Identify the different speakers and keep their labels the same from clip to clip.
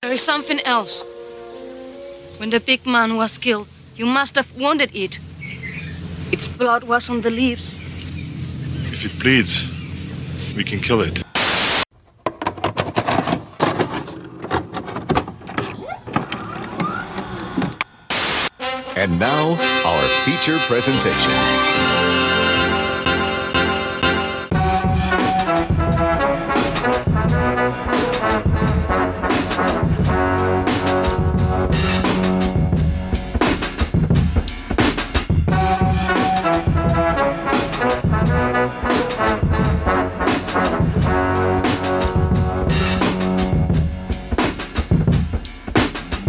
Speaker 1: There is something else. When the big man was killed, you must have wanted it. Its blood was on the leaves.
Speaker 2: If it bleeds, we can kill it.
Speaker 3: And now, our feature presentation.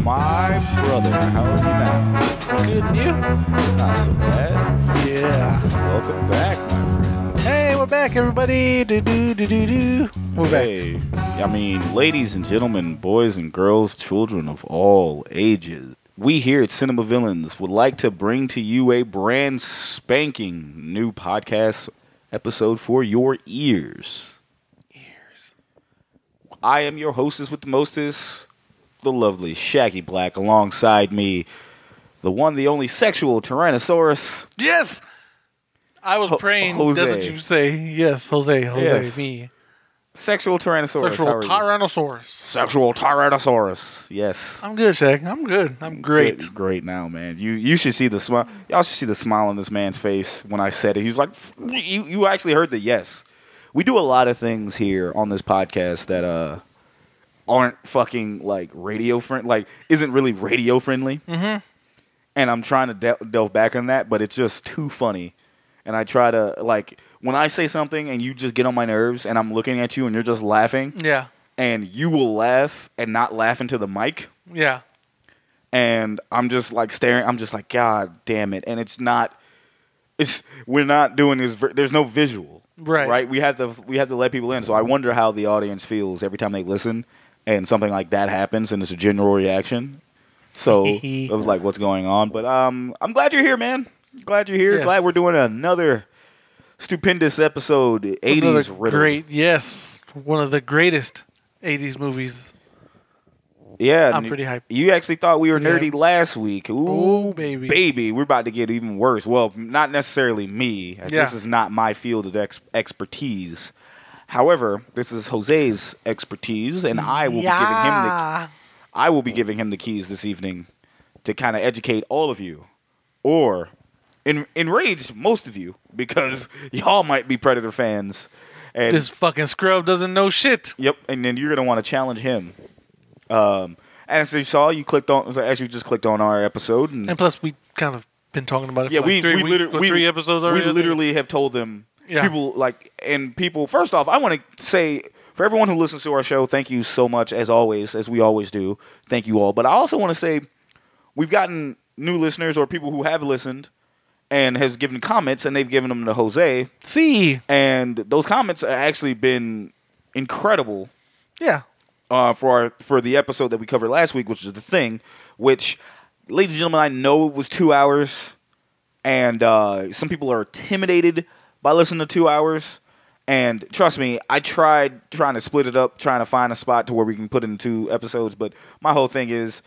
Speaker 4: My brother, how are you now? Good, you? Not so bad.
Speaker 5: Yeah.
Speaker 4: Welcome back, my friend.
Speaker 5: Hey, we're back, everybody. Do do do do do. We're back.
Speaker 4: Hey, I mean, ladies and gentlemen, boys and girls, children of all ages, we here at Cinema Villains would like to bring to you a brand spanking new podcast episode for your ears. Ears. I am your hostess with the mostest, the lovely Shaggy Black, alongside me, the one, the only sexual Tyrannosaurus.
Speaker 5: Yes. I was
Speaker 4: Ho-
Speaker 5: praying. That's
Speaker 4: Jose.
Speaker 5: what you say. Yes, Jose. Jose.
Speaker 4: Yes.
Speaker 5: Me.
Speaker 4: Sexual Tyrannosaurus. how
Speaker 5: Sexual
Speaker 4: are you?
Speaker 5: Tyrannosaurus.
Speaker 4: Sexual Tyrannosaurus. Yes.
Speaker 5: I'm good, Shaq. I'm good. I'm great.
Speaker 4: Good- great now, man. You you should see the smile. Y'all should see the smile on this man's face when I said it. He was like, "F- "You you actually heard the yes." We do a lot of things here on this podcast that uh aren't fucking like radio friend, like isn't really radio friendly. Mm-hmm. And I'm trying to del- delve back on that, but it's just too funny. And I try to like when I say something and you just get on my nerves, and I'm looking at you and you're just laughing,
Speaker 5: Yeah.
Speaker 4: and you will laugh and not laugh into the mic
Speaker 5: Yeah.
Speaker 4: and I'm just like staring. I'm just like, God damn it! And it's not. It's we're not doing this. ver- There's no visual,
Speaker 5: Right.
Speaker 4: Right. We have to we have to let people in. So I wonder how the audience feels every time they listen, and something like that happens, and it's a general reaction. So it was like, what's going on? But um, I'm glad you're here, man. Glad you're here.
Speaker 5: Yes.
Speaker 4: Glad we're doing another stupendous episode. 80s
Speaker 5: Another
Speaker 4: riddle.
Speaker 5: great. Yes. One of the greatest 80s movies.
Speaker 4: Yeah,
Speaker 5: I'm
Speaker 4: and
Speaker 5: pretty hyped.
Speaker 4: You actually thought we were
Speaker 5: Yeah.
Speaker 4: nerdy last week. Ooh,
Speaker 5: Ooh, baby.
Speaker 4: baby, we're about to get even worse. Well, not necessarily me, as
Speaker 5: Yeah.
Speaker 4: this is not my field of ex- expertise. However, this is Jose's expertise, and I will be giving him the I will be giving him the keys this evening to kind of educate all of you, or en- enrage most of you because y'all might be Predator fans. And
Speaker 5: This fucking scrub doesn't know shit.
Speaker 4: Yep, and then you're gonna want to challenge him. Um, as you saw, you clicked on so as you just clicked on our episode, and,
Speaker 5: And plus, we kind of been talking about it
Speaker 4: yeah,
Speaker 5: for like
Speaker 4: we
Speaker 5: three,
Speaker 4: we,
Speaker 5: weeks-
Speaker 4: liter-
Speaker 5: what,
Speaker 4: we
Speaker 5: three episodes already. I
Speaker 4: We
Speaker 5: think?
Speaker 4: literally have told them
Speaker 5: Yeah.
Speaker 4: people like and people. First off, I want to say for everyone who listens to our show, thank you so much as always, as we always do. Thank you all, but I also want to say we've gotten new listeners or people who have listened and has given comments, and they've given them to Jose,
Speaker 5: See.
Speaker 4: and those comments have actually been incredible
Speaker 5: Yeah.
Speaker 4: uh, for our for the episode that we covered last week, which is the thing. Which, ladies and gentlemen, I know it was two hours, and uh, some people are intimidated by listening to two hours. And trust me, I tried trying to split it up, trying to find a spot to where we can put it in two episodes. But my whole thing is,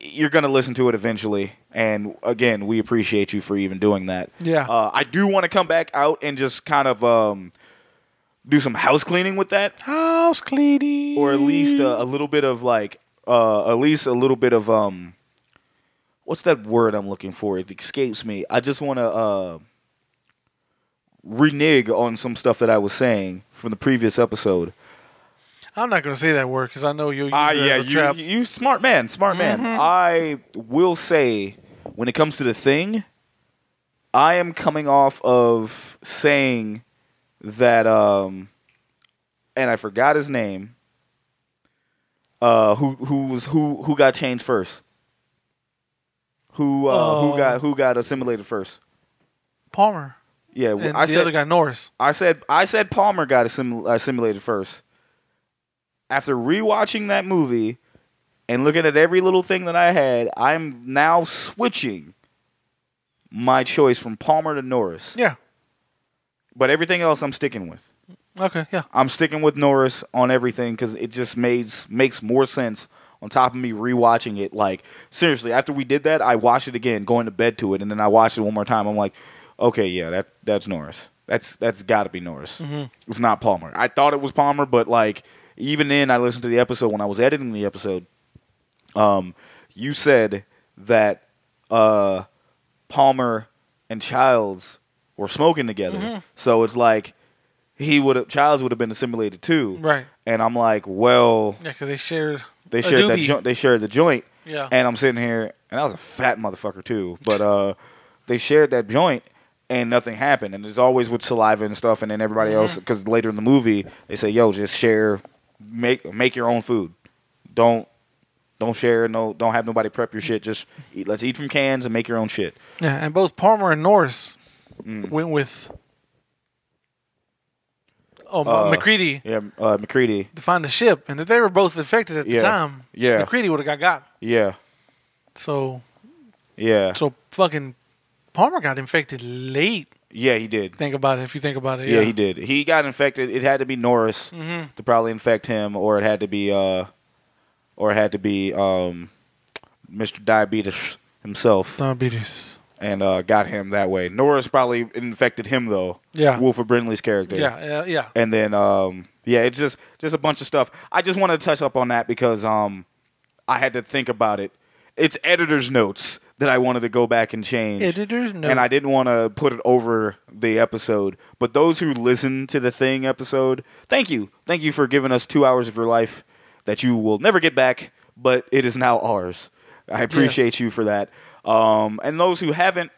Speaker 4: you're gonna listen to it eventually. And again, we appreciate you for even doing that.
Speaker 5: Yeah.
Speaker 4: uh, I do want to come back out and just kind of um, do some house cleaning with that
Speaker 5: House cleaning.
Speaker 4: or at least uh, a little bit of like uh, at least a little bit of um what's that word I'm looking for? It escapes me. I just want to uh renege on some stuff that I was saying from the previous episode.
Speaker 5: I'm not gonna say that word because I know you'll use
Speaker 4: Ah,
Speaker 5: it
Speaker 4: yeah,
Speaker 5: as a trap.
Speaker 4: you, you smart man, smart
Speaker 5: Mm-hmm.
Speaker 4: man. I will say, when it comes to the thing, I am coming off of saying that, um, and I forgot his name. Uh, who who was who who got changed first? Who uh,
Speaker 5: Oh.
Speaker 4: who got who got assimilated first?
Speaker 5: Palmer
Speaker 4: Yeah,
Speaker 5: and
Speaker 4: I
Speaker 5: the
Speaker 4: said
Speaker 5: other guy Norris.
Speaker 4: I said I said Palmer got assimil- assimilated first. After rewatching that movie and looking at every little thing that I had, I'm now switching my choice from Palmer to Norris.
Speaker 5: Yeah.
Speaker 4: But everything else I'm sticking with.
Speaker 5: Okay. Yeah.
Speaker 4: I'm sticking with Norris on everything cuz it just makes makes more sense on top of me rewatching it. Like seriously, after we did that, I watched it again, going to bed to it, and then I watched it one more time. I'm like, okay, yeah, that that's Norris. That's that's got to be Norris. It's not Palmer. I thought it was Palmer, but like even then, I listened to the episode when I was editing the episode. Um, you said that uh, Palmer and Childs were smoking together, so it's like he would have Childs would have been assimilated too,
Speaker 5: Right.
Speaker 4: And I'm like, well,
Speaker 5: Yeah, because they shared.
Speaker 4: they
Speaker 5: a
Speaker 4: shared that
Speaker 5: doobie.
Speaker 4: joint. They shared the joint,
Speaker 5: Yeah.
Speaker 4: and I'm sitting here, and I was a fat motherfucker too. But uh, they shared that joint, and nothing happened. And it's always with saliva and stuff. And then everybody else, because later in the movie, they say, "Yo, just share, make make your own food. Don't don't share. No, don't have nobody prep your shit. Just eat, let's eat from cans and make your own shit."
Speaker 5: yeah, and both Palmer and Norris
Speaker 4: Mm.
Speaker 5: went with. Oh, Ma- McCready
Speaker 4: Yeah, uh, McCready.
Speaker 5: to find the ship, and if they were both infected at
Speaker 4: Yeah.
Speaker 5: the time,
Speaker 4: Yeah.
Speaker 5: McCready would have got got.
Speaker 4: Yeah,
Speaker 5: So,
Speaker 4: yeah,
Speaker 5: so fucking Palmer got infected late.
Speaker 4: yeah. He did.
Speaker 5: Think about it. If you think about it,
Speaker 4: Yeah. he did. He got infected. It had to be Norris
Speaker 5: Mm-hmm.
Speaker 4: to probably infect him, or it had to be, uh, or it had to be um, Mr. Diabetes himself,
Speaker 5: Diabetes.
Speaker 4: and uh, got him that way. Norris probably infected him though.
Speaker 5: Yeah.
Speaker 4: Wilford Brindley's character.
Speaker 5: Yeah, uh, yeah.
Speaker 4: And then, um, yeah, it's just just a bunch of stuff. I just wanted to touch up on that because um, I had to think about it. It's editor's notes that I wanted to go back and change.
Speaker 5: Editor's note.
Speaker 4: And I didn't want to put it over the episode. But those who listened to the thing episode, thank you. Thank you for giving us two hours of your life that you will never get back, but it is now ours. I appreciate you for that. Um, and those who haven't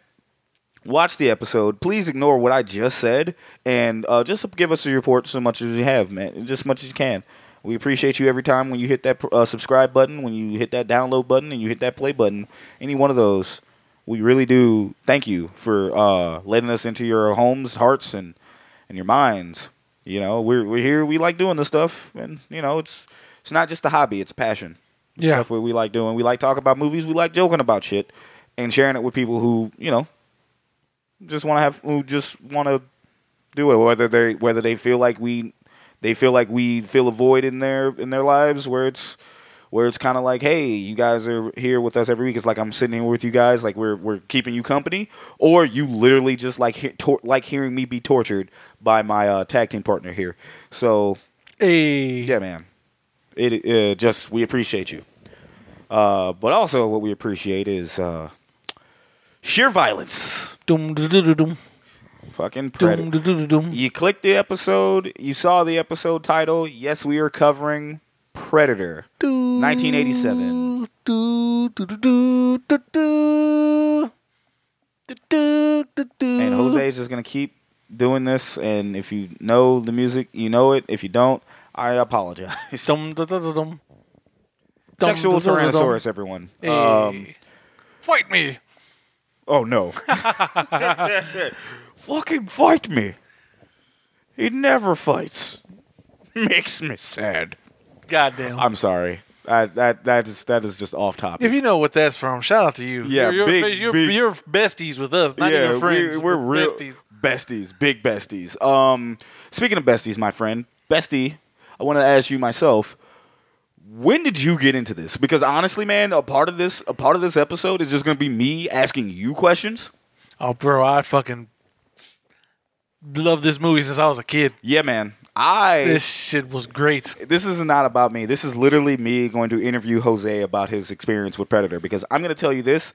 Speaker 4: watch the episode. Please ignore what I just said and uh, just give us a report so much as you have, man, just as much as you can. We appreciate you every time when you hit that uh, subscribe button, when you hit that download button, and you hit that play button. Any one of those, we really do thank you for uh, letting us into your homes, hearts, and and your minds. You know, we're we're here. We like doing this stuff, and you know, it's it's not just a hobby; it's a passion. It's
Speaker 5: Yeah.
Speaker 4: stuff we, we like doing. We like talking about movies. We like joking about shit, and sharing it with people who you know just want to have who just want to do it whether they whether they feel like we they feel like we fill a void in their in their lives where it's where it's kind of like hey you guys are here with us every week it's like I'm sitting here with you guys like we're we're keeping you company or you literally just like he, tor- like hearing me be tortured by my uh, tag team partner here so
Speaker 5: Hey.
Speaker 4: yeah, man. It uh, just we appreciate you. Uh, but also, what we appreciate is uh, sheer violence.
Speaker 5: Doom, doo, doo, doo, doom.
Speaker 4: Fucking
Speaker 5: Doom,
Speaker 4: predator.
Speaker 5: doo, doo, doo, doom.
Speaker 4: You clicked the episode. You saw the episode title. Yes, we are covering Predator, 1987.
Speaker 5: Doo, doo, doo, doo, doo, doo, doo. Doo, doo, doo, doo.
Speaker 4: And Jose is just gonna keep doing this. And if you know the music, you know it. If you don't, I apologize.
Speaker 5: Dum, doo, doo, doo, dum. Dum,
Speaker 4: Sexual
Speaker 5: doo, doo, doo, dum.
Speaker 4: Tyrannosaurus, everyone.
Speaker 5: Hey.
Speaker 4: Um,
Speaker 5: Fight me.
Speaker 4: Oh no. Fucking fight me. He never fights. Makes me sad.
Speaker 5: Goddamn.
Speaker 4: I'm sorry. I, that that is that is just off topic.
Speaker 5: if you know what that's from, shout out to you.
Speaker 4: Yeah,
Speaker 5: you're, you're,
Speaker 4: big,
Speaker 5: you're,
Speaker 4: big-
Speaker 5: you're besties with us, not even friends.
Speaker 4: We're,
Speaker 5: but
Speaker 4: we're real
Speaker 5: besties.
Speaker 4: besties, big besties. Um, speaking of besties, my friend, bestie, I want to ask you myself. When did you get into this? Because honestly, man, a part of this, a part of this episode is just going to be me asking you questions.
Speaker 5: Oh, bro, I fucking love this movie since I was a kid.
Speaker 4: Yeah, man. I
Speaker 5: This shit was great.
Speaker 4: this is not about me. This is literally me going to interview Jose about his experience with Predator because I'm going to tell you this.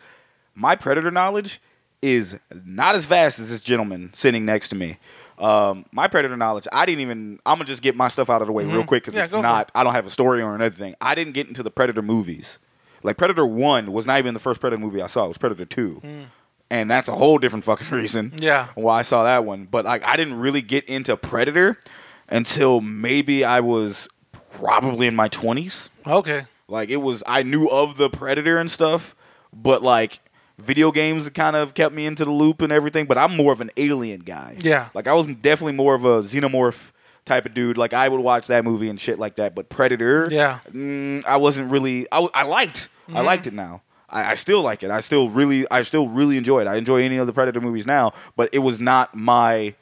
Speaker 4: My Predator knowledge is not as vast as this gentleman sitting next to me. Um, my Predator knowledge, I didn't even, I'm going to just get my stuff out of the way real quick because
Speaker 5: Mm-hmm. Yeah,
Speaker 4: it's
Speaker 5: go for
Speaker 4: not, I don't have a story or another thing. I didn't get into the Predator movies. Like Predator 1 was not even the first Predator movie I saw, it was Predator 2.
Speaker 5: Mm.
Speaker 4: And that's a whole different fucking reason
Speaker 5: Yeah.
Speaker 4: why I saw that one. But like I didn't really get into Predator until maybe I was probably in my twenties.
Speaker 5: Okay.
Speaker 4: Like it was I knew of the Predator and stuff, but like video games kind of kept me into the loop and everything, but I'm more of an alien guy.
Speaker 5: Yeah.
Speaker 4: Like I was definitely more of a xenomorph type of dude. Like I would watch that movie and shit like that, but Predator
Speaker 5: Yeah. Mm-hmm.
Speaker 4: mm, I wasn't really. I, w- I liked. I liked it now. I, I still like it. I still really. I still really enjoy it. I enjoy any of the Predator movies now, but it was not my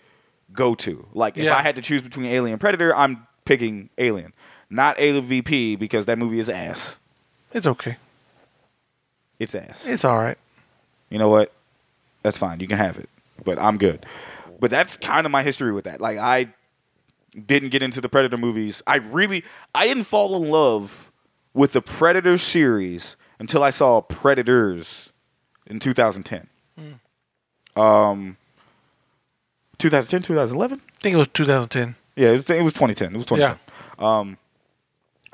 Speaker 4: go-to. Like if
Speaker 5: Yeah.
Speaker 4: I had to choose between Alien and Predator, I'm picking Alien, not Alien VP because that movie is ass.
Speaker 5: It's okay.
Speaker 4: It's ass.
Speaker 5: It's all right.
Speaker 4: You know what? That's fine. You can have it, but I'm good. But that's kind of my history with that. Like I didn't get into the Predator movies. I really I didn't fall in love with the Predator series until I saw Predators in 2010. Um
Speaker 5: Hmm.
Speaker 4: 2010, 2011?
Speaker 5: I think it was 2010.
Speaker 4: Yeah, it was, it was 2010. It was 2010. Um,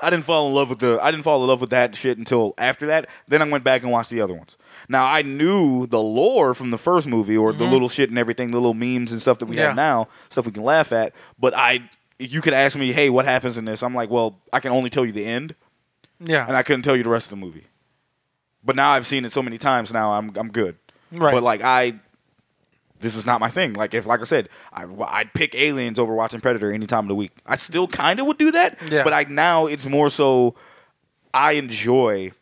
Speaker 4: I didn't fall in love with the I didn't fall in love with that shit until after that. Then I went back and watched the other ones. Now I knew the lore from the first movie, or the little shit and everything, the little memes and stuff that we
Speaker 5: Yeah.
Speaker 4: have now, stuff we can laugh at. But I, if you could ask me, hey, what happens in this? I'm like, well, I can only tell you the end,
Speaker 5: Yeah.
Speaker 4: and I couldn't tell you the rest of the movie. But now I've seen it so many times. Now I'm I'm good.
Speaker 5: Right.
Speaker 4: But like I, this is not my thing. Like if like I said, I I'd pick Aliens over watching Predator any time of the week. I still kind of would do that.
Speaker 5: Yeah.
Speaker 4: But I now it's more so I enjoy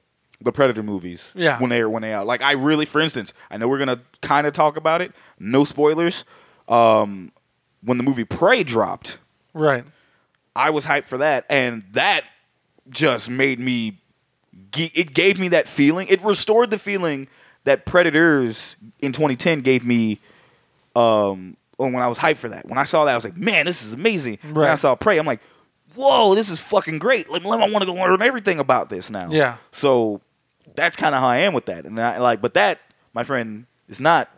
Speaker 4: the Predator movies.
Speaker 5: Yeah.
Speaker 4: When they are when they out. Like I really, for instance, I know we're gonna kind of talk about it. No spoilers. Um, when the movie Prey dropped,
Speaker 5: right.
Speaker 4: I was hyped for that, and that just made me. ge- It gave me that feeling. It restored the feeling that Predators in 2010 gave me. Um, when I was hyped for that, when I saw that, I was like, "Man, this is amazing!" When I
Speaker 5: Right.
Speaker 4: saw Prey, I'm like, "Whoa, this is fucking great!" Like, I want to learn everything about this now.
Speaker 5: Yeah.
Speaker 4: So that's kind of how I am with that, and I, like, but that, my friend, is not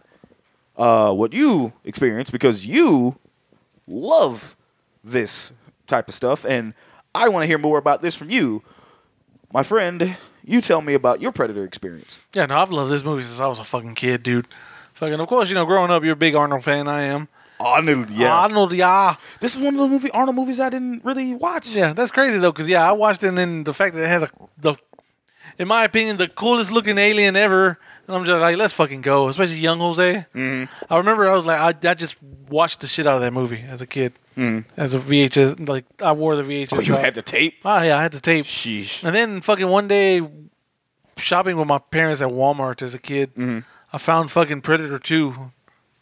Speaker 4: uh, what you experience because you love this type of stuff, and I want to hear more about this from you, my friend. You tell me about your predator experience.
Speaker 5: Yeah, no, I've loved this movie since I was a fucking kid, dude. Fucking, of course, you know, growing up, you're a big Arnold fan. I am.
Speaker 4: Arnold,
Speaker 5: Arnold, yeah.
Speaker 4: this is one of the movie Arnold movies I didn't really watch.
Speaker 5: Yeah, that's crazy though, because yeah, I watched it, and then the fact that it had a, the, in my opinion, the coolest looking alien ever, and I'm just like, let's fucking go, especially young Jose. mm
Speaker 4: Mm-hmm.
Speaker 5: I remember I was like, I, I just watched the shit out of that movie as a kid, mm as a VHS, like I wore the VHS.
Speaker 4: Mm-hmm. Oh, you
Speaker 5: out.
Speaker 4: had the tape.
Speaker 5: Oh yeah, I had the tape.
Speaker 4: Sheesh.
Speaker 5: And then fucking one day, shopping with my parents at Walmart as a kid,
Speaker 4: Mm-hmm.
Speaker 5: I found fucking Predator Two,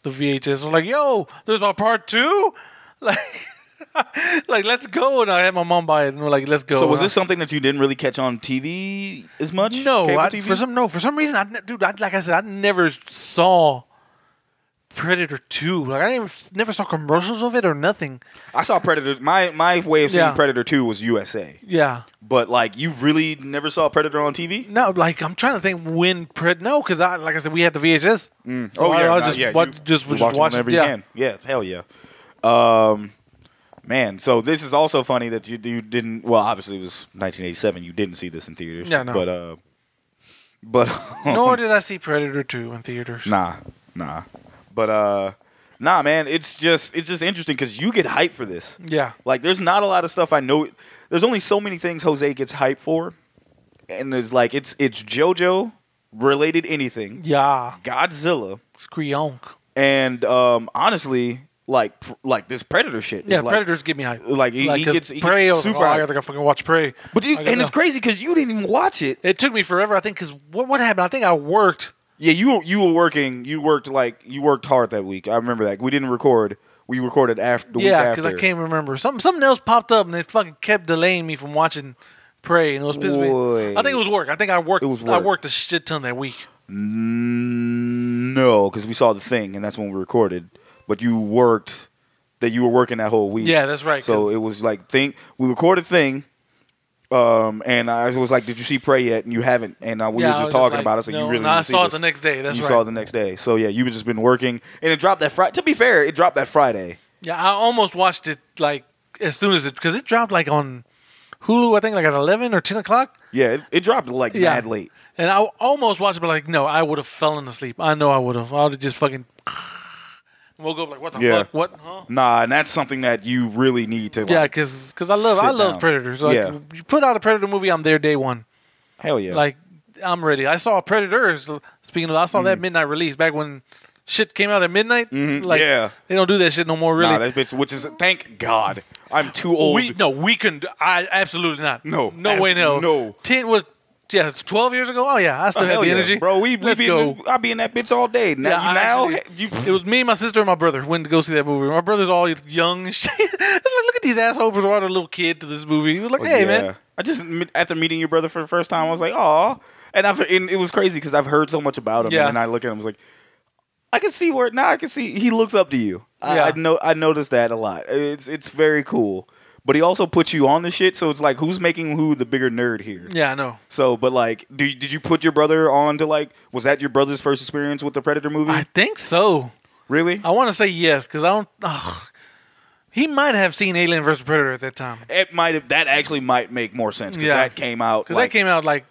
Speaker 5: the VHS. I'm like, yo, there's my part two. Like, like let's go. And I had my mom buy it, and we're like, let's go.
Speaker 4: So was
Speaker 5: And I-
Speaker 4: this something that you didn't really catch on TV as much?
Speaker 5: uh, no,
Speaker 4: Cable
Speaker 5: I,
Speaker 4: TV?
Speaker 5: for some no, for some reason, I, ne- dude, I, like I said, I never saw Predator Two. Like I never, never saw commercials of it or nothing.
Speaker 4: I saw Predator. My my way of seeing
Speaker 5: Yeah.
Speaker 4: Predator Two was USA,
Speaker 5: Yeah,
Speaker 4: but like you really never saw Predator on TV.
Speaker 5: no, like I'm trying to think when Pred. No, because I, like I said, we had the VHS. So I, I
Speaker 4: nah,
Speaker 5: just,
Speaker 4: Mm. Oh, yeah,
Speaker 5: watch,
Speaker 4: you-
Speaker 5: just,
Speaker 4: you watch it
Speaker 5: just watch it.
Speaker 4: whenever
Speaker 5: yeah.
Speaker 4: you can. Yeah, hell yeah. Um, man, so this is also funny that you you didn't. Well, obviously it was 1987. You didn't see this in theaters.
Speaker 5: Yeah, no.
Speaker 4: But uh, but
Speaker 5: Nor did I see Predator 2 in theaters.
Speaker 4: nah, nah. But uh, nah, man. It's just it's just interesting because you get hyped for this.
Speaker 5: Yeah.
Speaker 4: Like, there's not a lot of stuff I know. There's only so many things Jose gets hyped for, and there's like it's it's JoJo related anything,
Speaker 5: Yeah.
Speaker 4: Godzilla.
Speaker 5: Screonk.
Speaker 4: and um, honestly, like pr- like this predator shit. is
Speaker 5: Yeah,
Speaker 4: like,
Speaker 5: Predators get me hype.
Speaker 4: like, he- he
Speaker 5: 'cause
Speaker 4: gets- he gets
Speaker 5: Prey, I was like,
Speaker 4: super
Speaker 5: oh, I
Speaker 4: hype.
Speaker 5: gotta go fucking watch Prey.
Speaker 4: But you,
Speaker 5: I gotta
Speaker 4: and it's
Speaker 5: go.
Speaker 4: crazy because you didn't even watch it.
Speaker 5: It took me forever, I think, because what, what happened? I think I worked.
Speaker 4: Yeah, you you were working. You worked like you worked hard that week. I remember that. We didn't record. We recorded after the week
Speaker 5: yeah,
Speaker 4: after.
Speaker 5: because I can't remember. Something, something else popped up and it fucking kept delaying me from watching Prey, and it was pissing me.
Speaker 4: Wait.
Speaker 5: I think it was work. I think I worked.
Speaker 4: It was
Speaker 5: I
Speaker 4: work.
Speaker 5: worked a shit ton that week.
Speaker 4: Mm, No, because we saw the thing, and that's when we recorded. But you worked. That you were working that whole week.
Speaker 5: Yeah, that's right,
Speaker 4: So
Speaker 5: 'cause-
Speaker 4: it was like thing. We recorded thing. Um, and I was like, "Did you see Prey yet?" And you haven't. And uh, we
Speaker 5: Yeah, I
Speaker 4: were
Speaker 5: was
Speaker 4: just
Speaker 5: just
Speaker 4: talking
Speaker 5: like,
Speaker 4: about it. So
Speaker 5: no,
Speaker 4: you really
Speaker 5: and I
Speaker 4: need to see
Speaker 5: saw it
Speaker 4: this.
Speaker 5: the next day, that's
Speaker 4: you
Speaker 5: right.
Speaker 4: saw it the next day. So yeah, you've just been working, and it dropped that Friday. To be fair, it dropped that Friday.
Speaker 5: Yeah, I almost watched it like as soon as it because it dropped like on Hulu, I think, like at eleven or ten o'clock.
Speaker 4: Yeah, it, it dropped like
Speaker 5: Yeah.
Speaker 4: mad late.
Speaker 5: And I almost watched it, but like, no, I would have fallen asleep. I know I would have. I would have just fucking woke up like, what the
Speaker 4: Yeah.
Speaker 5: fuck? What? Huh?
Speaker 4: Nah, and that's something that you really need to. Like,
Speaker 5: Yeah, because I love
Speaker 4: Sit
Speaker 5: I love
Speaker 4: down.
Speaker 5: Predators. Like,
Speaker 4: Yeah.
Speaker 5: you put out a Predator movie, I'm there day one.
Speaker 4: hell yeah.
Speaker 5: Like, I'm ready. I saw Predators. Speaking of, I saw
Speaker 4: Mm-hmm.
Speaker 5: that midnight release back when shit came out at midnight. Like,
Speaker 4: yeah.
Speaker 5: they don't do that shit no more. Really,
Speaker 4: nah, that bitch. Which is thank God. I'm too old.
Speaker 5: We no, we can. I absolutely not.
Speaker 4: No,
Speaker 5: no way,
Speaker 4: abs-
Speaker 5: no.
Speaker 4: no.
Speaker 5: ten was yeah, it's twelve years ago. Oh yeah, I still
Speaker 4: Oh,
Speaker 5: have
Speaker 4: hell
Speaker 5: the
Speaker 4: yeah.
Speaker 5: energy,
Speaker 4: bro. We we
Speaker 5: Let's
Speaker 4: be in
Speaker 5: go.
Speaker 4: this- I be in that bitch all day. Now,
Speaker 5: I
Speaker 4: you, now
Speaker 5: actually-
Speaker 4: you,
Speaker 5: it was me, my sister, and my brother went to go see that movie. My brother's all young. and shit. It's like, Look at these assholes brought a little kid to this movie. He was like,
Speaker 4: Oh,
Speaker 5: "Hey
Speaker 4: yeah.
Speaker 5: man,
Speaker 4: I just after meeting your brother for the first time, I was like, "Aw," and I've and it was crazy because I've heard so much about him,
Speaker 5: Yeah.
Speaker 4: and I look at him, I was like, "I can see where now I can see he looks up to you." I,
Speaker 5: Yeah.
Speaker 4: I know I noticed that a lot. It's it's very cool, but he also puts you on the shit, so it's like who's making who the bigger nerd here.
Speaker 5: Yeah, I know.
Speaker 4: So, but like, do, did you put your brother on to like? Was that your brother's first experience with the Predator movie?
Speaker 5: I think so.
Speaker 4: really?
Speaker 5: I want to say yes because I don't. Ugh. He might have seen Alien vs Predator at that time
Speaker 4: it might have. That actually might make more sense because
Speaker 5: Yeah.
Speaker 4: that came out.
Speaker 5: because
Speaker 4: like-
Speaker 5: that came out like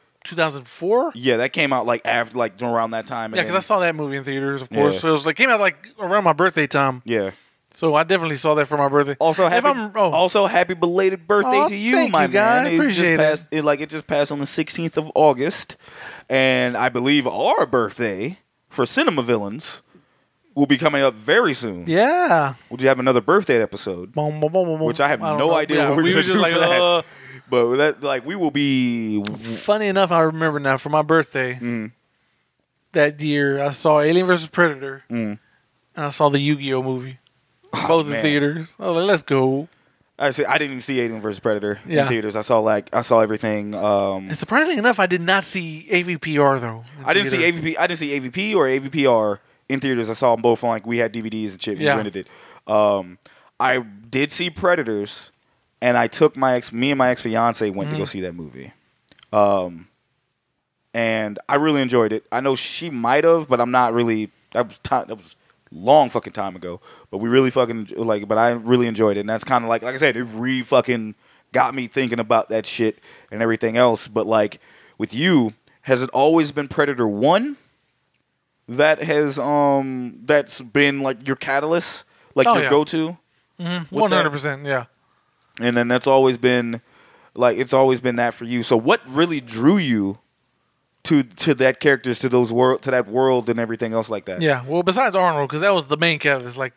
Speaker 5: 2004.
Speaker 4: Yeah, that came out like after, like around that time. and
Speaker 5: Yeah, because
Speaker 4: then-
Speaker 5: I saw that movie in theaters, of course.
Speaker 4: Yeah.
Speaker 5: So it was like came out like around my birthday time.
Speaker 4: Yeah.
Speaker 5: So I definitely saw that for my birthday.
Speaker 4: Also happy,
Speaker 5: if I'm, oh,
Speaker 4: also happy belated birthday
Speaker 5: Aw,
Speaker 4: to you,
Speaker 5: thank
Speaker 4: my
Speaker 5: you, guy.
Speaker 4: man.
Speaker 5: Appreciate
Speaker 4: just
Speaker 5: it.
Speaker 4: passed, it. Like it just passed on the 16th of August, and I believe our birthday for Cinema Villains will be coming up very soon.
Speaker 5: yeah.
Speaker 4: We'll have another birthday episode,
Speaker 5: Boom, boom, boom, boom, boom.
Speaker 4: which I have
Speaker 5: don't
Speaker 4: no
Speaker 5: know.
Speaker 4: idea
Speaker 5: Yeah,
Speaker 4: what we're
Speaker 5: we were
Speaker 4: gonna
Speaker 5: just
Speaker 4: do
Speaker 5: like,
Speaker 4: for that.
Speaker 5: uh,
Speaker 4: but that like we will be.
Speaker 5: funny enough, I remember now for my birthday
Speaker 4: Mm.
Speaker 5: that year, I saw Alien vs Predator and I saw the Yu Gi Oh movie, both in
Speaker 4: Mm. man.
Speaker 5: theaters. I was like, let's go.
Speaker 4: I see. I didn't even see Alien vs Predator
Speaker 5: Yeah.
Speaker 4: in theaters. I saw like I saw everything. Um,
Speaker 5: And surprisingly enough, I did not see AVPR though. in
Speaker 4: I didn't see
Speaker 5: theater.
Speaker 4: AVP. I didn't see AVP or AVPR in theaters. I saw them both on like we had DVDs and shit. We
Speaker 5: Yeah.
Speaker 4: rented it. Um, I did see Predators, and I took my ex. Me and my ex fiance went to go see that movie. Um, and I really enjoyed it. I know she might have, but I'm not really. That was time. That was long fucking time ago. But we really fucking like. But I really enjoyed it, and that's kind of like like I said, it re fucking got me thinking about that shit and everything else. But like with you, has it always been Predator One? that has um that's been like your catalyst, like
Speaker 5: Oh,
Speaker 4: your
Speaker 5: yeah.
Speaker 4: go-to,
Speaker 5: One hundred percent. Yeah.
Speaker 4: and then that's always been like it's always been that for you. So what really drew you to to that characters to those world to that world and everything else like that?
Speaker 5: Yeah, well, besides Arnold, because that was the main catalyst. Like,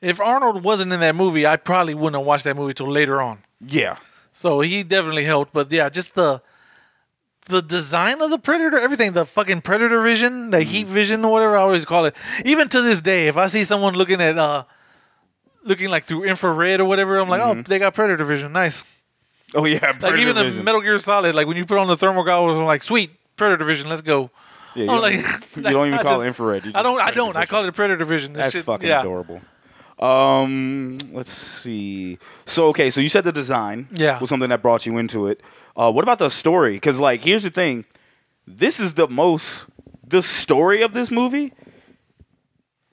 Speaker 5: if Arnold wasn't in that movie, I probably wouldn't have watched that movie till later on.
Speaker 4: yeah,
Speaker 5: So he definitely helped. But yeah, just the the design of the predator, everything, the fucking predator vision,
Speaker 4: Mm.
Speaker 5: the heat vision, or whatever I always call it. Even to this day, if I see someone looking at uh looking like through infrared or whatever, I'm like, oh, they got predator vision, nice.
Speaker 4: Oh yeah,
Speaker 5: Like
Speaker 4: Mm-hmm. Predator
Speaker 5: even in
Speaker 4: Vision.
Speaker 5: Metal Gear Solid, like when you put on the thermal goggles, I'm like, sweet, predator vision, let's go.
Speaker 4: Yeah, you,
Speaker 5: I'm
Speaker 4: don't,
Speaker 5: like-
Speaker 4: you don't even
Speaker 5: I
Speaker 4: call
Speaker 5: just-
Speaker 4: it infrared. You
Speaker 5: I
Speaker 4: just Predator
Speaker 5: don't. I don't. I
Speaker 4: Vision.
Speaker 5: call it predator vision. This
Speaker 4: That's
Speaker 5: shit-
Speaker 4: fucking
Speaker 5: yeah.
Speaker 4: adorable. Um, let's see. So okay, so you said the design,
Speaker 5: Yeah.
Speaker 4: was something that brought you into it. Uh, what about the story? Because like, here's the thing: this is the most the story of this movie.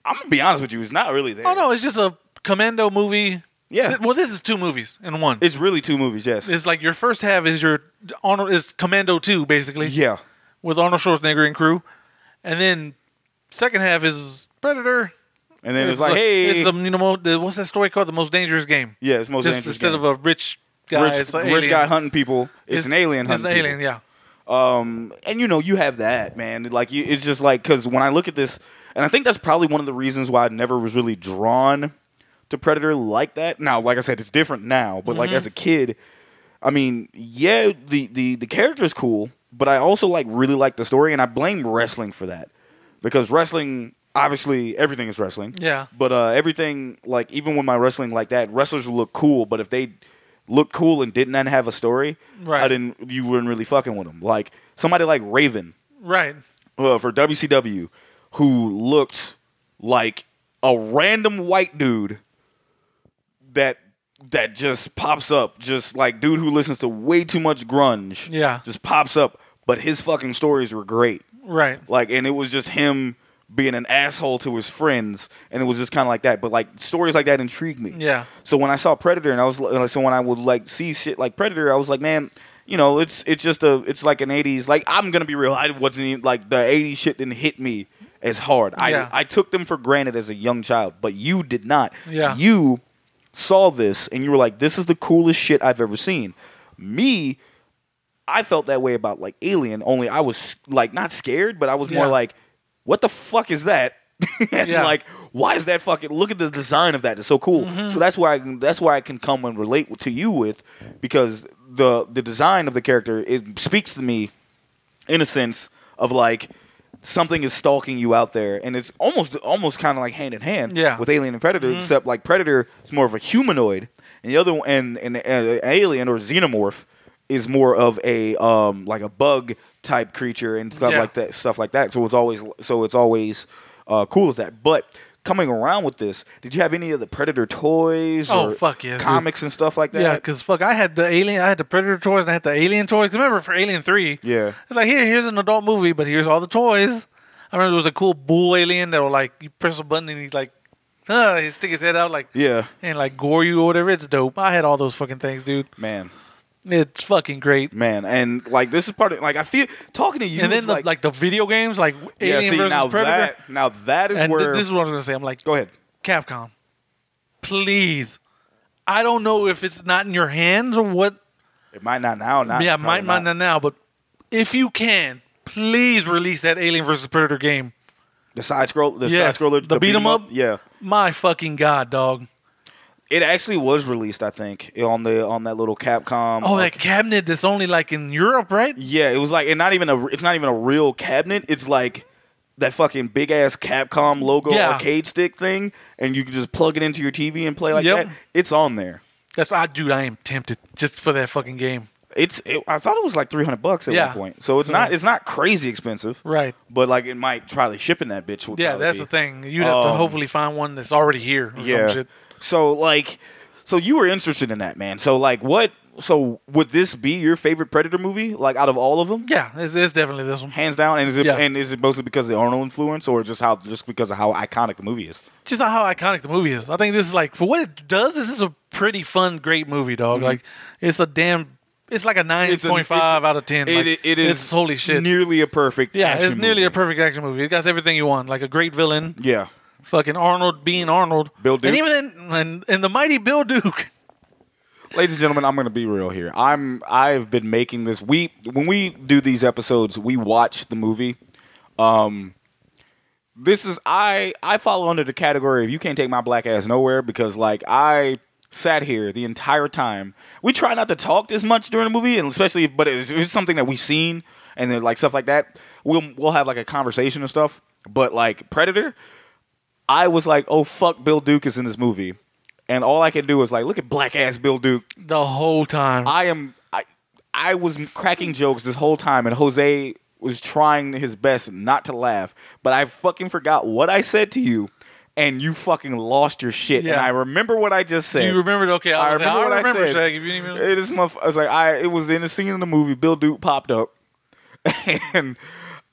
Speaker 4: I'm gonna be honest with you; it's not really there.
Speaker 5: Oh no, it's just a commando movie.
Speaker 4: Yeah.
Speaker 5: Th- Well, this is two movies in one.
Speaker 4: it's
Speaker 5: It's,
Speaker 4: really two movies. Yes,
Speaker 5: like your first half is your Arnold is Commando Two, basically.
Speaker 4: yeah,
Speaker 5: With Arnold Schwarzenegger and crew, and then second half is Predator.
Speaker 4: and then it's, like,
Speaker 5: a-
Speaker 4: hey,
Speaker 5: it's the you know mo- the, what's that story called? The most dangerous game.
Speaker 4: yeah, it's most
Speaker 5: Just
Speaker 4: dangerous
Speaker 5: instead
Speaker 4: game.
Speaker 5: of a rich guy,
Speaker 4: rich,
Speaker 5: it's an
Speaker 4: rich
Speaker 5: alien.
Speaker 4: guy hunting people. It's, an alien.
Speaker 5: It's
Speaker 4: hunting
Speaker 5: an
Speaker 4: people.
Speaker 5: alien. Yeah.
Speaker 4: and you know you have that man like you, it's just like because when i look at this and i think that's probably one of the reasons why i never was really drawn to predator like that now like i said it's different now but like as
Speaker 5: Mm-hmm.
Speaker 4: a kid i mean yeah the the the character's cool but i also like really like the story and i blame wrestling for that because wrestling obviously everything is wrestling
Speaker 5: Yeah.
Speaker 4: but uh, everything like even when my wrestling like that wrestlers would look cool but if they looked cool and didn't have a story
Speaker 5: Right.
Speaker 4: i didn't you weren't really fucking with them like somebody like raven
Speaker 5: Right.
Speaker 4: uh, for wcw who looked like a random white dude that that just pops up just like dude who listens to way too much grunge
Speaker 5: Yeah.
Speaker 4: just pops up but his fucking stories were great
Speaker 5: Right.
Speaker 4: like, and it was just him being an asshole to his friends, and it was just kind of like that. But like stories like that intrigued me.
Speaker 5: Yeah.
Speaker 4: So when I saw Predator, and I was like, so when I would like see shit like Predator, I was like, man, you know, it's it's just a it's like an '80s. Like I'm gonna be real, I wasn't even, like the '80s shit didn't hit me as hard.
Speaker 5: Yeah.
Speaker 4: I I took them for granted as a young child, but you did not.
Speaker 5: Yeah.
Speaker 4: You saw this and you were like, this is the coolest shit I've ever seen. Me, I felt that way about like Alien, only I was like not scared, but I was more
Speaker 5: Yeah.
Speaker 4: like, what the fuck is that? and
Speaker 5: Yeah.
Speaker 4: like, why is that fucking? Look at the design of that; it's so cool.
Speaker 5: Mm-hmm.
Speaker 4: So that's why I can, that's why I can come and relate to you with because the the design of the character it speaks to me in a sense of like something is stalking you out there, and it's almost almost kind of like hand in hand
Speaker 5: Yeah.
Speaker 4: with Alien and Predator,
Speaker 5: Mm-hmm.
Speaker 4: except like Predator is more of a humanoid, and the other one and and, and Alien or Xenomorph is more of a um, like a bug type creature and stuff
Speaker 5: Yeah.
Speaker 4: like that, stuff like that. So it's always so it's always uh, cool as that. But coming around with this, did you have any of the Predator toys
Speaker 5: Oh,
Speaker 4: or
Speaker 5: fuck yes, dude.
Speaker 4: comics and stuff like that?
Speaker 5: Yeah, because fuck, I had the alien, I had the Predator toys, and I had the Alien toys. Remember for Alien Three?
Speaker 4: Yeah.
Speaker 5: it's like here, here's an adult movie, but here's all the toys. I remember there was a cool bull alien that would like you press a button and he'd like, uh, he'd stick his head out like
Speaker 4: yeah,
Speaker 5: and like gore you or whatever. It's dope. I had all those fucking things, dude.
Speaker 4: man,
Speaker 5: It's fucking great.
Speaker 4: man, and like this is part of like I feel talking to you
Speaker 5: and
Speaker 4: is
Speaker 5: then the, like, the video games, like
Speaker 4: yeah,
Speaker 5: Alien
Speaker 4: see,
Speaker 5: versus
Speaker 4: now
Speaker 5: Predator.
Speaker 4: that now that is
Speaker 5: and th-
Speaker 4: where
Speaker 5: this is what I was gonna say. I'm like,
Speaker 4: go ahead.
Speaker 5: Capcom, please. I don't know if it's not in your hands or what
Speaker 4: It might not now. Not
Speaker 5: yeah,
Speaker 4: probably
Speaker 5: might might not now, but if you can, please release that Alien vs Predator game.
Speaker 4: The side scroll, the
Speaker 5: Yes,
Speaker 4: side scroller,
Speaker 5: the beat 'em up.
Speaker 4: Yeah,
Speaker 5: My fucking god, dog!
Speaker 4: it actually was released. I think on the on that little Capcom.
Speaker 5: Oh,
Speaker 4: like-
Speaker 5: that cabinet that's only like in Europe, right?
Speaker 4: yeah, it was like, and not even a, it's not even a real cabinet. It's like that fucking big ass Capcom logo
Speaker 5: Yeah.
Speaker 4: arcade stick thing, and you can just plug it into your TV and play like
Speaker 5: Yep.
Speaker 4: that. It's on there.
Speaker 5: That's why, dude. I am tempted just for that fucking game.
Speaker 4: It's. It, I thought it was like three hundred bucks at
Speaker 5: Yeah.
Speaker 4: one point, so it's
Speaker 5: So-
Speaker 4: not. It's not crazy expensive,
Speaker 5: Right?
Speaker 4: but like it might probably shipping that bitch. Would
Speaker 5: Yeah,
Speaker 4: probably
Speaker 5: that's
Speaker 4: be.
Speaker 5: the thing. You'd have to
Speaker 4: Um,
Speaker 5: hopefully find one that's already here. Or Some shit.
Speaker 4: So like, so you were interested in that, man. So like, what? So would this be your favorite Predator movie? Like out of all of them,
Speaker 5: Yeah, it's, it's definitely this one.
Speaker 4: hands down. And is it
Speaker 5: Yeah.
Speaker 4: and is it mostly because of the Arnold influence, or just how just because of how iconic the movie is?
Speaker 5: just not how iconic the movie is. I think this is like for what it does. This is a pretty fun, great movie, dog. Like it's a damn. It's like a nine
Speaker 4: Mm-hmm. It's an-
Speaker 5: point five out of ten.
Speaker 4: It,
Speaker 5: Like,
Speaker 4: it is
Speaker 5: It's holy shit.
Speaker 4: Nearly a perfect.
Speaker 5: yeah, it's
Speaker 4: action
Speaker 5: nearly a
Speaker 4: movie.
Speaker 5: perfect action movie. It got everything you want. Like a great villain,
Speaker 4: Yeah,
Speaker 5: fucking Arnold being Arnold,
Speaker 4: Bill Duke.
Speaker 5: and even then, and, and the mighty Bill Duke.
Speaker 4: ladies and gentlemen, I'm going to be real here. I'm I've been making this. We when we do these episodes, we watch the movie. Um, this is I I follow under the category of you can't take my black ass nowhere because like I sat here the entire time. We try not to talk as much during the movie, and especially if, but if it's something that we've seen and then like stuff like that, we'll we'll have like a conversation and stuff. But like Predator, I was like, oh fuck, Bill Duke is in this movie. And all I could do was like, look at black ass Bill Duke
Speaker 5: The whole time,
Speaker 4: I am I I was cracking jokes this whole time and Jose was trying his best not to laugh, but I fucking forgot what I said to you and you fucking lost your shit. And
Speaker 5: Yeah.
Speaker 4: I remember what I just said.
Speaker 5: you remembered? Okay, I, was like,
Speaker 4: remember what
Speaker 5: I remember
Speaker 4: I said.
Speaker 5: Shaq, if you didn't even-
Speaker 4: It is motherf- I was like I it was in the scene in the movie Bill Duke popped up and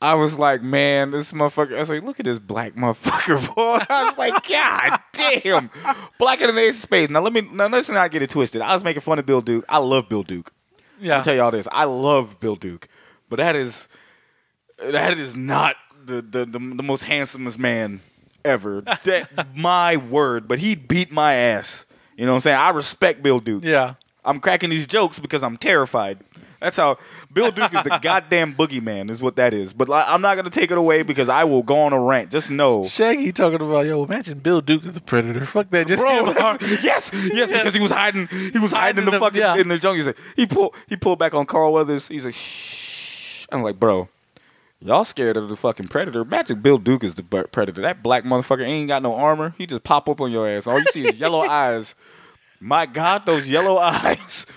Speaker 4: I was like, man, this motherfucker. I was like, look at this black motherfucker, boy. I was like, God damn, blacker than Ace of Spades. Now let me now let's not get it twisted. I was making fun of Bill Duke. I love Bill Duke.
Speaker 5: yeah,
Speaker 4: I'll tell y'all this. I love Bill Duke, but that is that is not the the, the, the most handsomest man ever. That my word, but he beat my ass. You know what I'm saying? I respect Bill Duke.
Speaker 5: yeah.
Speaker 4: I'm cracking these jokes because I'm terrified. That's how Bill Duke is the goddamn boogeyman, is what that is. But like, I'm not gonna take it away because I will go on a rant. Just know,
Speaker 5: Shaggy talking about yo. Imagine Bill Duke as the Predator. Fuck that. Just
Speaker 4: bro.
Speaker 5: give
Speaker 4: that's-
Speaker 5: Ar-
Speaker 4: yes, yes, because he was hiding. He was hiding in the,
Speaker 5: Hiding in the-
Speaker 4: fucking
Speaker 5: yeah.
Speaker 4: in the jungle. He's like, he pulled he pulled back on Carl Weathers. He's like, shh. I'm like, bro, y'all scared of the fucking predator? Imagine Bill Duke is the bu- predator. That black motherfucker ain't got no armor. He just pop up on your ass. All you see is yellow eyes. My God, those yellow eyes.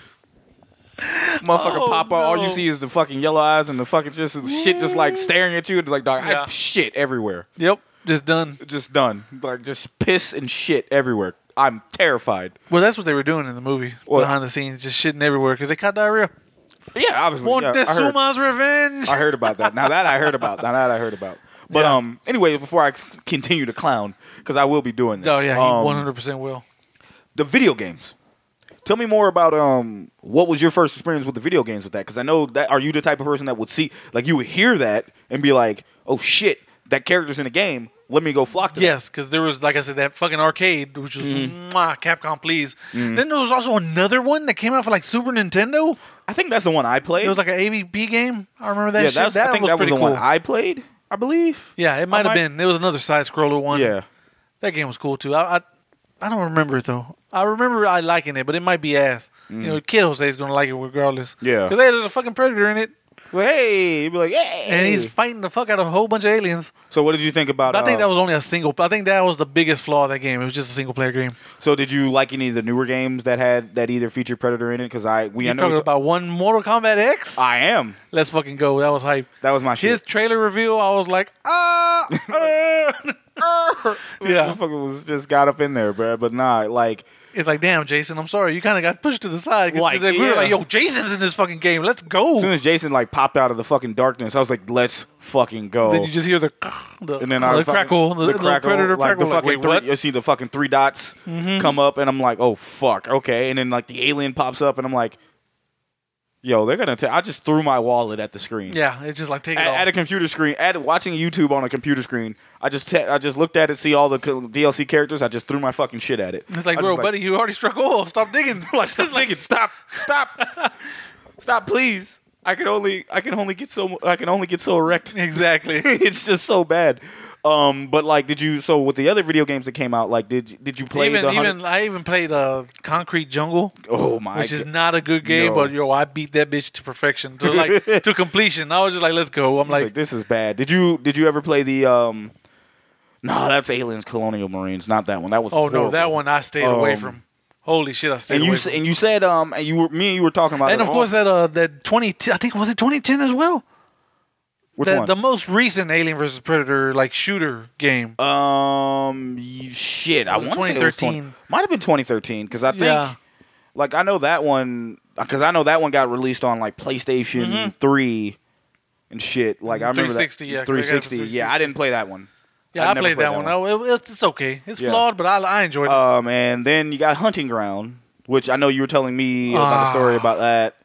Speaker 4: Motherfucker
Speaker 5: Oh,
Speaker 4: pop up. All you
Speaker 5: no.
Speaker 4: see is the fucking yellow eyes and the fucking just shit just like staring at you. It's like dog, I-
Speaker 5: Yeah.
Speaker 4: shit everywhere
Speaker 5: Yep, just done.
Speaker 4: just done. Like just piss and shit everywhere. I'm terrified.
Speaker 5: Well, that's what they were doing in the movie
Speaker 4: Well-
Speaker 5: behind the scenes, just shitting everywhere because they caught diarrhea.
Speaker 4: Yeah, obviously.
Speaker 5: Want
Speaker 4: yeah,
Speaker 5: this
Speaker 4: I, heard,
Speaker 5: Suma's revenge?
Speaker 4: I heard about that. Now that I heard about. Now that I heard about. But
Speaker 5: Yeah.
Speaker 4: um, anyway, before I c- continue to clown, because I will be doing this.
Speaker 5: oh yeah,
Speaker 4: um,
Speaker 5: he one hundred percent will.
Speaker 4: the video games. Tell me more about um, what was your first experience with the video games with that? Because I know that are you the type of person that would see like you would hear that and be like, oh shit, that character's in a game. Let me go flock to that."
Speaker 5: Yes, because there was like I said that fucking arcade, which was
Speaker 4: Mm-hmm.
Speaker 5: mwah, Capcom, please. Then there was also another one that came out for like Super Nintendo.
Speaker 4: I think that's the one I played.
Speaker 5: It was like an AVP game. I remember that.
Speaker 4: yeah,
Speaker 5: shit.
Speaker 4: that's,
Speaker 5: that
Speaker 4: I think
Speaker 5: was
Speaker 4: that was
Speaker 5: pretty
Speaker 4: the
Speaker 5: cool.
Speaker 4: one I played. I believe.
Speaker 5: yeah, it might have
Speaker 4: might-
Speaker 5: been. It was another side scroller one.
Speaker 4: Yeah.
Speaker 5: that game was cool too. I, I I don't remember it though. I remember I liking it, but it might be ass. You know, kid Jose's gonna like it regardless.
Speaker 4: Mm-hmm. Yeah.
Speaker 5: because hey, there's a fucking predator in it.
Speaker 4: Like, hey, you'd be like, hey.
Speaker 5: and he's fighting the fuck out of a whole bunch of aliens.
Speaker 4: So what did you think about?
Speaker 5: But I think
Speaker 4: uh,
Speaker 5: that was only a single. I think that was the biggest flaw of that game. It was just a single player game.
Speaker 4: So did you like any of the newer games that had that either featured Predator in it? Because I we I
Speaker 5: You're
Speaker 4: know we
Speaker 5: talking
Speaker 4: t-
Speaker 5: about one Mortal Kombat X.
Speaker 4: I am.
Speaker 5: Let's fucking go. That was hype.
Speaker 4: That was my
Speaker 5: His
Speaker 4: shit.
Speaker 5: trailer reveal, I was like, ah, uh. yeah.
Speaker 4: Motherfucker was just got up in there, bro. But nah, like
Speaker 5: It's like, damn, Jason, I'm sorry, you kind of got pushed to the side. 'Cause
Speaker 4: Like,
Speaker 5: we were
Speaker 4: yeah.
Speaker 5: like, yo, Jason's in this fucking game. Let's
Speaker 4: as soon
Speaker 5: go.
Speaker 4: as Jason like popped out of the fucking darkness, I was like, let's fucking go.
Speaker 5: Then you just hear the, the,
Speaker 4: and then
Speaker 5: the
Speaker 4: I fucking-
Speaker 5: crackle, the, little predator
Speaker 4: like
Speaker 5: crackle.
Speaker 4: the
Speaker 5: Like,
Speaker 4: fucking
Speaker 5: wait,
Speaker 4: three,
Speaker 5: what? Mm-hmm.
Speaker 4: You see the fucking three dots come up, and I'm like, oh fuck, okay. And then like the alien pops up, and I'm like, yo, they're gonna. Ta- I just threw my wallet at the screen.
Speaker 5: Yeah, it's just like take it
Speaker 4: at,
Speaker 5: off.
Speaker 4: at a computer screen, at watching YouTube on a computer screen, I just te- I just looked at it, see all the co- DLC characters. I just threw my fucking shit at it.
Speaker 5: it's like,
Speaker 4: I
Speaker 5: bro,
Speaker 4: just
Speaker 5: buddy, you already struck oil. Stop digging.
Speaker 4: like stop thinking, stop, stop, stop, please. I can only I can only get so I can only get so erect.
Speaker 5: exactly.
Speaker 4: it's just so bad. Um, but like, did you? So with the other video games that came out, like, did did you play
Speaker 5: even
Speaker 4: the?
Speaker 5: even I even played uh, Concrete Jungle,
Speaker 4: oh my!
Speaker 5: which is
Speaker 4: God.
Speaker 5: not a good game,
Speaker 4: No.
Speaker 5: but yo, I beat that bitch to perfection, to like to completion. I was just like, let's go. I'm
Speaker 4: It's like,
Speaker 5: like,
Speaker 4: this is bad. Did you did you ever play the? um No, that's Aliens Colonial Marines, not that one. That was
Speaker 5: oh no,
Speaker 4: horrible.
Speaker 5: that one I stayed away
Speaker 4: Um,
Speaker 5: from. Holy shit, I stayed
Speaker 4: And you
Speaker 5: away.
Speaker 4: s-
Speaker 5: from.
Speaker 4: and you said um and you were me and you were talking about
Speaker 5: and
Speaker 4: it
Speaker 5: of
Speaker 4: all-
Speaker 5: course that uh that 2010 I think was it 2010 as well.
Speaker 4: which
Speaker 5: that,
Speaker 4: one?
Speaker 5: The most recent Alien vs Predator like shooter game.
Speaker 4: Um, you- shit. I
Speaker 5: was
Speaker 4: want to say it was
Speaker 5: 2013.
Speaker 4: 20 Might have been 2013 because I think,
Speaker 5: Yeah.
Speaker 4: like, I know that one because I know that one got released on like PlayStation Three and shit. Like I remember
Speaker 5: 360,
Speaker 4: that
Speaker 5: Mm-hmm. yeah,
Speaker 4: 360.
Speaker 5: I got it for
Speaker 4: Yeah, I didn't play that one.
Speaker 5: yeah, I,
Speaker 4: never
Speaker 5: played that one. I- it- it's okay. It's flawed, but I, I enjoyed it.
Speaker 4: Um, and then you got Hunting Ground, which I know you were telling me about a story
Speaker 5: Ah.
Speaker 4: about that.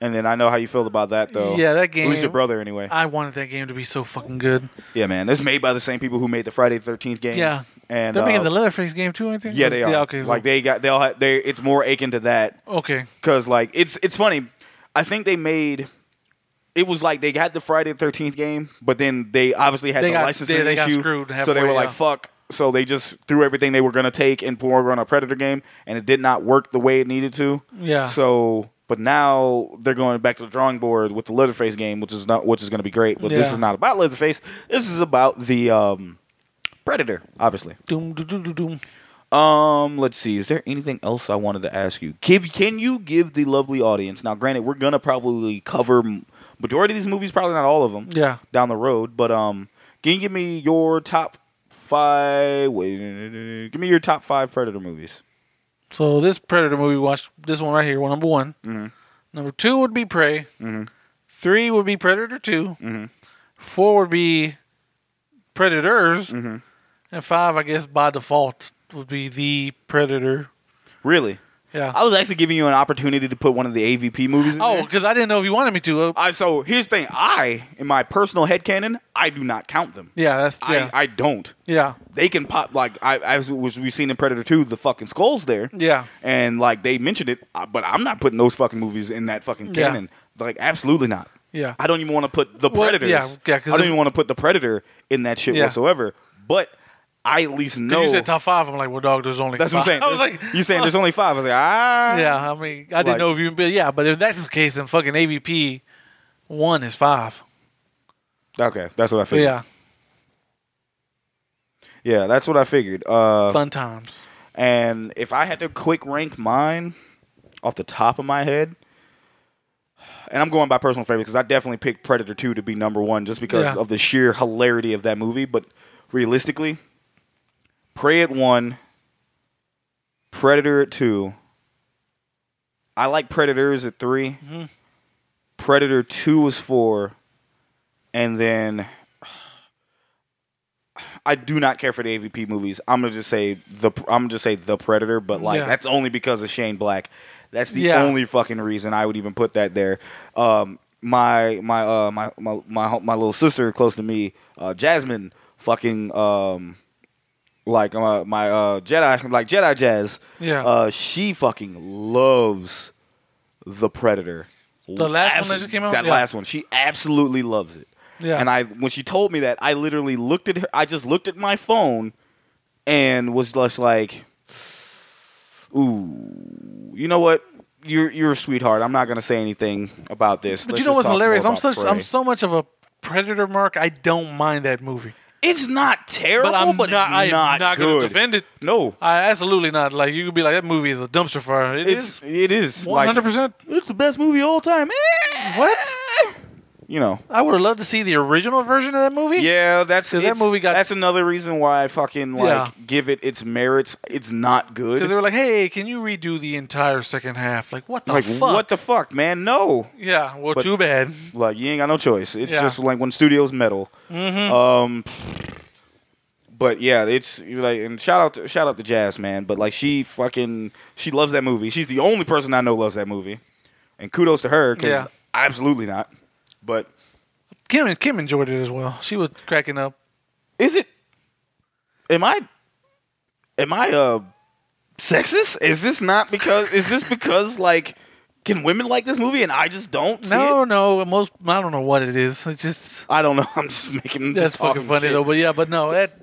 Speaker 4: And then I know how you feel about that though.
Speaker 5: Yeah, that
Speaker 4: At least your
Speaker 5: game-
Speaker 4: brother, anyway.
Speaker 5: I wanted that game to be so fucking good.
Speaker 4: yeah, man. It's made by the same people who made the Friday the 13th game.
Speaker 5: Yeah.
Speaker 4: and
Speaker 5: They're making
Speaker 4: uh,
Speaker 5: the Leatherface game too, I think.
Speaker 4: yeah, they are.
Speaker 5: okay, so-
Speaker 4: like they got they'll have, they. It's more akin to that
Speaker 5: okay.
Speaker 4: Cause like it's it's funny. I think they made it was like they had the Friday the Thirteenth game, but then they obviously had
Speaker 5: They
Speaker 4: the
Speaker 5: got-
Speaker 4: licensing
Speaker 5: they- they got
Speaker 4: issue,
Speaker 5: screwed
Speaker 4: so they
Speaker 5: halfway,
Speaker 4: were like
Speaker 5: yeah.
Speaker 4: fuck. So they just threw everything they were gonna take and pour over on a Predator game, and it did not work the way it needed to.
Speaker 5: Yeah.
Speaker 4: So, but now they're going back to the drawing board with the Leatherface game, which is not which is gonna be great. But this
Speaker 5: Yeah.
Speaker 4: is not about Leatherface. This is about the um, Predator, obviously.
Speaker 5: Doom doom doom doom. doom.
Speaker 4: Um, let's see. Is there anything else I wanted to ask you? Give, can you give the lovely audience? Now, granted, we're gonna probably cover m- majority of these movies, probably not all of them,
Speaker 5: Yeah.
Speaker 4: down the road. But um, can you give me your top five? Wait, give me your top five Predator movies.
Speaker 5: So this Predator movie we watched this one right here, one number one.
Speaker 4: Mm-hmm.
Speaker 5: Number two would be Prey. Three would be Predator 2
Speaker 4: Mm-hmm.
Speaker 5: Four would be Predators,
Speaker 4: Mm-hmm.
Speaker 5: and five, I guess by default, would be the Predator.
Speaker 4: Really,
Speaker 5: Yeah.
Speaker 4: I was actually giving you an opportunity to put one of the AVP movies. In
Speaker 5: oh,
Speaker 4: there.
Speaker 5: because I didn't know if you wanted me to. Uh,
Speaker 4: I so here's the thing. I, in my personal headcanon, I do not count them.
Speaker 5: yeah, that's yeah,
Speaker 4: I, I don't.
Speaker 5: yeah,
Speaker 4: They can pop like I as was we seen in Predator Two, the fucking skulls there.
Speaker 5: yeah.
Speaker 4: and like they mentioned it, uh, but I'm not putting those fucking movies in that fucking
Speaker 5: Yeah.
Speaker 4: canon. Like, absolutely not.
Speaker 5: Yeah.
Speaker 4: I don't even want to put the
Speaker 5: Well,
Speaker 4: predators.
Speaker 5: yeah, yeah, 'cause
Speaker 4: I don't
Speaker 5: it-
Speaker 4: even want to put the predator in that shit
Speaker 5: Yeah.
Speaker 4: whatsoever. But I at least
Speaker 5: 'Cause
Speaker 4: know
Speaker 5: You said top five. I'm like, well, dog, there's only.
Speaker 4: that's what I'm
Speaker 5: five.
Speaker 4: saying.
Speaker 5: I was
Speaker 4: There's-
Speaker 5: like,
Speaker 4: you saying
Speaker 5: oh.
Speaker 4: there's only five? I was like, ah,
Speaker 5: Yeah, I mean, I
Speaker 4: Like-
Speaker 5: didn't know if you. But yeah, but if that's the case, then fucking AVP one is five.
Speaker 4: Okay, that's what I
Speaker 5: So
Speaker 4: figured.
Speaker 5: yeah,
Speaker 4: yeah, that's what I figured. Uh,
Speaker 5: fun times.
Speaker 4: And if I had to quick rank mine off the top of my head, and I'm going by personal favorite because I definitely picked Predator 2 to be number one just because
Speaker 5: Yeah.
Speaker 4: of the sheer hilarity of that movie. But realistically, Prey at one, Predator at two. I like Predators at 3
Speaker 5: Mm-hmm.
Speaker 4: Predator 2 was four. And then I do not care for the AVP movies. I'm gonna just say the I'm gonna just say the Predator, but like
Speaker 5: Yeah.
Speaker 4: that's only because of Shane Black. That's the
Speaker 5: Yeah.
Speaker 4: only fucking reason I would even put that there. Um, my my uh my my my, my little sister close to me, uh, Jasmine, fucking um, like uh, my uh Jedi like Jedi Jazz.
Speaker 5: Yeah.
Speaker 4: Uh, she fucking loves the Predator.
Speaker 5: The last one that
Speaker 4: Absol-
Speaker 5: just came out?
Speaker 4: That
Speaker 5: Yeah.
Speaker 4: last one. She absolutely loves it.
Speaker 5: Yeah.
Speaker 4: And I when she told me that, I literally looked at her I just looked at my phone and was just like ooh, you know what? you're you're a sweetheart. I'm not going to say anything about this.
Speaker 5: But
Speaker 4: Let's
Speaker 5: you know
Speaker 4: just
Speaker 5: what's
Speaker 4: talk more
Speaker 5: hilarious? I'm
Speaker 4: about
Speaker 5: such
Speaker 4: Prey.
Speaker 5: I'm so much of a predator mark. I don't mind that movie.
Speaker 4: It's not terrible, but,
Speaker 5: But I'm not.
Speaker 4: it's
Speaker 5: I'm
Speaker 4: not,
Speaker 5: not
Speaker 4: good.
Speaker 5: gonna defend it.
Speaker 4: No,
Speaker 5: I absolutely not. Like you could be like that movie is a dumpster fire. It
Speaker 4: it's
Speaker 5: is
Speaker 4: it is
Speaker 5: one
Speaker 4: like
Speaker 5: hundred percent.
Speaker 4: it's the best movie of all time. Eh,
Speaker 5: What?
Speaker 4: You know,
Speaker 5: I would have loved to see the original version of that movie.
Speaker 4: yeah, that's
Speaker 5: 'Cause that
Speaker 4: it's-
Speaker 5: movie got-
Speaker 4: That's another reason why I fucking like
Speaker 5: Yeah.
Speaker 4: give it its merits. It's not good.
Speaker 5: Because they were like, "Hey, can you redo the entire second half?" Like, what the
Speaker 4: like
Speaker 5: fuck?
Speaker 4: what the fuck, man? No,
Speaker 5: yeah. Well,
Speaker 4: But-
Speaker 5: too bad.
Speaker 4: like you ain't got no choice. It's
Speaker 5: Yeah. Mm-hmm.
Speaker 4: just like when studios meddle. Um, but yeah, it's like and shout out to, shout out to Jazz man. But like she fucking she loves that movie. She's the only person I know loves that movie, and kudos to her because
Speaker 5: Yeah.
Speaker 4: absolutely not. But
Speaker 5: Kim Kim enjoyed it as well. She was cracking up.
Speaker 4: is it? Am I? Am I uh sexist? Is this not because? is this because like? Can women like this movie and I just don't? see
Speaker 5: No,
Speaker 4: it?
Speaker 5: no, most I don't know what it is. It just
Speaker 4: I don't know. I'm just making.
Speaker 5: that's
Speaker 4: just talking
Speaker 5: fucking funny
Speaker 4: shit.
Speaker 5: though. But yeah, but no, that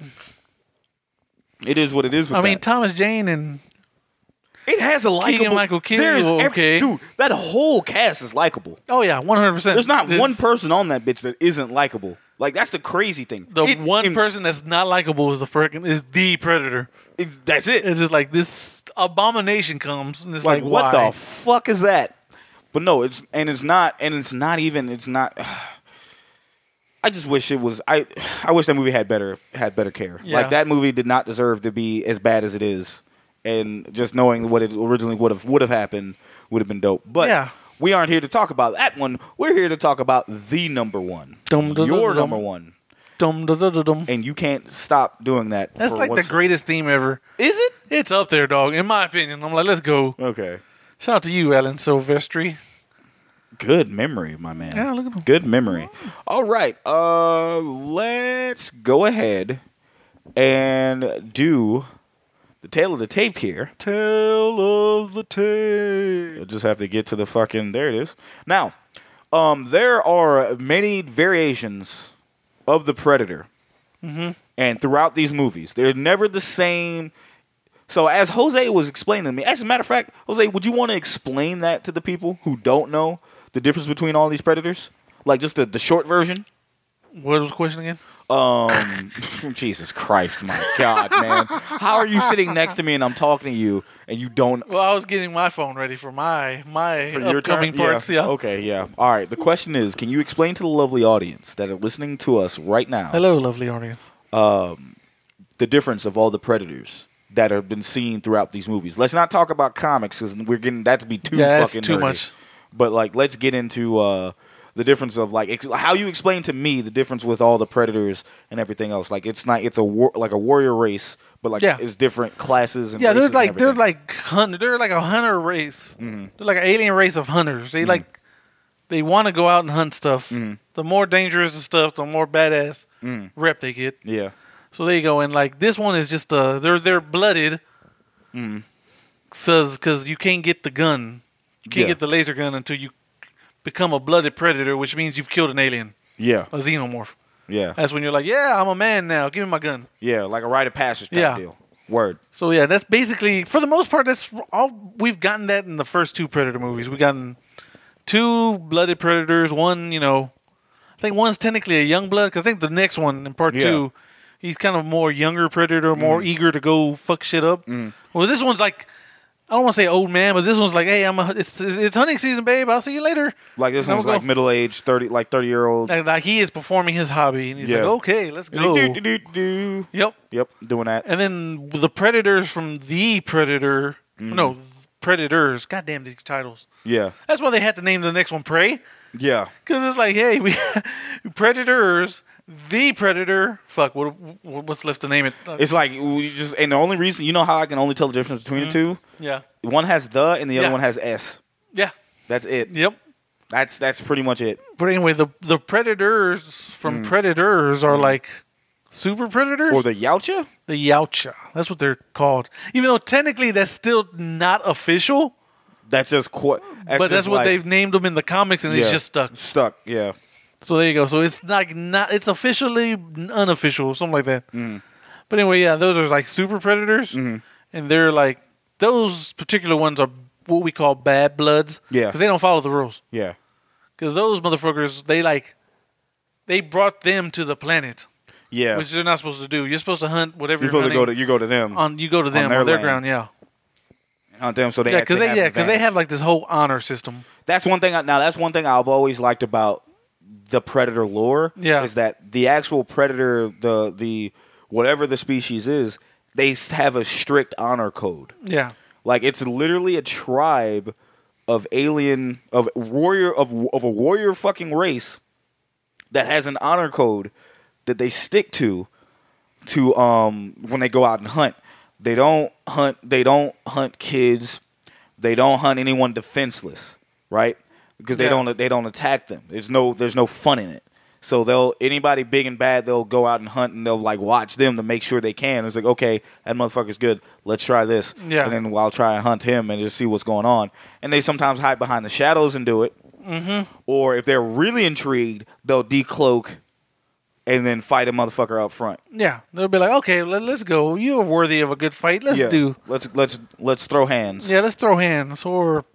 Speaker 4: It is what it is. With
Speaker 5: I mean
Speaker 4: that.
Speaker 5: Thomas Jane and
Speaker 4: It has a likable.
Speaker 5: Keegan-Michael Key,
Speaker 4: There's
Speaker 5: well,
Speaker 4: every-
Speaker 5: okay.
Speaker 4: dude, that whole cast is likable.
Speaker 5: oh yeah, one hundred percent.
Speaker 4: There's not one person on that bitch that isn't likable. Like that's the crazy thing.
Speaker 5: The
Speaker 4: It-
Speaker 5: one
Speaker 4: it-
Speaker 5: person that's not likable is the freaking is the predator.
Speaker 4: it's- that's it.
Speaker 5: It's just like this abomination comes and it's
Speaker 4: like,
Speaker 5: like,
Speaker 4: what
Speaker 5: why?
Speaker 4: the fuck is that? But no, it's and it's not and it's not even it's not. I just wish it was. I I wish that movie had better had better care.
Speaker 5: Yeah.
Speaker 4: Like that movie did not deserve to be as bad as it is. And just knowing what it originally would have would have happened would have been dope. But
Speaker 5: Yeah.
Speaker 4: we aren't here to talk about that one. We're here to talk about the number one,
Speaker 5: Dum, dum,
Speaker 4: your
Speaker 5: dum, dum.
Speaker 4: number one.
Speaker 5: Dum, dum, dum, dum, dum.
Speaker 4: And you can't stop doing that.
Speaker 5: That's
Speaker 4: for
Speaker 5: like the
Speaker 4: what's-
Speaker 5: greatest theme ever.
Speaker 4: Is it
Speaker 5: It's up there, dog. In my opinion, I'm like, let's go.
Speaker 4: okay?
Speaker 5: Shout out to you, Alan Silvestri.
Speaker 4: Good memory, my man.
Speaker 5: Yeah, look at him.
Speaker 4: Good memory. All right, uh, let's go ahead and do the tail of the tape here.
Speaker 5: Tale of the tape.
Speaker 4: You'll just have to get to the fucking. There it is. Now, um, there are many variations of the Predator, mm-hmm. and throughout these movies, they're never the same. So, as Jose was explaining to me, as a matter of fact, Jose, would you want to explain that to the people who don't know the difference between all these Predators? Like just the, the short version?
Speaker 5: What was the question again?
Speaker 4: Um, Jesus Christ, my God, man! How are you sitting next to me and I'm talking to you and you don't
Speaker 5: Well, I was getting my phone ready for my my
Speaker 4: for your
Speaker 5: upcoming
Speaker 4: turn?
Speaker 5: parts. Yeah.
Speaker 4: Okay. Yeah. All right. The question is, can you explain to the lovely audience that are listening to us right now
Speaker 5: Hello, lovely audience.
Speaker 4: the difference of all the predators that have been seen throughout these movies? Let's not talk about comics because we're getting that to be too
Speaker 5: Yeah, that's
Speaker 4: fucking
Speaker 5: too
Speaker 4: nerdy.
Speaker 5: much.
Speaker 4: But like, let's get into uh, the difference of like ex- how you explain to me the difference with all the predators and everything else. Like, it's not it's a war like a warrior race, but like
Speaker 5: Yeah.
Speaker 4: it's different classes. And
Speaker 5: Yeah,
Speaker 4: races
Speaker 5: they're
Speaker 4: and
Speaker 5: like they're
Speaker 4: everything. Mm-hmm.
Speaker 5: like hunter. They're like a hunter race. They're like an alien race of hunters. They like they want to go out and hunt stuff.
Speaker 4: Mm-hmm.
Speaker 5: The more dangerous the stuff, the more badass rep they get.
Speaker 4: yeah.
Speaker 5: So there you go. And like this one is just uh they're they're blooded.
Speaker 4: Mm-hmm.
Speaker 5: Cause, Cause you can't get the gun, you can't
Speaker 4: Yeah.
Speaker 5: get the laser gun until you become a blooded predator, which means you've killed an alien,
Speaker 4: Yeah,
Speaker 5: a xenomorph.
Speaker 4: yeah,
Speaker 5: That's when you're like, yeah, I'm a man now. Give me my gun.
Speaker 4: yeah, like a rite of passage type
Speaker 5: Yeah.
Speaker 4: deal. Word.
Speaker 5: So yeah, that's basically for the most part. That's all we've gotten that in the first two Predator movies. We've gotten two blooded predators. One, you know, I think one's technically a young blood. 'cause I think the next one in part
Speaker 4: Yeah. Mm.
Speaker 5: two, he's kind of more younger predator, more eager to go fuck shit up. Well, this one's like. I don't want to say old man, but this one's like, hey, I'm a, it's it's hunting season, babe. I'll see you later.
Speaker 4: Like this
Speaker 5: And I'm
Speaker 4: one's
Speaker 5: gonna
Speaker 4: like middle aged, thirty, like thirty year old.
Speaker 5: go- like, like he is performing his hobby, and he's
Speaker 4: Yeah.
Speaker 5: like, okay, let's go.
Speaker 4: Do-do-do-do.
Speaker 5: Yep.
Speaker 4: Yep, doing that.
Speaker 5: And then the predators from the predator,
Speaker 4: Mm.
Speaker 5: no predators. Goddamn these titles.
Speaker 4: Yeah,
Speaker 5: That's why they had to name the next one prey,
Speaker 4: yeah,
Speaker 5: because it's like, hey, we predators, the predator. Fuck, what, what what's left to name it? Uh,
Speaker 4: it's like we just. And the only reason you know how I can only tell the difference between the
Speaker 5: yeah,
Speaker 4: two, one has the and the other
Speaker 5: Mm-hmm. Yeah.
Speaker 4: one has s.
Speaker 5: yeah,
Speaker 4: That's it.
Speaker 5: yep.
Speaker 4: That's that's pretty much it.
Speaker 5: But anyway, the the predators from
Speaker 4: Mm.
Speaker 5: predators are like super predators
Speaker 4: Or the Yautja?
Speaker 5: the Yautja. That's what they're called. Even though technically that's still not official,
Speaker 4: That's just quite.
Speaker 5: but that's what they've named them in the comics, and it's just stuck.
Speaker 4: Stuck. Yeah.
Speaker 5: So there you go. So it's like not it's officially unofficial, something like that.
Speaker 4: Mm-hmm.
Speaker 5: But anyway, yeah, those are like super predators, and they're like those particular ones are what we call bad bloods.
Speaker 4: Yeah.
Speaker 5: because they don't follow the rules.
Speaker 4: Yeah.
Speaker 5: Because those motherfuckers, they like, they brought them to the planet,
Speaker 4: Yeah.
Speaker 5: which they're not supposed to do. You're supposed to hunt whatever
Speaker 4: You're
Speaker 5: you're,
Speaker 4: supposed to go to
Speaker 5: hunting
Speaker 4: you go to them on,
Speaker 5: on. You go to them
Speaker 4: their
Speaker 5: on their
Speaker 4: land.
Speaker 5: ground. Yeah,
Speaker 4: them, so they
Speaker 5: yeah,
Speaker 4: actually
Speaker 5: because they
Speaker 4: have
Speaker 5: yeah,
Speaker 4: an
Speaker 5: because they
Speaker 4: advantage.
Speaker 5: have like this whole honor system.
Speaker 4: that's one thing. I, now that's one thing I've always liked about the predator lore.
Speaker 5: Yeah.
Speaker 4: is that the actual predator, the the whatever the species is, they s- have a strict honor code.
Speaker 5: Yeah,
Speaker 4: Like it's literally a tribe of alien of warrior of of a warrior fucking race that has an honor code that they stick to to um when they go out and hunt. They don't hunt they don't hunt kids. They don't hunt anyone defenseless, right? Because they
Speaker 5: Yeah.
Speaker 4: don't they don't attack them. There's no there's no fun in it. So they'll anybody big and bad they'll go out and hunt and they'll like watch them to make sure they can. It's like okay that motherfucker's good. Let's try this.
Speaker 5: Yeah.
Speaker 4: And then I'll try and hunt him and just see what's going on. And they sometimes hide behind the shadows and do it. Mm-hmm. Or if they're really intrigued, they'll decloak and then fight a motherfucker up front.
Speaker 5: yeah, they'll be like, okay, let, let's go. You're worthy of a good fight. Let's do.
Speaker 4: Let's let's let's throw hands.
Speaker 5: Yeah, let's throw hands or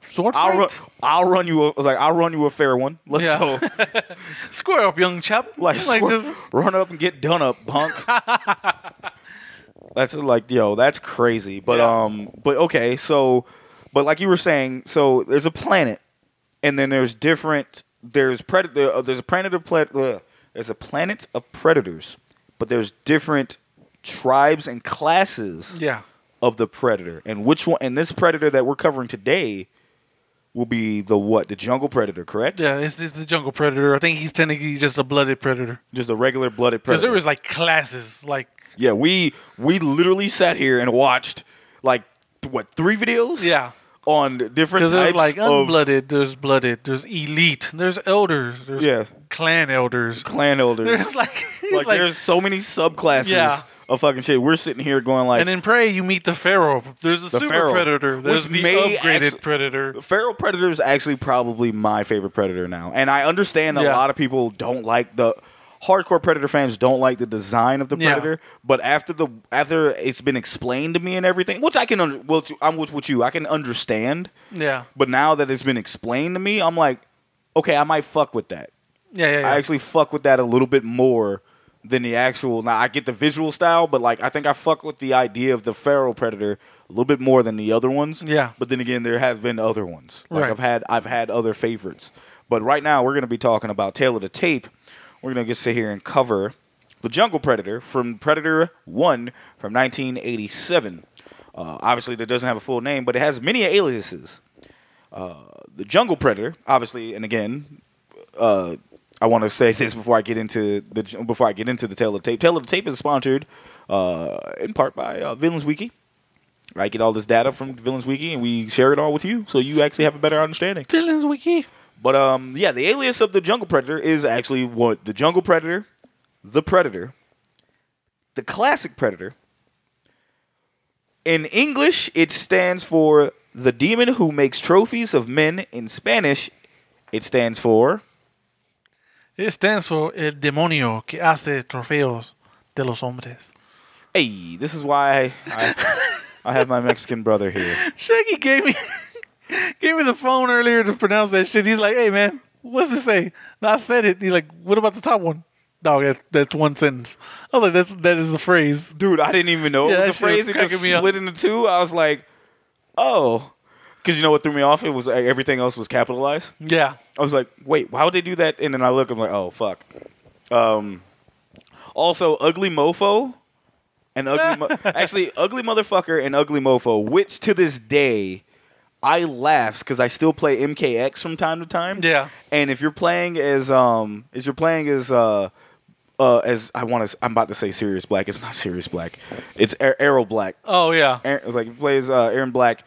Speaker 5: sword
Speaker 4: I'll
Speaker 5: fight.
Speaker 4: run. I'll run you. A, I was like, I'll run you a fair one. Let's
Speaker 5: Yeah.
Speaker 4: go.
Speaker 5: Square up, young chap.
Speaker 4: Like, squir-
Speaker 5: just
Speaker 4: run up and get done up, punk. that's like, yo, that's crazy. But
Speaker 5: Yeah.
Speaker 4: um, but okay, so, but like you were saying, so there's a planet, and then there's different. There's predator. Uh, there's a planet of pred- uh, There's a planet of predators, but there's different tribes and classes
Speaker 5: yeah,
Speaker 4: of the predator, and which one? And this predator that we're covering today will be the what? The jungle predator, correct?
Speaker 5: yeah. It's, it's the jungle predator. I think he's technically just a blooded predator
Speaker 4: Just a regular blooded
Speaker 5: because
Speaker 4: predator.
Speaker 5: there was like classes, like
Speaker 4: Yeah, we we literally sat here and watched like th- what three videos?
Speaker 5: yeah.
Speaker 4: on different
Speaker 5: Because there's
Speaker 4: types
Speaker 5: like
Speaker 4: of
Speaker 5: unblooded, there's blooded, there's elite, there's elders, there's
Speaker 4: Yeah.
Speaker 5: clan elders.
Speaker 4: clan elders.
Speaker 5: There's like, it's
Speaker 4: like,
Speaker 5: like,
Speaker 4: there's so many subclasses
Speaker 5: Yeah.
Speaker 4: of fucking shit. We're sitting here going like
Speaker 5: and in Prey you meet the Pharaoh. There's the,
Speaker 4: The
Speaker 5: super
Speaker 4: Pharaoh,
Speaker 5: predator. There's
Speaker 4: which
Speaker 5: the
Speaker 4: may
Speaker 5: upgraded
Speaker 4: actu-
Speaker 5: predator.
Speaker 4: feral predator is actually probably my favorite predator now, and I understand a
Speaker 5: Yeah.
Speaker 4: lot of people don't like the hardcore predator fans don't like the design of the
Speaker 5: Yeah.
Speaker 4: predator. But after the after it's been explained to me and everything, which I can under, well, to- I'm with, with you, I can understand.
Speaker 5: Yeah,
Speaker 4: But now that it's been explained to me, I'm like, okay, I might fuck with that.
Speaker 5: yeah, yeah. yeah.
Speaker 4: I actually fuck with that a little bit more than the actual. Now I get the visual style, but like I think I fuck with the idea of the feral predator a little bit more than the other ones.
Speaker 5: Yeah.
Speaker 4: But then again, there have been other ones. Like
Speaker 5: Right.
Speaker 4: I've had I've had other favorites. But right now we're gonna be talking about Tail of the Tape. We're gonna get sit here and cover the Jungle Predator from Predator One from 1987. Uh, obviously, that doesn't have a full name, but it has many aliases Uh, the jungle predator, obviously, and again, uh, I want to say this before I get into the before I get into the tail of the tape. Tail of the tape is sponsored uh, in part by uh, Villains Wiki. I get all this data from Villains Wiki, and we share it all with you, so you actually have a better understanding.
Speaker 5: Villains wiki.
Speaker 4: But um, yeah, the alias of the jungle predator is actually what the jungle predator, the predator, the classic predator. In English, it stands for the demon who makes trophies of men. In Spanish, it stands for
Speaker 5: It stands for el demonio que hace trofeos de los hombres.
Speaker 4: hey. This is why I, I have my Mexican brother here.
Speaker 5: Shaggy gave me gave me the phone earlier to pronounce that shit. He's like, "Hey man, what's it say?" And I said it. He's like, "What about the top one?" Dog, that's, that's one sentence. I was like, "That's that is a phrase."
Speaker 4: Dude, I didn't even know
Speaker 5: Yeah,
Speaker 4: it
Speaker 5: that
Speaker 4: was a
Speaker 5: shit
Speaker 4: phrase.
Speaker 5: was
Speaker 4: It just
Speaker 5: cracking me up.
Speaker 4: split into two. I was like, oh, because you know what threw me off? It was like, everything else was capitalized.
Speaker 5: Yeah,
Speaker 4: I was like, wait, why would they do that? And then I look, I'm like, oh fuck. Um, also, ugly mofo and ugly, mo- actually, ugly motherfucker and ugly mofo, which to this day I laugh because I still play MKX from time to time.
Speaker 5: Yeah.
Speaker 4: and if you're playing as um, as you're playing as uh. Uh, as I want to, I'm about to say serious black. It's not serious black. It's Ar- Arrow Black.
Speaker 5: Oh yeah.
Speaker 4: Aaron, it was like he plays uh, Aaron Black.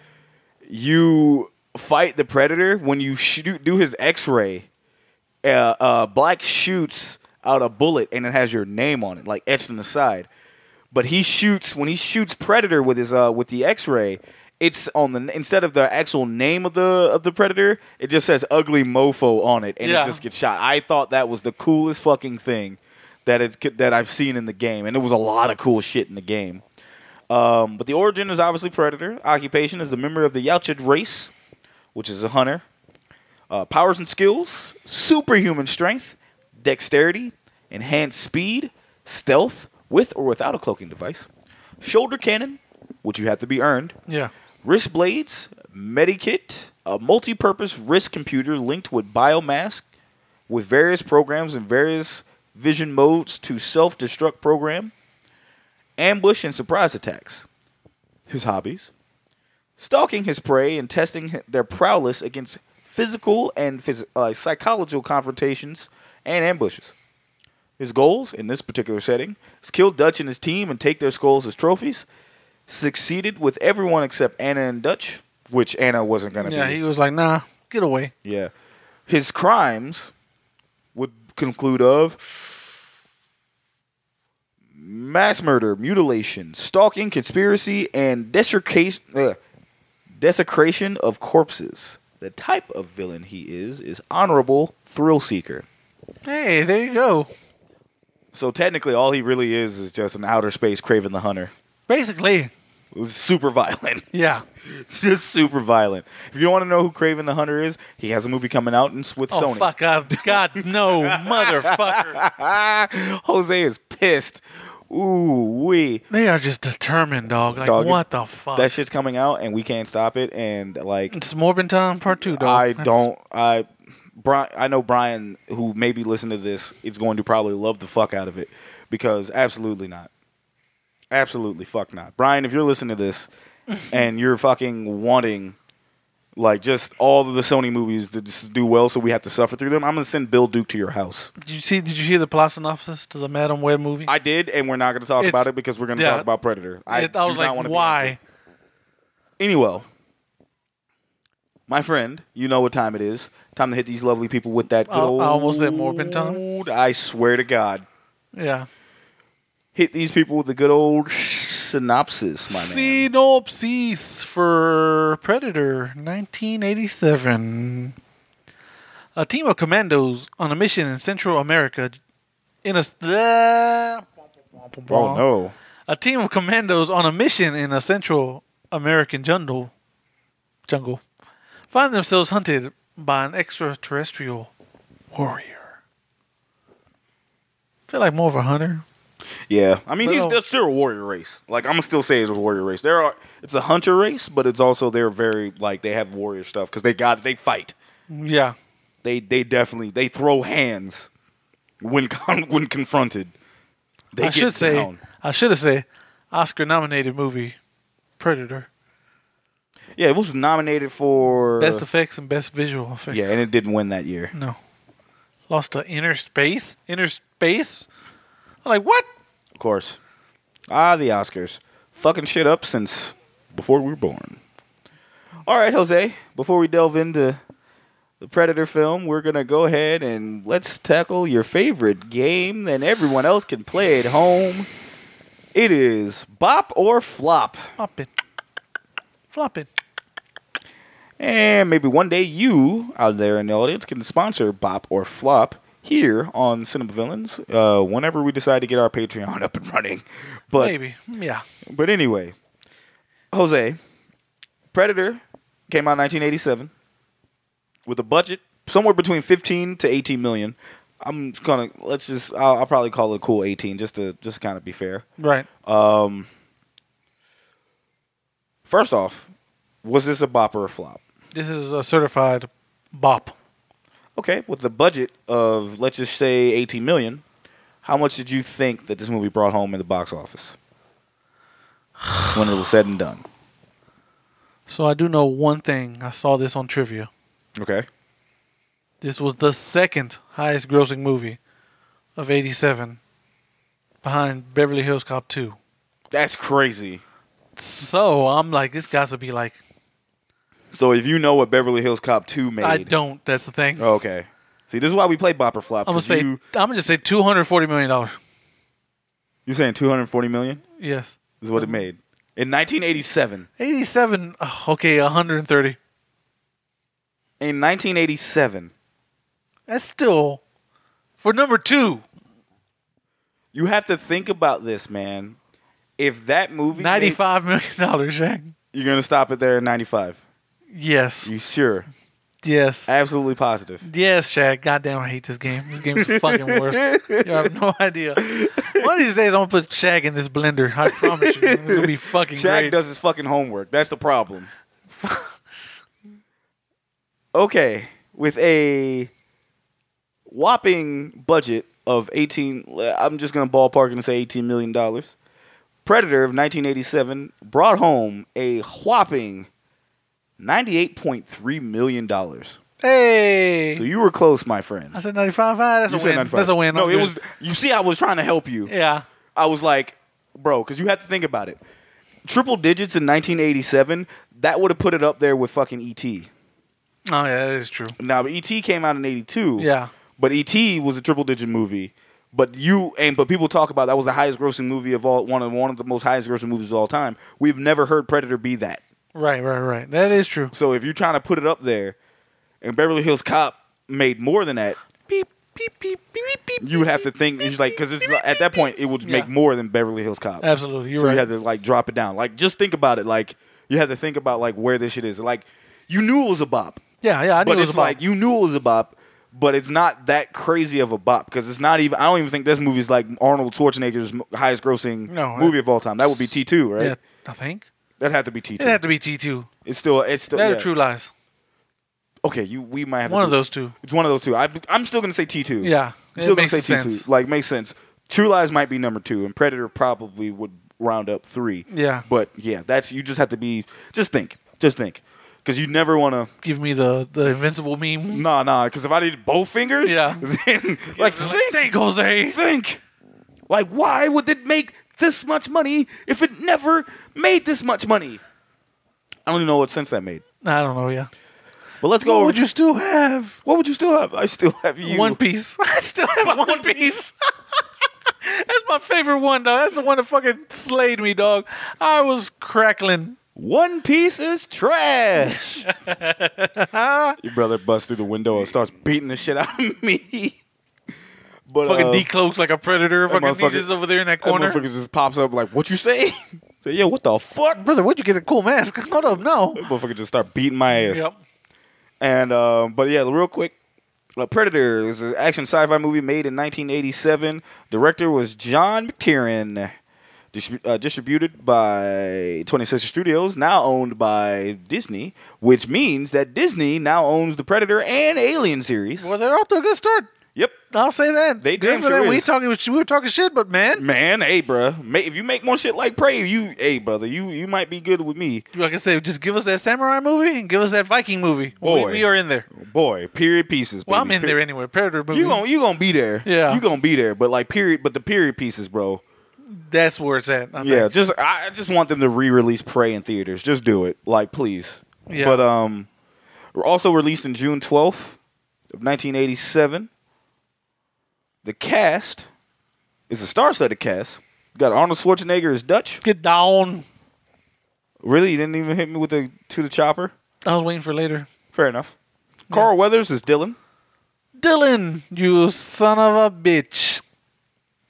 Speaker 4: You fight the predator when you shoot do his X-ray. Uh, uh, Black shoots out a bullet and it has your name on it, like etched in the side. But he shoots when he shoots predator with his uh, with the X-ray. It's on the instead of the actual name of the of the predator, it just says "ugly mofo" on it, and
Speaker 5: Yeah.
Speaker 4: it just gets shot. I thought that was the coolest fucking thing that it's that I've seen in the game, and it was a lot of cool shit in the game. Um, but the origin is obviously predator. Occupation is the member of the Yautja race, which is a hunter. Uh, powers and skills: superhuman strength, dexterity, enhanced speed, stealth with or without a cloaking device, shoulder cannon, which you have to be earned,
Speaker 5: Yeah.
Speaker 4: wrist blades, medikit, a multi-purpose wrist computer linked with biomask with various programs and various vision modes to self-destruct program, ambush and surprise attacks. His hobbies: stalking his prey and testing hi- their prowess against physical and phys- uh, psychological confrontations and ambushes. His goals in this particular setting is kill Dutch and his team and take their skulls as trophies. Succeeded with everyone except Anna and Dutch, which Anna wasn't going to
Speaker 5: Yeah,
Speaker 4: be.
Speaker 5: he was like, nah, get away.
Speaker 4: yeah. His crimes would conclude of mass murder, mutilation, stalking, conspiracy, and desecration, uh, desecration of corpses. The type of villain he is is honorable thrill seeker.
Speaker 5: Hey, there you go.
Speaker 4: So technically, all he really is is just an outer space Craven the Hunter.
Speaker 5: Basically,
Speaker 4: It was super violent.
Speaker 5: yeah.
Speaker 4: It's just super violent. If you want to know who Craven the Hunter is, he has a movie coming out and it's with
Speaker 5: Oh
Speaker 4: Sony.
Speaker 5: fuck, God, God, no, motherfucker.
Speaker 4: Jose is pissed. Ooh wee.
Speaker 5: They are just determined, dog. Like,
Speaker 4: Dog,
Speaker 5: what the fuck?
Speaker 4: That shit's coming out and we can't stop it. And like,
Speaker 5: It's Morbin Time Part Two, dog.
Speaker 4: I
Speaker 5: That's-
Speaker 4: don't. I. Brian, I know Brian, who maybe listen to this, is going to probably love the fuck out of it because absolutely not, absolutely fuck not. Brian, if you're listening to this and you're fucking wanting like just all of the Sony movies to just do well, so we have to suffer through them, I'm gonna send Bill Duke to your house.
Speaker 5: Did you see? Did you hear the plot synopsis to the Madam Web movie?
Speaker 4: I did, and we're not gonna talk
Speaker 5: It's-
Speaker 4: about it because we're gonna
Speaker 5: yeah.
Speaker 4: talk about Predator. I,
Speaker 5: It- I was
Speaker 4: do not
Speaker 5: like,
Speaker 4: want to
Speaker 5: why?
Speaker 4: Anyway, my friend, you know what time it is. Time to hit these lovely people with that.
Speaker 5: I- Oh, I
Speaker 4: gold.
Speaker 5: almost said Morbin Tom.
Speaker 4: I swear to God,
Speaker 5: Yeah.
Speaker 4: hit these people with the good old synopsis, my man.
Speaker 5: Synopsis for Predator 1987. A team of commandos on a mission in Central America in a.
Speaker 4: Oh no,
Speaker 5: A team of commandos on a mission in a Central American jungle, jungle find themselves hunted by an extraterrestrial warrior. feel like more of a hunter.
Speaker 4: yeah. I mean, he's
Speaker 5: Well-
Speaker 4: that's still a warrior race. Like I'm gonna still say it's a warrior race. There are, it's a hunter race, but it's also they're very like they have warrior stuff because they got they fight.
Speaker 5: Yeah.
Speaker 4: They they definitely they throw hands when con- when confronted. They
Speaker 5: I
Speaker 4: get
Speaker 5: should say
Speaker 4: down.
Speaker 5: I should have said Oscar nominated movie Predator.
Speaker 4: yeah, it was nominated for
Speaker 5: Best effects and best visual effects.
Speaker 4: Yeah, and it didn't win that year.
Speaker 5: no. Lost to Inner Space. Inner Space? I'm like, what?
Speaker 4: Of course. Ah, the Oscars. Fucking shit up since before we were born. All right, Jose, before we delve into the Predator film, we're going to go ahead and let's tackle your favorite game that everyone else can play at home. It is Bop or Flop.
Speaker 5: Flop it. Flop it.
Speaker 4: And maybe one day you out there in the audience can sponsor Bop or Flop here on Cinema Villains uh, whenever we decide to get our Patreon up and running. But
Speaker 5: Maybe. Yeah.
Speaker 4: But anyway, Jose, Predator came out in 1987 with a budget somewhere between 15 to 18 million. I'm just gonna let's just I'll, I'll probably call it a cool 18 just to just kind of be fair.
Speaker 5: Right.
Speaker 4: First off, was this a bop or a flop?
Speaker 5: This is a certified bop.
Speaker 4: Okay, with the budget of let's just say 18 million, how much did you think that this movie brought home in the box office when it was said and done?
Speaker 5: So I do know one thing. I saw this on trivia.
Speaker 4: Okay,
Speaker 5: This was the second highest grossing movie of 87 behind Beverly Hills Cop 2.
Speaker 4: that's crazy.
Speaker 5: So I'm like, this got to be like,
Speaker 4: So if you know what Beverly Hills Cop 2 made.
Speaker 5: I don't. That's the thing.
Speaker 4: Oh, Okay. See, this is why we play Bopper Flop.
Speaker 5: I'm gonna
Speaker 4: 'cause
Speaker 5: say,
Speaker 4: you,
Speaker 5: I'm gonna just say 240 million dollars.
Speaker 4: you're saying 240 million
Speaker 5: Yes,
Speaker 4: is
Speaker 5: Uh-huh.
Speaker 4: what it made in 1987.
Speaker 5: 87. oh, Okay, 130.
Speaker 4: In 1987,
Speaker 5: That's still for number two.
Speaker 4: you have to think about this, man. if that movie
Speaker 5: Ninety five million dollars, Jack.
Speaker 4: you're gonna stop it there at 95.
Speaker 5: Yes.
Speaker 4: You sure?
Speaker 5: Yes.
Speaker 4: Absolutely positive.
Speaker 5: Yes, Chad. Goddamn, I hate this game. This game's fucking worse. You have no idea. One of these days, I'm gonna put Shag in this blender. I promise you, it's gonna be fucking
Speaker 4: Shaq
Speaker 5: great.
Speaker 4: does his fucking homework. That's the problem. okay, with a whopping budget of 18 I'm just going to ballpark and say 18 million dollars. Predator of 1987 brought home a whopping 98.3 million dollars.
Speaker 5: hey,
Speaker 4: So you were close, my friend.
Speaker 5: I said ninety-five. Ah, that's
Speaker 4: You
Speaker 5: a
Speaker 4: said
Speaker 5: win.
Speaker 4: 95.
Speaker 5: That's a win.
Speaker 4: No,
Speaker 5: I'm
Speaker 4: it
Speaker 5: good.
Speaker 4: was. You see, I was trying to help you.
Speaker 5: Yeah.
Speaker 4: I was like, bro, because you have to think about it. Triple digits in 1987, that would have put it up there with fucking ET.
Speaker 5: Oh yeah, that is true.
Speaker 4: Now, ET came out in 82.
Speaker 5: Yeah.
Speaker 4: But ET was a triple digit movie. But you and but people talk about that was the highest grossing movie of all one of one of the most highest grossing movies of all time. We've never heard Predator be that.
Speaker 5: Right, right, right. That is true.
Speaker 4: So if you're trying to put it up there and Beverly Hills Cop made more than that,
Speaker 5: Beep, beep, beep, beep, beep, beep.
Speaker 4: you would have to think it's like cuz at that point it would
Speaker 5: Yeah.
Speaker 4: make more than Beverly Hills Cop.
Speaker 5: Absolutely, you're
Speaker 4: so
Speaker 5: right.
Speaker 4: you had to like drop it down. Like just think about it. Like you had to think about like where this shit is. Like you knew it was a bop,
Speaker 5: yeah, yeah. I knew
Speaker 4: but
Speaker 5: it was
Speaker 4: it's
Speaker 5: a bop.
Speaker 4: like you knew it was a bop, but it's not that crazy of a bop because it's not even. I don't even think this movie's like Arnold Schwarzenegger's m- highest grossing
Speaker 5: No,
Speaker 4: movie of all time. That would be T two, right?
Speaker 5: yeah, I think
Speaker 4: That'd have to be T two.
Speaker 5: it had to be T two.
Speaker 4: it's still it's still
Speaker 5: That
Speaker 4: yeah.
Speaker 5: or True Lies.
Speaker 4: Okay, you we might have to
Speaker 5: One of
Speaker 4: do-
Speaker 5: those two.
Speaker 4: It's one of those two. I, I'm still gonna say T two.
Speaker 5: Yeah,
Speaker 4: I'm
Speaker 5: it
Speaker 4: still gonna
Speaker 5: makes
Speaker 4: say T
Speaker 5: sense.
Speaker 4: two. Like makes sense. True Lies might be number two, and Predator probably would round up three.
Speaker 5: Yeah.
Speaker 4: But yeah, that's you just have to be just think, just think, because you never want to.
Speaker 5: Give me the the Invincible meme.
Speaker 4: Nah, nah. Because if I did both fingers,
Speaker 5: Yeah.
Speaker 4: then like think,
Speaker 5: Thank Jose.
Speaker 4: think. Like, why would it make this much money if it never made this much money? I don't even know what sense that made.
Speaker 5: I don't know. Yeah.
Speaker 4: But let's go.
Speaker 5: What
Speaker 4: over-
Speaker 5: would you still have?
Speaker 4: What would you still have? I still have you.
Speaker 5: One Piece. I still have One, Piece. That's my favorite one, dog. That's the one that fucking slayed me, dog. I was crackling.
Speaker 4: One Piece is trash. Your brother busts through the window and starts beating the shit out of me. But
Speaker 5: Fucking
Speaker 4: uh,
Speaker 5: decloaks like a predator. Fucking
Speaker 4: motherfucker-
Speaker 5: ninjas over there in that
Speaker 4: that
Speaker 5: corner.
Speaker 4: motherfucker just pops up like, "What you say?" Say, "Yeah, what the fuck?"
Speaker 5: Brother, where'd you get a cool mask? Hold up, no.
Speaker 4: That motherfucker just start beating my ass.
Speaker 5: Yep.
Speaker 4: And um, but yeah, real quick, uh, Predator is an action sci-fi movie made in 1987. Director was John McTiernan. Distrib- uh, distributed by 20th Century Studios, now owned by Disney, which means that Disney now owns the Predator and Alien series.
Speaker 5: Well, they're off to a good start.
Speaker 4: Yep.
Speaker 5: I'll say that.
Speaker 4: They
Speaker 5: Good
Speaker 4: damn
Speaker 5: for
Speaker 4: sure
Speaker 5: that. We
Speaker 4: is.
Speaker 5: talking. We were talking shit, but man,
Speaker 4: Man, hey, bruh. Ma- if you make more shit like Prey, you, hey, brother, you you might be good with me.
Speaker 5: like I said, just give us that samurai movie and give us that Viking movie.
Speaker 4: Boy.
Speaker 5: We, we are in there.
Speaker 4: Boy, period pieces.
Speaker 5: Well, I'm
Speaker 4: baby.
Speaker 5: in
Speaker 4: Pe-
Speaker 5: there anyway. Predator movie.
Speaker 4: You gon' you gonna be there.
Speaker 5: Yeah.
Speaker 4: You gonna be there. But like period but the period pieces, bro.
Speaker 5: That's where it's at. I
Speaker 4: Yeah,
Speaker 5: think.
Speaker 4: just I I just want them to re-release Prey in theaters. Just do it, like please.
Speaker 5: Yeah.
Speaker 4: But um, we're also released in June twelfth of nineteen eighty seven. The cast is a star-studded cast. You got Arnold Schwarzenegger as Dutch.
Speaker 5: Get down.
Speaker 4: Really, you didn't even hit me with the to the chopper.
Speaker 5: I was waiting for later.
Speaker 4: Fair enough. Carl Weathers is Dylan.
Speaker 5: Dylan, you son of a bitch.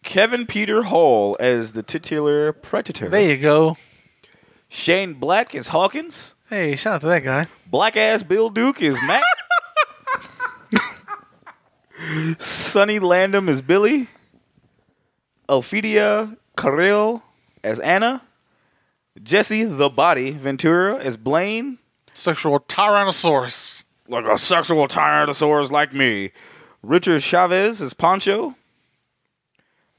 Speaker 4: Kevin Peter Hall as the titular Predator.
Speaker 5: There you go.
Speaker 4: Shane Black is Hawkins.
Speaker 5: Hey, shout out to that guy.
Speaker 4: Black ass Bill Duke is Matt. Sonny Landham is Billy. Ophelia Carril as Anna. Jesse the Body Ventura as Blaine.
Speaker 5: Sexual Tyrannosaurus.
Speaker 4: Like a sexual tyrannosaurus like me. Richard Chavez as Poncho.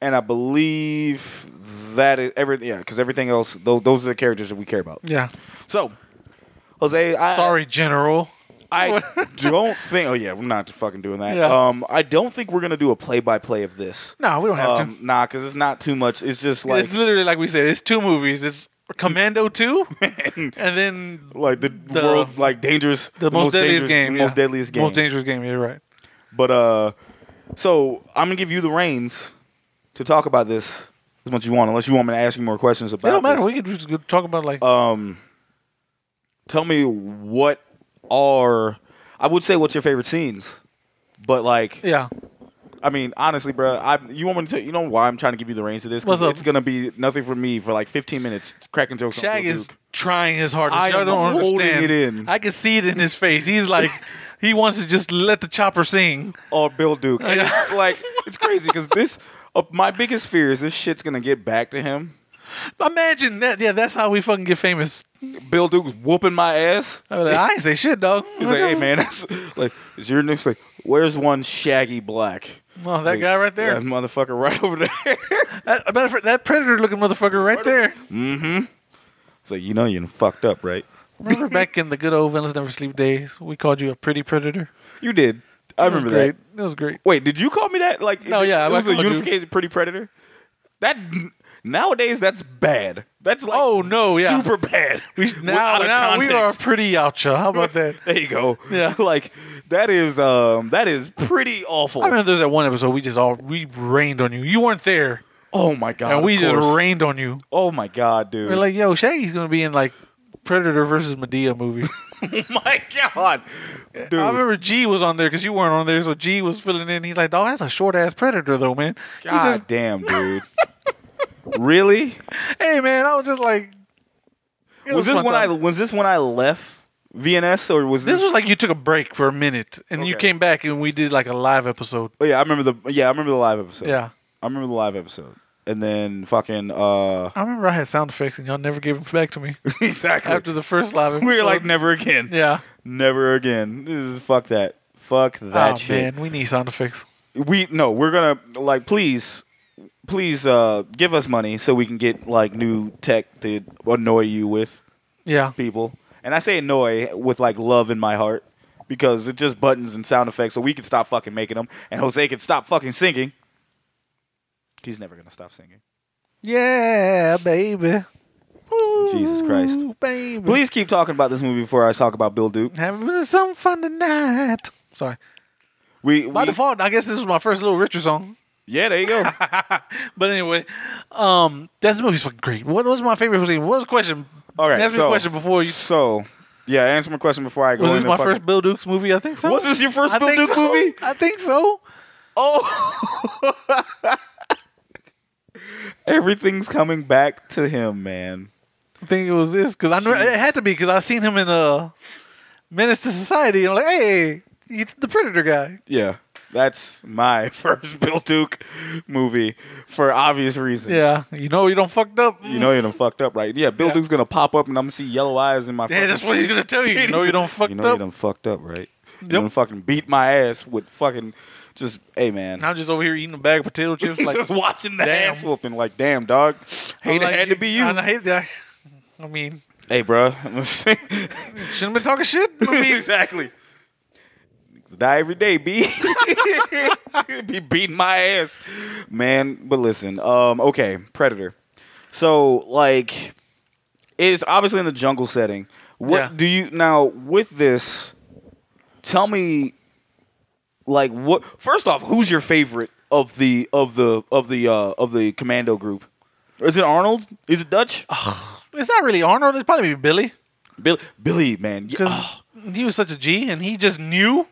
Speaker 4: And I believe that is everything. Yeah, because everything else, those, those are the characters that we care about.
Speaker 5: Yeah.
Speaker 4: So, Jose, I,
Speaker 5: Sorry, General.
Speaker 4: I don't think. Oh yeah, we're not fucking doing that.
Speaker 5: Yeah.
Speaker 4: Um, I don't think we're gonna do a play by play of this.
Speaker 5: No, we don't have
Speaker 4: Um, nah, because it's not too much. It's just
Speaker 5: to.
Speaker 4: like
Speaker 5: it's literally like we said. It's two movies. It's Commando Two, and then
Speaker 4: like the,
Speaker 5: the-
Speaker 4: world like dangerous,
Speaker 5: the, most, deadliest game.
Speaker 4: the
Speaker 5: yeah.
Speaker 4: most deadliest game.
Speaker 5: Most dangerous game. You're right.
Speaker 4: But uh, so I'm gonna give you the reins to talk about this as much as you want, unless you want me to ask you more questions about.
Speaker 5: It don't matter.
Speaker 4: this.
Speaker 5: We could just go talk about like
Speaker 4: um, tell me what are I would say what's your favorite scenes, but like
Speaker 5: yeah.
Speaker 4: I mean, honestly, bro, I you want me to? You know why I'm trying to give you the reins to this? 'Cause
Speaker 5: What's up?
Speaker 4: It's gonna be nothing for me for like 15 minutes cracking jokes. on
Speaker 5: Shag
Speaker 4: Bill
Speaker 5: is
Speaker 4: Duke.
Speaker 5: trying his hardest.
Speaker 4: I
Speaker 5: I don't
Speaker 4: am holding
Speaker 5: understand.
Speaker 4: it in.
Speaker 5: I can see it in his face. He's like, he wants to just let the chopper sing.
Speaker 4: or Bill Duke. And
Speaker 5: Yeah.
Speaker 4: it's like it's crazy because this. Uh, my biggest fear is this shit's gonna get back to him.
Speaker 5: Imagine that. Yeah, that's how we fucking get famous.
Speaker 4: Bill Duke's whooping my ass.
Speaker 5: I, like, I ain't say shit, dog.
Speaker 4: He's like, "Hey man, that's like, is your next like, where's one Shaggy Black?
Speaker 5: Well, oh, that
Speaker 4: Like,
Speaker 5: guy right there.
Speaker 4: that motherfucker right over there."
Speaker 5: That, I better- that predator looking motherfucker right there.
Speaker 4: it's like you know you done fucked up, right?
Speaker 5: Remember back in the good old Villains Never Sleep days, we called you a pretty predator?
Speaker 4: You did. I
Speaker 5: That was
Speaker 4: remember that.
Speaker 5: great. That was great.
Speaker 4: Wait, did you call me that? Like,
Speaker 5: No,
Speaker 4: it,
Speaker 5: yeah,
Speaker 4: it
Speaker 5: I
Speaker 4: was a
Speaker 5: called you.
Speaker 4: unification pretty predator. That nowadays that's bad. That's like
Speaker 5: Oh, no, yeah.
Speaker 4: super bad.
Speaker 5: We, now
Speaker 4: Out of
Speaker 5: now we are
Speaker 4: context.
Speaker 5: pretty yacha. How about that?
Speaker 4: There you go.
Speaker 5: Yeah.
Speaker 4: like that is um that is pretty awful.
Speaker 5: I remember there was that one episode we just all we rained on you. You weren't there,
Speaker 4: oh my god,
Speaker 5: and
Speaker 4: of
Speaker 5: we just
Speaker 4: course.
Speaker 5: rained on you.
Speaker 4: Oh my god, dude.
Speaker 5: We're like, yo, Shaggy's gonna be in like Predator versus Medea movie.
Speaker 4: oh my god, dude.
Speaker 5: I remember G was on there because you weren't on there, so G was filling in. He's like, dog, that's a short ass Predator though, man. He
Speaker 4: God
Speaker 5: just-
Speaker 4: damn, dude. really?
Speaker 5: hey man, I was just like, it
Speaker 4: Was, this
Speaker 5: fun
Speaker 4: when I
Speaker 5: time.
Speaker 4: was this when I left VNS or was this,
Speaker 5: This was like you took a break for a minute, and you
Speaker 4: Okay.
Speaker 5: came back, and we did like a live episode.
Speaker 4: Oh yeah, I remember the yeah I remember the live episode.
Speaker 5: Yeah,
Speaker 4: I remember the live episode. And then fucking uh
Speaker 5: I remember I had sound effects, and y'all never gave them back to me
Speaker 4: exactly.
Speaker 5: after the first live.
Speaker 4: we were like
Speaker 5: episode.
Speaker 4: never again.
Speaker 5: yeah,
Speaker 4: Never again. This is fuck that. Fuck that
Speaker 5: oh
Speaker 4: shit.
Speaker 5: man, we need sound effects.
Speaker 4: We no, we're gonna like please please uh give us money so we can get like new tech to annoy you with
Speaker 5: Yeah,
Speaker 4: people. And I say annoy with like love in my heart because it's just buttons and sound effects so we can stop fucking making them and Jose can stop fucking singing. He's never gonna stop singing.
Speaker 5: Mm-hmm. yeah, baby.
Speaker 4: Jesus Christ.
Speaker 5: Ooh, baby.
Speaker 4: Please keep talking about this movie before I talk about Bill Duke.
Speaker 5: Having some fun tonight. Sorry.
Speaker 4: We,
Speaker 5: By
Speaker 4: we-
Speaker 5: default, I guess this was my first little Richard song.
Speaker 4: yeah, there you go.
Speaker 5: But anyway, um, that's movie's fucking great. What was my favorite scene? What was the question?
Speaker 4: All right,
Speaker 5: Ask me
Speaker 4: so,
Speaker 5: a question before you.
Speaker 4: So, yeah, answer my question before I go.
Speaker 5: Was this
Speaker 4: into
Speaker 5: my
Speaker 4: fucking-
Speaker 5: first Bill Dukes movie? I think so.
Speaker 4: Was this your first
Speaker 5: I
Speaker 4: Bill
Speaker 5: think
Speaker 4: Duke
Speaker 5: so.
Speaker 4: movie?
Speaker 5: I think so.
Speaker 4: Oh! Everything's coming back to him, man.
Speaker 5: I think it was this because I knew it had to be because I seen him in uh, Menace to Society. I'm like, hey, he's the Predator guy.
Speaker 4: Yeah, that's my first Bill Duke movie for obvious reasons.
Speaker 5: Yeah, you know you don't fucked up.
Speaker 4: You know you done fucked up, right? Yeah, Bill
Speaker 5: Yeah.
Speaker 4: Duke's gonna pop up and I'm gonna see yellow eyes in my.
Speaker 5: yeah, that's
Speaker 4: fucking-
Speaker 5: what he's gonna tell you. You know you don't fucked
Speaker 4: You know you
Speaker 5: up.
Speaker 4: done fucked up, right? You
Speaker 5: Yep.
Speaker 4: done fucking beat my ass with fucking just, hey man.
Speaker 5: And I'm just over here eating a bag of potato chips. like,
Speaker 4: just watching the
Speaker 5: damn.
Speaker 4: ass whooping, like damn dog,
Speaker 5: I'm
Speaker 4: hate
Speaker 5: like,
Speaker 4: it had to be you.
Speaker 5: I, I hate that. I mean,
Speaker 4: Hey, bro.
Speaker 5: shouldn't have been talking shit. I mean,
Speaker 4: exactly. Niggas Die every day, B. be beating my ass, man. But listen, um, okay, Predator. So like, it's obviously in the jungle setting. What
Speaker 5: Yeah.
Speaker 4: do you now with this? Tell me, like, what? First off, who's your favorite of the of the of the uh, of the commando group? Is it Arnold? Is it Dutch?
Speaker 5: Ah. it's not really Arnold. It's probably Billy
Speaker 4: Billy, Billy, man. Yeah,
Speaker 5: because
Speaker 4: oh.
Speaker 5: he was such a G, and he just knew.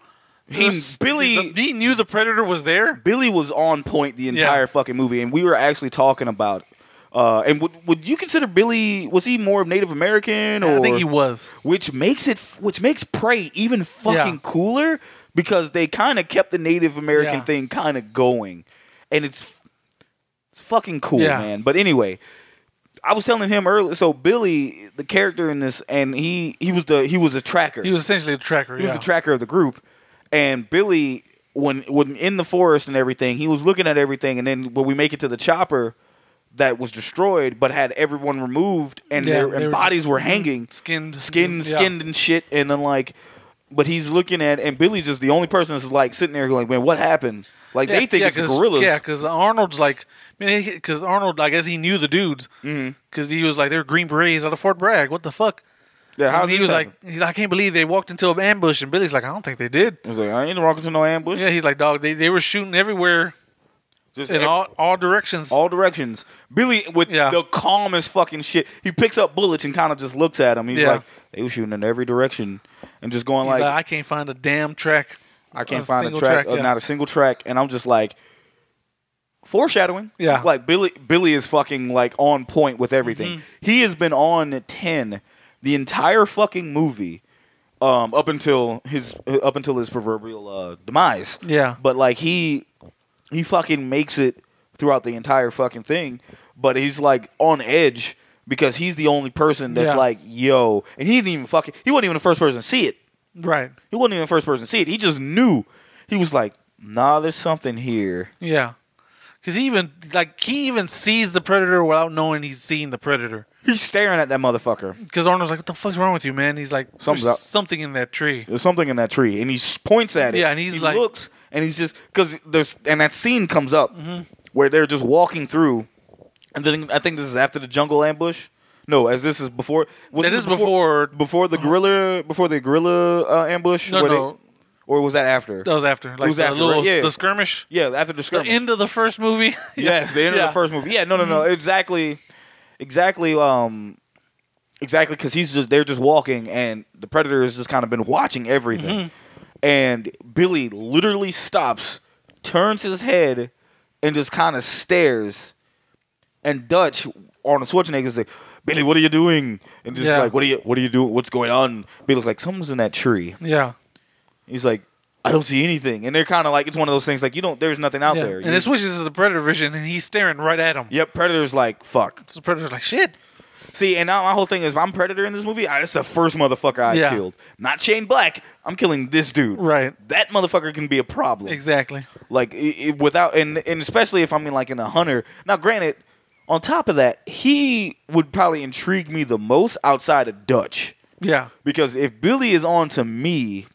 Speaker 4: He-
Speaker 5: was-
Speaker 4: Billy-
Speaker 5: he knew the predator was there.
Speaker 4: Billy was on point the entire
Speaker 5: Yeah.
Speaker 4: fucking movie, and we were actually talking about. Uh, and would would you consider Billy? Was he more of Native American? Or,
Speaker 5: I think he was.
Speaker 4: Which makes it, which makes Prey even fucking
Speaker 5: Yeah.
Speaker 4: cooler because they kind of kept the Native American
Speaker 5: Yeah.
Speaker 4: thing kind of going, and it's it's fucking cool,
Speaker 5: Yeah.
Speaker 4: man. But anyway, I was telling him earlier. So Billy, the character in this, and he he was the he was a tracker.
Speaker 5: He was essentially a tracker.
Speaker 4: He
Speaker 5: yeah.
Speaker 4: was the tracker of the group, and Billy, when when in the forest and everything, he was looking at everything, and then when we make it to the chopper that was destroyed, but had everyone removed, and
Speaker 5: Yeah,
Speaker 4: their
Speaker 5: they
Speaker 4: and
Speaker 5: were
Speaker 4: bodies
Speaker 5: just
Speaker 4: were hanging,
Speaker 5: skinned,
Speaker 4: skinned,
Speaker 5: Yeah.
Speaker 4: skinned and shit, and then like, but he's looking at, and Billy's just the only person that's like sitting there, like, man, what happened? Like they think it's the
Speaker 5: 'cause-
Speaker 4: gorillas.
Speaker 5: Yeah, because Arnold's like, man, because Arnold, I guess he knew the dudes,
Speaker 4: Mm-hmm.
Speaker 5: because he was like, they're Green Berets out of Fort Bragg. What the fuck?
Speaker 4: yeah,
Speaker 5: and
Speaker 4: did
Speaker 5: he was
Speaker 4: this
Speaker 5: like,
Speaker 4: happen?
Speaker 5: he's like, I can't believe they walked into an ambush. And Billy's like, I don't think they did.
Speaker 4: He was like, I ain't walking to no ambush.
Speaker 5: Yeah, he's like, dog, they, they were shooting everywhere
Speaker 4: just
Speaker 5: in
Speaker 4: ev-
Speaker 5: all, all directions.
Speaker 4: all directions. Billy with
Speaker 5: Yeah.
Speaker 4: the calmest fucking shit. He picks up bullets and kind of just looks at him. He's
Speaker 5: Yeah.
Speaker 4: like, they were shooting in every direction and just going
Speaker 5: he's like,
Speaker 4: like,
Speaker 5: I can't find a damn track.
Speaker 4: I can't
Speaker 5: A
Speaker 4: find a
Speaker 5: single
Speaker 4: track,
Speaker 5: track,
Speaker 4: uh,
Speaker 5: yeah.
Speaker 4: not a single track, and I'm just like foreshadowing.
Speaker 5: Yeah.
Speaker 4: like Billy, Billy is fucking like on point with everything.
Speaker 5: Mm-hmm.
Speaker 4: He has been on ten the entire fucking movie, um, up until his up until his proverbial uh, demise.
Speaker 5: Yeah.
Speaker 4: but like he he fucking makes it throughout the entire fucking thing, but he's like on edge because he's the only person that's
Speaker 5: Yeah.
Speaker 4: like, yo, and he didn't even fucking he wasn't even the first person to see it.
Speaker 5: Right.
Speaker 4: He wasn't even the first person to see it. He just knew. He was like, nah, there's something here.
Speaker 5: Yeah. Because he even like he even sees the predator without knowing he's seeing the predator.
Speaker 4: He's staring at that motherfucker.
Speaker 5: Because Arnold's like, "What the fuck's wrong with you, man?" He's like,
Speaker 4: Something's
Speaker 5: "There's
Speaker 4: up."
Speaker 5: something in that tree."
Speaker 4: There's something in that tree, and he s- points at it.
Speaker 5: Yeah, and he's
Speaker 4: he
Speaker 5: like-
Speaker 4: looks, and he's just because there's and that scene comes up
Speaker 5: Mm-hmm.
Speaker 4: where they're just walking through, and then I think this is after the jungle ambush. No, as this is before. Was
Speaker 5: That
Speaker 4: this
Speaker 5: is before- Uh-huh.
Speaker 4: before the gorilla before the gorilla uh, ambush.
Speaker 5: No,
Speaker 4: where they-
Speaker 5: no.
Speaker 4: or was that after?
Speaker 5: That was after, like
Speaker 4: was
Speaker 5: the
Speaker 4: after,
Speaker 5: little
Speaker 4: right? Yeah.
Speaker 5: the skirmish,
Speaker 4: yeah, after the
Speaker 5: the
Speaker 4: skirmish.
Speaker 5: end of the first movie.
Speaker 4: yes, the end
Speaker 5: Yeah. Mm-hmm.
Speaker 4: of the first movie. Yeah, no, no, no, exactly, exactly, um, exactly, because he's just they're just walking, and the predator has just kind of been watching everything,
Speaker 5: Mm-hmm.
Speaker 4: and Billy literally stops, turns his head, and just kind of stares, and Dutch on Schwarzenegger's like. Billy, what are you doing? And just
Speaker 5: Yeah.
Speaker 4: like, what are you, what are you doing? What's going on? Billy's like, someone's in that tree.
Speaker 5: Yeah,
Speaker 4: He's like, I don't see anything. And they're kind of like, it's one of those things like, you don't, there's nothing out
Speaker 5: yeah.
Speaker 4: there.
Speaker 5: And
Speaker 4: You-
Speaker 5: it switches to the predator vision, and he's staring right at him.
Speaker 4: yep, Predator's like, fuck.
Speaker 5: So the predator's like, "Shit."
Speaker 4: See, and now my whole thing is if I'm Predator in this movie, I, that's the first motherfucker I
Speaker 5: Yeah.
Speaker 4: killed. Not Shane Black. I'm killing this dude.
Speaker 5: Right.
Speaker 4: That motherfucker can be a problem.
Speaker 5: Exactly.
Speaker 4: Like i i without and and especially if I'm in like in a hunter. Now, granted, on top of that, he would probably intrigue me the most outside of Dutch
Speaker 5: Yeah.
Speaker 4: because if Billy is on to me,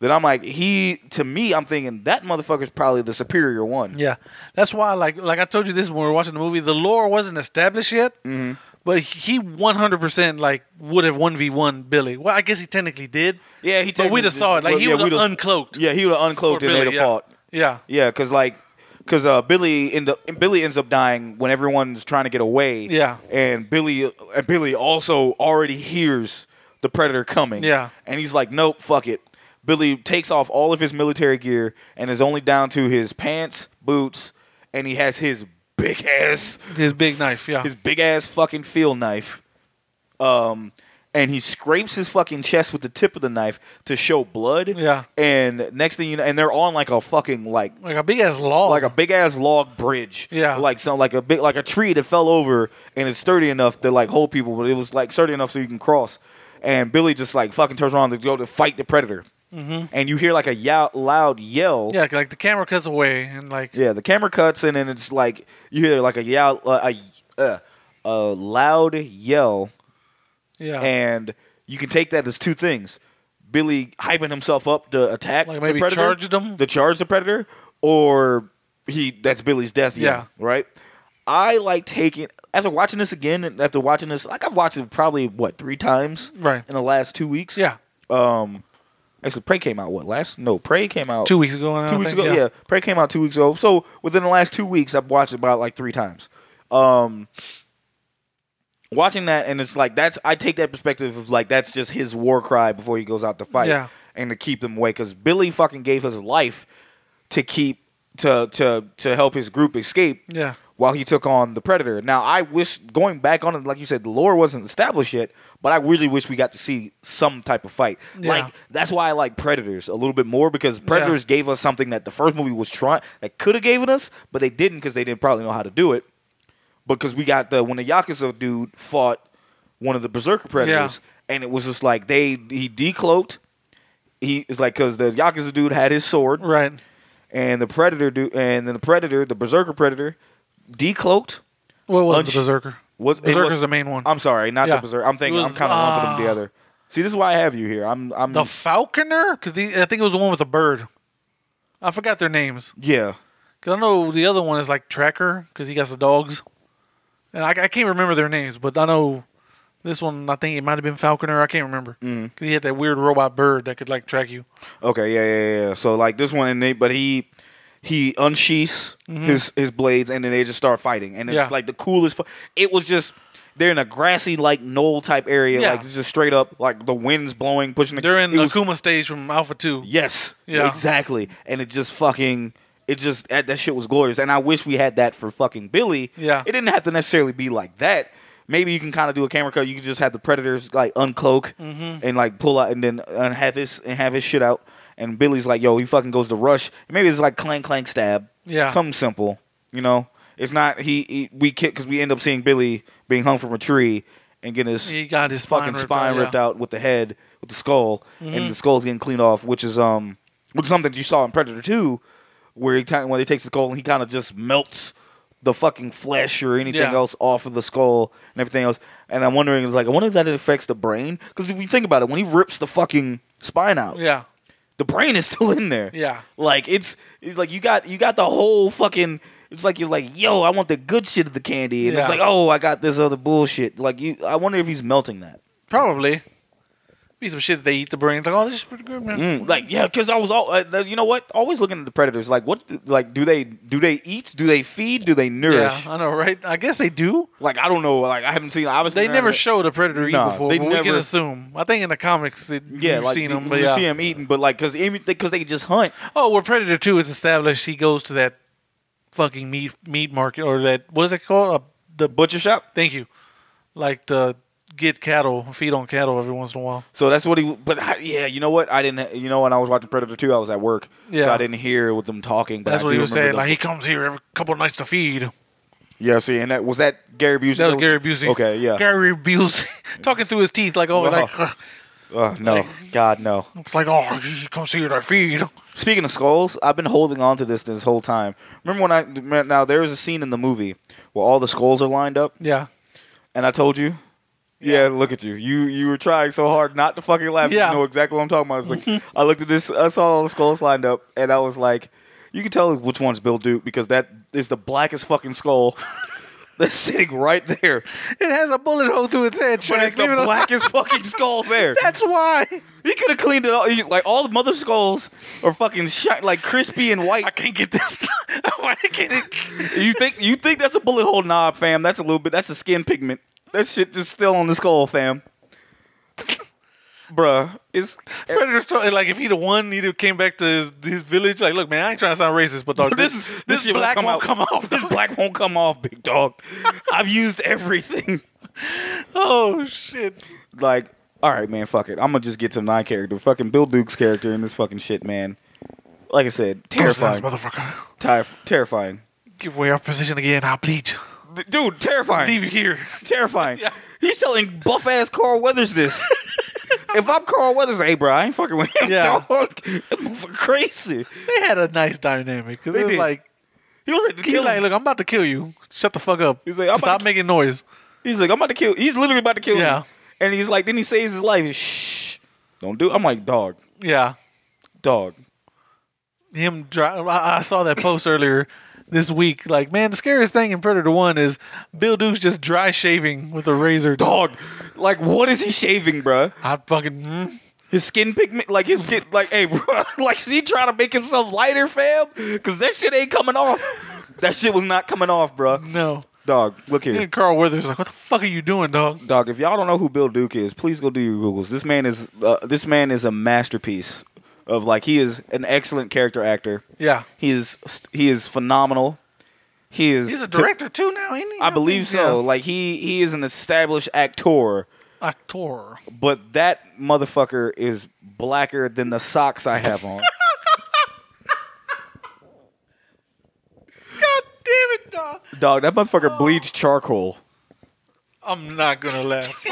Speaker 4: then I'm like he to me. I'm thinking that motherfucker's probably the superior one.
Speaker 5: Yeah, that's why. Like, like I told you this when we were watching the movie, the lore wasn't established yet, mm-hmm. but he one hundred percent like would have one v one Billy. Well, I guess he technically did.
Speaker 4: Yeah, he.
Speaker 5: But we'd have
Speaker 4: technically
Speaker 5: saw it.
Speaker 4: just-
Speaker 5: Like
Speaker 4: well,
Speaker 5: he
Speaker 4: yeah,
Speaker 5: would have
Speaker 4: we'd
Speaker 5: uncloaked.
Speaker 4: Yeah, he would have
Speaker 5: for
Speaker 4: uncloaked and they'd have
Speaker 5: yeah.
Speaker 4: fought.
Speaker 5: Yeah,
Speaker 4: Yeah, because like, because uh, Billy end up, and Billy ends up dying when everyone's trying to get away.
Speaker 5: Yeah.
Speaker 4: and Billy and Billy also already hears the predator coming.
Speaker 5: Yeah.
Speaker 4: and he's like, nope, fuck it. Billy takes off all of his military gear and is only down to his pants, boots, and he has his big ass,
Speaker 5: his big knife. Yeah,
Speaker 4: his big ass fucking field knife. Um, and he scrapes his fucking chest with the tip of the knife to show blood.
Speaker 5: Yeah.
Speaker 4: and next thing you know, and they're on like a fucking like
Speaker 5: like a big ass log.
Speaker 4: like a big ass log bridge.
Speaker 5: Oh. Yeah.
Speaker 4: Like some like a big like a tree that fell over and it's sturdy enough to like hold people, but it was like sturdy enough so you can cross. And Billy just like fucking turns around to go to fight the predator. Mm-hmm. And you hear like a yow- loud yell.
Speaker 5: yeah, like the camera cuts away and like
Speaker 4: Yeah, the camera cuts in and it's like you hear like a yow- uh, a uh, a loud yell
Speaker 5: yeah,
Speaker 4: and you can take that as two things: Billy hyping himself up to attack,
Speaker 5: Like maybe
Speaker 4: the predator,
Speaker 5: charged him?
Speaker 4: to charge the predator, or he—that's Billy's death.
Speaker 5: Yeah.
Speaker 4: yell, right. I like taking after watching this again and after watching this, like I've watched it probably what three times,
Speaker 5: Right.
Speaker 4: in the last two weeks.
Speaker 5: yeah.
Speaker 4: Um, actually, Prey came out what last? No, Prey came out
Speaker 5: Two weeks ago. I
Speaker 4: two weeks
Speaker 5: think,
Speaker 4: ago. Yeah. Prey came out two weeks ago. So within the last two weeks, I've watched it about like three times. Um, watching that, and it's like that's I take that perspective of like that's just his war cry before he goes out to fight,
Speaker 5: Yeah.
Speaker 4: and to keep them away because Billy fucking gave his life to keep to to to help his group escape.
Speaker 5: Yeah.
Speaker 4: While he took on the predator. Now I wish going back on it, like you said, the lore wasn't established yet, but I really wish we got to see some type of fight.
Speaker 5: Yeah.
Speaker 4: Like that's why I like Predators a little bit more because Predators gave us something that the first movie was trying that could have given us, but they didn't because they didn't probably know how to do it. Because we got the when the Yakuza dude fought one of the Berserker Predators, and it was just like they he decloaked. He is like because the Yakuza dude had his sword,
Speaker 5: Right.
Speaker 4: and the Predator dude, and then the Predator, the Berserker Predator, decloaked.
Speaker 5: What was
Speaker 4: Unsh-
Speaker 5: the berserker?
Speaker 4: Was, it
Speaker 5: berserker's
Speaker 4: was-
Speaker 5: the main one?
Speaker 4: I'm sorry, not
Speaker 5: Yeah.
Speaker 4: the Berserker. I'm thinking
Speaker 5: It
Speaker 4: I'm
Speaker 5: was-
Speaker 4: kind of lumping
Speaker 5: ah.
Speaker 4: them together. See, this is why I have you here. I'm I'm
Speaker 5: the falconer? Because I think it was the one with the bird. I forgot their names.
Speaker 4: yeah.
Speaker 5: Cause I know the other one is like Tracker, cause he got the dogs, and I, I can't remember their names, but I know this one. I think it might have been Falconer. I can't remember,
Speaker 4: Mm-hmm.
Speaker 5: mm. cause he had that weird robot bird that could like track you.
Speaker 4: Okay, yeah, yeah, yeah. So like this one, and they, but he he unsheaths his his blades, and then they just start fighting, and it's
Speaker 5: Mm-hmm. Yeah.
Speaker 4: like the coolest. Fu- it was just They're in a grassy like knoll type area,
Speaker 5: Yeah.
Speaker 4: like it's just straight up like the wind's blowing, pushing. The,
Speaker 5: They're in
Speaker 4: it was-
Speaker 5: Akuma stage from Alpha Two.
Speaker 4: Yes.
Speaker 5: Yeah.
Speaker 4: Exactly. And it just fucking it just that, that shit was glorious. And I wish we had that for fucking Billy.
Speaker 5: Yeah.
Speaker 4: It didn't have to necessarily be like that. Maybe you can kind of do a camera cut. You could just have the predators like uncloak
Speaker 5: Mm-hmm.
Speaker 4: and like pull out and then uh, have his and have his shit out. And Billy's like, yo, he fucking goes to rush. Maybe it's like clank clank stab.
Speaker 5: Yeah.
Speaker 4: Something simple. You know, it's not he, he we kick because we end up seeing Billy being hung from a tree and getting his
Speaker 5: He got his
Speaker 4: fucking spine ripped out with the head with the skull
Speaker 5: Mm-hmm.
Speaker 4: and the skull's getting cleaned off which is um which is something you saw in predator 2 where he kind when he takes the skull and he kind of just melts the fucking flesh or anything
Speaker 5: Yeah.
Speaker 4: else off of the skull and everything else and i'm wondering it's like i wonder if that affects the brain because if you think about it when he rips the fucking spine out
Speaker 5: Yeah.
Speaker 4: the brain is still in there
Speaker 5: Yeah.
Speaker 4: like it's it's like you got you got the whole fucking. It's like you're like, yo, I want the good shit of the candy, and it's
Speaker 5: Yeah.
Speaker 4: like, oh, I got this other bullshit. Like you, I wonder if he's melting that.
Speaker 5: Probably. Be some shit that they eat the brains. Like, oh, this is pretty good, man.
Speaker 4: Mm, like yeah, because I was all, uh, you know what? Always looking at the predators. Like what? Like do they do they eat? Do they feed? Do they
Speaker 5: yeah, uh,
Speaker 4: nourish?
Speaker 5: I know, right? I guess they do.
Speaker 4: Like I don't know. Like I haven't seen. I was
Speaker 5: They never showed a predator eat
Speaker 4: No,
Speaker 5: before.
Speaker 4: they
Speaker 5: but we can
Speaker 4: never-
Speaker 5: assume. I think in the comics, it,
Speaker 4: Yeah,
Speaker 5: you've
Speaker 4: like
Speaker 5: seen
Speaker 4: you,
Speaker 5: them. But
Speaker 4: you
Speaker 5: yeah.
Speaker 4: see him eating, but like because because they just hunt.
Speaker 5: Oh, where Predator Two is established, he goes to that fucking meat meat market or that what is it called? Uh, the
Speaker 4: Butcher shop.
Speaker 5: thank you, like the get cattle, feed on cattle every once in a while.
Speaker 4: So that's what he. But I, yeah, you know what? I didn't. You know when I was watching Predator Two, I was at work, so
Speaker 5: Yeah.
Speaker 4: I didn't hear with them talking. But
Speaker 5: That's
Speaker 4: I
Speaker 5: what
Speaker 4: do
Speaker 5: he was
Speaker 4: remember
Speaker 5: saying.
Speaker 4: the-
Speaker 5: Like he comes here every couple of nights to feed.
Speaker 4: Yeah, see, and that was that Gary Busey.
Speaker 5: That was Gary Busey.
Speaker 4: Okay, yeah.
Speaker 5: Gary Busey talking through his teeth like oh
Speaker 4: Wow.
Speaker 5: like uh,
Speaker 4: Ugh, no, God, no.
Speaker 5: it's like oh he comes here to feed.
Speaker 4: Speaking of skulls, I've been holding on to this this whole time. Remember when I now there is a scene in the movie where all the skulls are lined up,
Speaker 5: Yeah,
Speaker 4: and I told you. Yeah. look at you. You you were trying so hard not to fucking laugh.
Speaker 5: Yeah.
Speaker 4: You know exactly what I'm talking about. It's like I looked at this, I saw all the skulls lined up, and I was like, you can tell which one's Bill Duke because that is the blackest fucking skull that's sitting right there.
Speaker 5: it has a bullet hole through its head.
Speaker 4: But
Speaker 5: Shaq.
Speaker 4: it's the
Speaker 5: Leave it alone.
Speaker 4: blackest fucking skull there.
Speaker 5: That's why
Speaker 4: He could have cleaned it all. He, like all the mother skulls are fucking shot, like crispy and white.
Speaker 5: I can't get this. why can't it?
Speaker 4: You think you think that's a bullet hole knob, fam? That's a little bit. That's a skin pigment. That shit just still on the skull, fam. Bruh, it's
Speaker 5: Predator's tro- like if he'd have won, he'd have came back to his, his village. Like, look, man, I ain't trying to sound racist, but dog,
Speaker 4: this
Speaker 5: this
Speaker 4: this,
Speaker 5: this,
Speaker 4: shit
Speaker 5: black won't come,
Speaker 4: out.
Speaker 5: off.
Speaker 4: This black won't come off, big dog. I've used everything.
Speaker 5: oh shit!
Speaker 4: Like, all right, man, fuck it. I'm gonna just get to my character, fucking Bill Duke's character in this fucking shit, man. Like I said, terrifying,
Speaker 5: motherfucker.
Speaker 4: Ter- terrifying,
Speaker 5: Give away our position again. I'll bleed you.
Speaker 4: dude, terrifying.
Speaker 5: Leave you here.
Speaker 4: terrifying.
Speaker 5: Yeah.
Speaker 4: He's telling buff ass Carl Weathers this. if I'm Carl Weathers, hey bro, I ain't fucking with him,
Speaker 5: Yeah.
Speaker 4: dog. That motherfucker crazy.
Speaker 5: They had a nice dynamic because
Speaker 4: They
Speaker 5: it was
Speaker 4: did.
Speaker 5: like
Speaker 4: He was ready to
Speaker 5: he's
Speaker 4: kill
Speaker 5: like,
Speaker 4: him.
Speaker 5: look, I'm about to kill you. Shut the fuck up.
Speaker 4: He's like, I'm about
Speaker 5: stop
Speaker 4: to-
Speaker 5: making noise.
Speaker 4: He's like, I'm about to kill. He's literally about to kill
Speaker 5: Yeah.
Speaker 4: him. And he's like, then he saves his life. He's, Shh, don't do. I'm like, dog,
Speaker 5: Yeah,
Speaker 4: dog.
Speaker 5: him. Dri- I-, I saw that post earlier this week. Like, man, the scariest thing in Predator One is Bill Duke's just dry shaving with a razor.
Speaker 4: Dog, like, what is he shaving, bruh?
Speaker 5: I fucking. mm.
Speaker 4: His skin pigment, like his skin, like, hey, bro, like, is he trying to make himself lighter, fam? Because that shit ain't coming off. that shit was not coming off, bruh.
Speaker 5: No.
Speaker 4: Dog, look here.
Speaker 5: And Carl Weathers like, what the fuck are you doing, dog?
Speaker 4: Dog, if y'all don't know who Bill Duke is, please go do your googles. This man is uh, this man is a masterpiece of like he is an excellent character actor.
Speaker 5: Yeah.
Speaker 4: He is he is phenomenal. He is
Speaker 5: He's a director too now, ain't he?
Speaker 4: I believe so. Like he he is an established actor,
Speaker 5: Yeah. Actor.
Speaker 4: but that motherfucker is blacker than the socks I have on.
Speaker 5: God damn it, dog.
Speaker 4: Dog, that motherfucker bleeds charcoal.
Speaker 5: I'm not gonna laugh.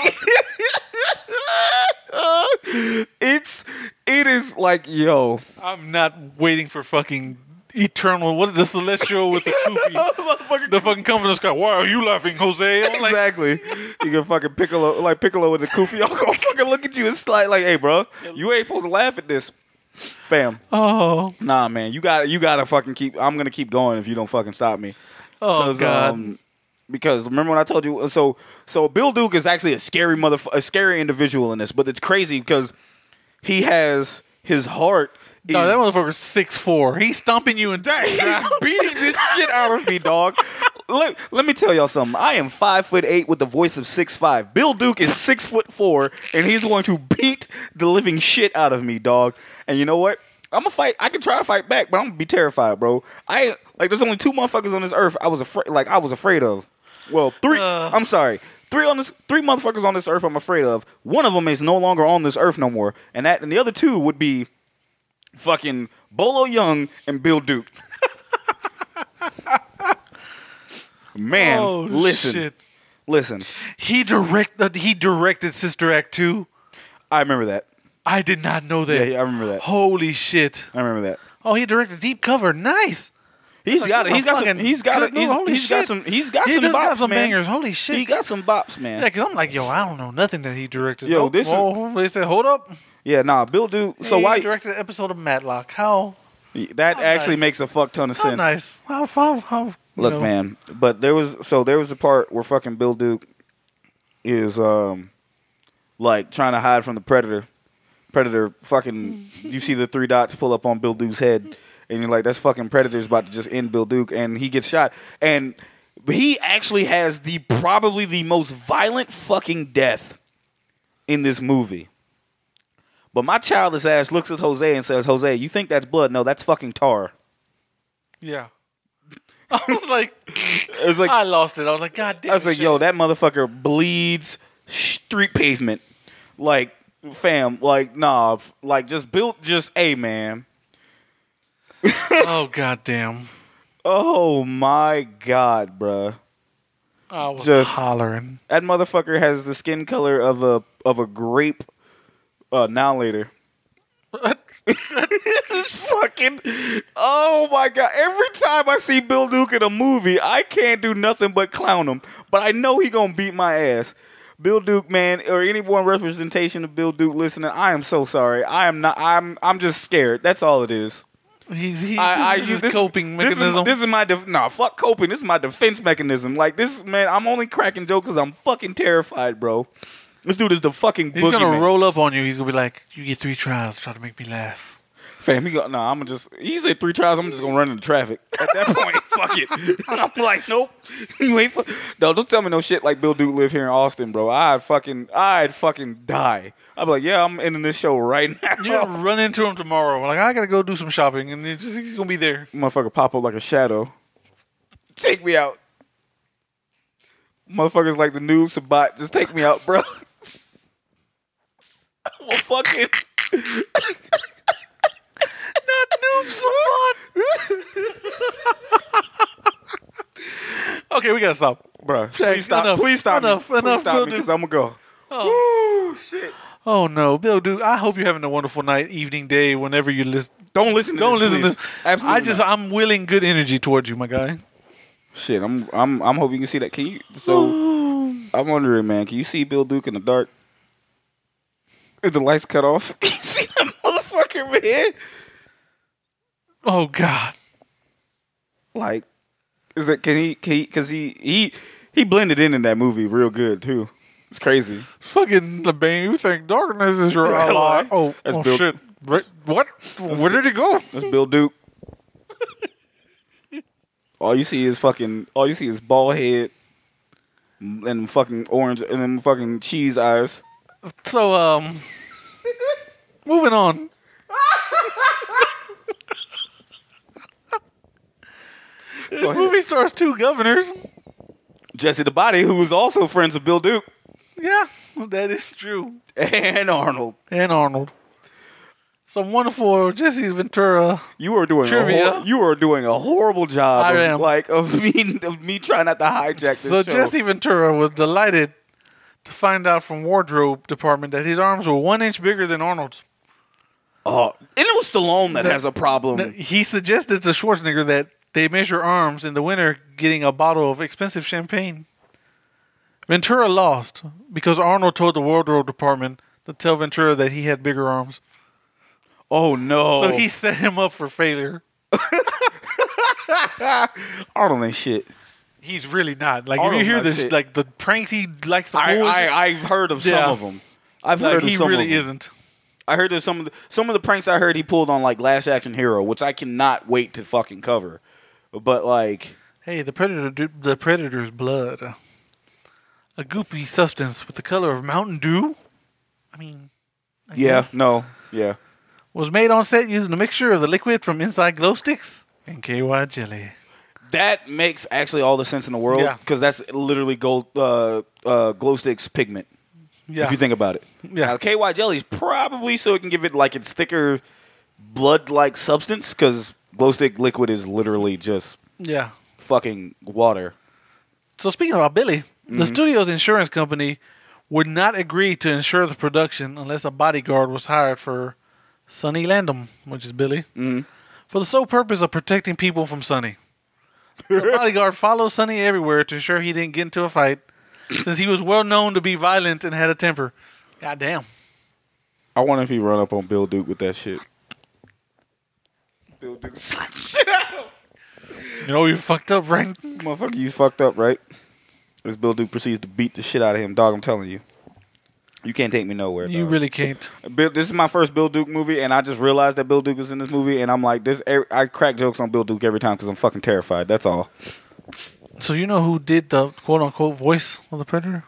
Speaker 4: It's it is like yo,
Speaker 5: I'm not waiting for fucking eternal what the celestial with the poopy.
Speaker 4: motherfucker
Speaker 5: the fucking coming to the sky. Why are you laughing, Jose? I'm like,
Speaker 4: exactly. you can fucking Piccolo, like Piccolo with the goofy. I'm gonna fucking look at you and slide like, hey, bro, you ain't supposed to laugh at this, fam.
Speaker 5: Oh,
Speaker 4: Nah, man, you got to you gotta fucking keep. I'm gonna keep going if you don't fucking stop me.
Speaker 5: oh
Speaker 4: 'Cause,
Speaker 5: god.
Speaker 4: um, because remember when I told you? So so Bill Duke is actually a scary mother, a scary individual in this, but it's crazy because he has his heart.
Speaker 5: no,
Speaker 4: is-
Speaker 5: that motherfucker's six four. He's stomping you in
Speaker 4: He's beating this shit out of me, dog. let, let me tell y'all something. I am five foot eight with the voice of six five. Bill Duke is six foot four, and he's going to beat the living shit out of me, dog. And you know what? I'm gonna fight. I can try to fight back, but I'm gonna be terrified, bro. I like. There's only two motherfuckers on this earth. I was afraid. Like I was afraid of. Well, three. I'm sorry. Three on this. Three motherfuckers on this earth. I'm afraid of. One of them is no longer on this earth no more, and that and the other two would be fucking Bolo Young and Bill Duke. Man,
Speaker 5: Oh,
Speaker 4: listen,
Speaker 5: shit.
Speaker 4: listen.
Speaker 5: He direct uh, he directed Sister Act 2.
Speaker 4: I remember that.
Speaker 5: I did not know that.
Speaker 4: Yeah, yeah, I remember that.
Speaker 5: Holy shit.
Speaker 4: I remember that.
Speaker 5: Oh, he directed Deep Cover. Nice.
Speaker 4: He's
Speaker 5: Like,
Speaker 4: got it.
Speaker 5: he's a
Speaker 4: He's got some.
Speaker 5: fucking
Speaker 4: He's got
Speaker 5: good
Speaker 4: it. He's,
Speaker 5: dude. Holy
Speaker 4: he's got
Speaker 5: shit.
Speaker 4: some. He's got
Speaker 5: He
Speaker 4: some
Speaker 5: does
Speaker 4: bops,
Speaker 5: got some
Speaker 4: man.
Speaker 5: bangers. Holy shit.
Speaker 4: He got some bops, man.
Speaker 5: Yeah, because I'm like, yo, I don't know nothing that he directed.
Speaker 4: Yo,
Speaker 5: Oh,
Speaker 4: this is-
Speaker 5: whoa, they said, hold up.
Speaker 4: Yeah, nah, Bill Duke. So
Speaker 5: he
Speaker 4: why
Speaker 5: directed an episode of Matlock? How,
Speaker 4: that
Speaker 5: How
Speaker 4: actually
Speaker 5: nice.
Speaker 4: makes a fuck ton of
Speaker 5: how
Speaker 4: sense.
Speaker 5: nice? How how how? you
Speaker 4: Look,
Speaker 5: know.
Speaker 4: man. But there was so there was a part where fucking Bill Duke is um like trying to hide from the predator. Predator fucking
Speaker 5: Mm.
Speaker 4: you see the three dots pull up on Bill Duke's head and you're like, that's fucking Predator's about to just end Bill Duke and he gets shot. And he actually has the probably the most violent fucking death in this movie. But my childish ass looks at Jose and says, Jose, you think that's blood? No, that's fucking tar.
Speaker 5: Yeah. I was like,
Speaker 4: It was like
Speaker 5: I lost it. I was like, God damn.
Speaker 4: I was like,
Speaker 5: shit.
Speaker 4: yo, that motherfucker bleeds street pavement. Like, fam, like, nah, f- like, just built, just, a man.
Speaker 5: oh god damn.
Speaker 4: Oh my god, bruh.
Speaker 5: I was
Speaker 4: Just-
Speaker 5: hollering.
Speaker 4: That motherfucker has the skin color of a of a grape. Uh, now later. this fucking. Oh my god! Every time I see Bill Duke in a movie, I can't do nothing but clown him. But I know he gonna beat my ass. Bill Duke, man, or anyone representation of Bill Duke listening, I am so sorry. I am not. I'm. I'm just scared. That's all it is.
Speaker 5: He's he,
Speaker 4: I, I
Speaker 5: this is
Speaker 4: use
Speaker 5: his coping mechanism.
Speaker 4: This is, my def- nah, fuck coping. This is my defense mechanism. Like this, man. I'm only cracking jokes because I'm fucking terrified, bro. This dude is the fucking
Speaker 5: He's gonna
Speaker 4: boogeyman.
Speaker 5: roll up on you. He's gonna be like, "You get three trials. to Try to make me laugh."
Speaker 4: Fam, he go, nah, I'm gonna just. He said three tries. I'm just gonna run into traffic. At that point, fuck it. I'm like, nope. You ain't. Fu- no, don't tell me no shit like Bill Duke live here in Austin, bro. I'd fucking, I'd fucking die. I'd be like, yeah, I'm ending this show right now.
Speaker 5: You're gonna run into him tomorrow. Like, I gotta go do some shopping, and he just, he's gonna be there.
Speaker 4: motherfucker pop up like a shadow. Take me out. Motherfuckers like the noob Sabat. Just take me out, bro. well, fucking.
Speaker 5: Not noob Sabat. okay, we gotta stop.
Speaker 4: Bro, please stop.
Speaker 5: enough,
Speaker 4: please stop
Speaker 5: enough,
Speaker 4: me.
Speaker 5: enough,
Speaker 4: please stop me
Speaker 5: Bill
Speaker 4: because I'm going to go. Woo, shit.
Speaker 5: Oh no, Bill, dude. I hope you're having a wonderful night, evening, day, whenever you listen.
Speaker 4: Don't listen to
Speaker 5: Don't
Speaker 4: this.
Speaker 5: listen to
Speaker 4: please.
Speaker 5: this.
Speaker 4: Absolutely.
Speaker 5: I just,
Speaker 4: not.
Speaker 5: I'm willing good energy towards you, my guy.
Speaker 4: Shit, I'm, I'm, I'm hoping you can see that. Can you? So, I'm wondering, man, can you see Bill Duke in the dark? Is the lights cut off? you see that motherfucker, man?
Speaker 5: Oh God.
Speaker 4: like is it can he can he because he he he blended in in that movie real good too it's crazy
Speaker 5: Fucking the bane, you think darkness is your
Speaker 4: Right.
Speaker 5: ally? Oh,
Speaker 4: That's
Speaker 5: oh
Speaker 4: Bill-
Speaker 5: shit! Ra- What? Where did it go?
Speaker 4: that's bill duke all you see is fucking all you see is bald head and fucking orange and then fucking cheese eyes
Speaker 5: So, um, moving on. this
Speaker 4: Go ahead.
Speaker 5: movie stars two governors.
Speaker 4: jesse the body who was also friends with bill duke
Speaker 5: Yeah, that is true.
Speaker 4: and arnold
Speaker 5: And Arnold. Some wonderful Jesse Ventura.
Speaker 4: you are doing A
Speaker 5: Trivia.
Speaker 4: hor- you are doing a horrible job
Speaker 5: I
Speaker 4: of,
Speaker 5: am.
Speaker 4: like of me of me trying not to hijack this
Speaker 5: So
Speaker 4: show.
Speaker 5: Jesse Ventura was delighted to find out from wardrobe department that his arms were one inch bigger than Arnold's.
Speaker 4: oh and it was Stallone that
Speaker 5: No,
Speaker 4: has a problem
Speaker 5: No, He suggested to Schwarzenegger that they measure arms in the winter getting a bottle of expensive champagne. Ventura lost because Arnold told the wardrobe department to tell Ventura that he had bigger arms.
Speaker 4: oh no
Speaker 5: So he set him up for failure.
Speaker 4: Arnold ain't shit.
Speaker 5: He's really not. Like
Speaker 4: Arnold's
Speaker 5: if you hear
Speaker 4: not
Speaker 5: this,
Speaker 4: shit.
Speaker 5: like the pranks he likes to
Speaker 4: I,
Speaker 5: pull,
Speaker 4: I I've heard of
Speaker 5: Yeah.
Speaker 4: some of them. I've
Speaker 5: like,
Speaker 4: heard of
Speaker 5: he
Speaker 4: some
Speaker 5: really
Speaker 4: of 'em.
Speaker 5: isn't.
Speaker 4: I heard of some of the some of the pranks I heard he pulled on like Last Action Hero, which I cannot wait to fucking cover. But like,
Speaker 5: Hey, the predator, d- the predator's blood, a goopy substance with the color of Mountain Dew. I mean, I
Speaker 4: Yeah,
Speaker 5: guess,
Speaker 4: no, yeah.
Speaker 5: was made on set using a mixture of the liquid from inside glow sticks and KY jelly.
Speaker 4: That makes actually all the sense in the world
Speaker 5: Yeah.
Speaker 4: because that's literally gold uh, uh, glow sticks pigment.
Speaker 5: Yeah,
Speaker 4: If you think about it,
Speaker 5: Yeah.
Speaker 4: Now, KY jelly is probably so it can give it like its thicker blood-like substance because glow stick liquid is literally just
Speaker 5: yeah.
Speaker 4: fucking water.
Speaker 5: So speaking about Billy, the
Speaker 4: Mm-hmm.
Speaker 5: studio's insurance company would not agree to insure the production unless a bodyguard was hired for Sonny Landham, which is Billy,
Speaker 4: Mm-hmm.
Speaker 5: for the sole purpose of protecting people from Sonny. The bodyguard followed Sonny everywhere to ensure he didn't get into a fight, since he was well known to be violent and had a temper. God damn.
Speaker 4: I wonder if he run up on Bill Duke with that shit. Bill Duke, slap the shit out. of him.
Speaker 5: You know you fucked up, right?
Speaker 4: Motherfucker, you fucked up, right? As Bill Duke proceeds to beat the shit out of him, dog. I'm telling you, you can't take me nowhere.
Speaker 5: You
Speaker 4: dog.
Speaker 5: really can't.
Speaker 4: Bill, this is my first Bill Duke movie, and I just realized that Bill Duke is in this movie, and I'm like, this. er- I crack jokes on Bill Duke every time because I'm fucking terrified. That's all.
Speaker 5: So you know who did the quote unquote voice of the predator?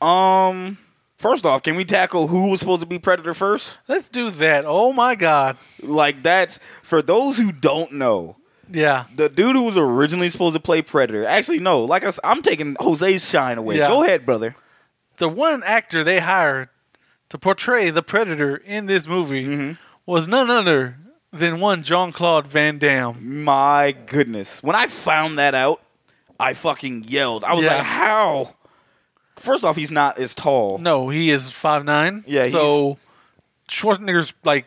Speaker 4: Um, first off, can we tackle who was supposed to be Predator first?
Speaker 5: Let's do that. Oh my god.
Speaker 4: Like, that's for those who don't know.
Speaker 5: Yeah.
Speaker 4: The dude who was originally supposed to play Predator, actually no, like I, am taking Jose's shine away.
Speaker 5: Yeah.
Speaker 4: Go ahead, brother.
Speaker 5: the one actor they hired to portray the predator in this movie was none other than one Jean Claude Van Damme.
Speaker 4: My goodness, when I found that out, I fucking yelled. I was
Speaker 5: Yeah.
Speaker 4: like, how? First off, he's not as tall.
Speaker 5: No, he is five nine.
Speaker 4: Yeah, he's-
Speaker 5: So Schwarzenegger's like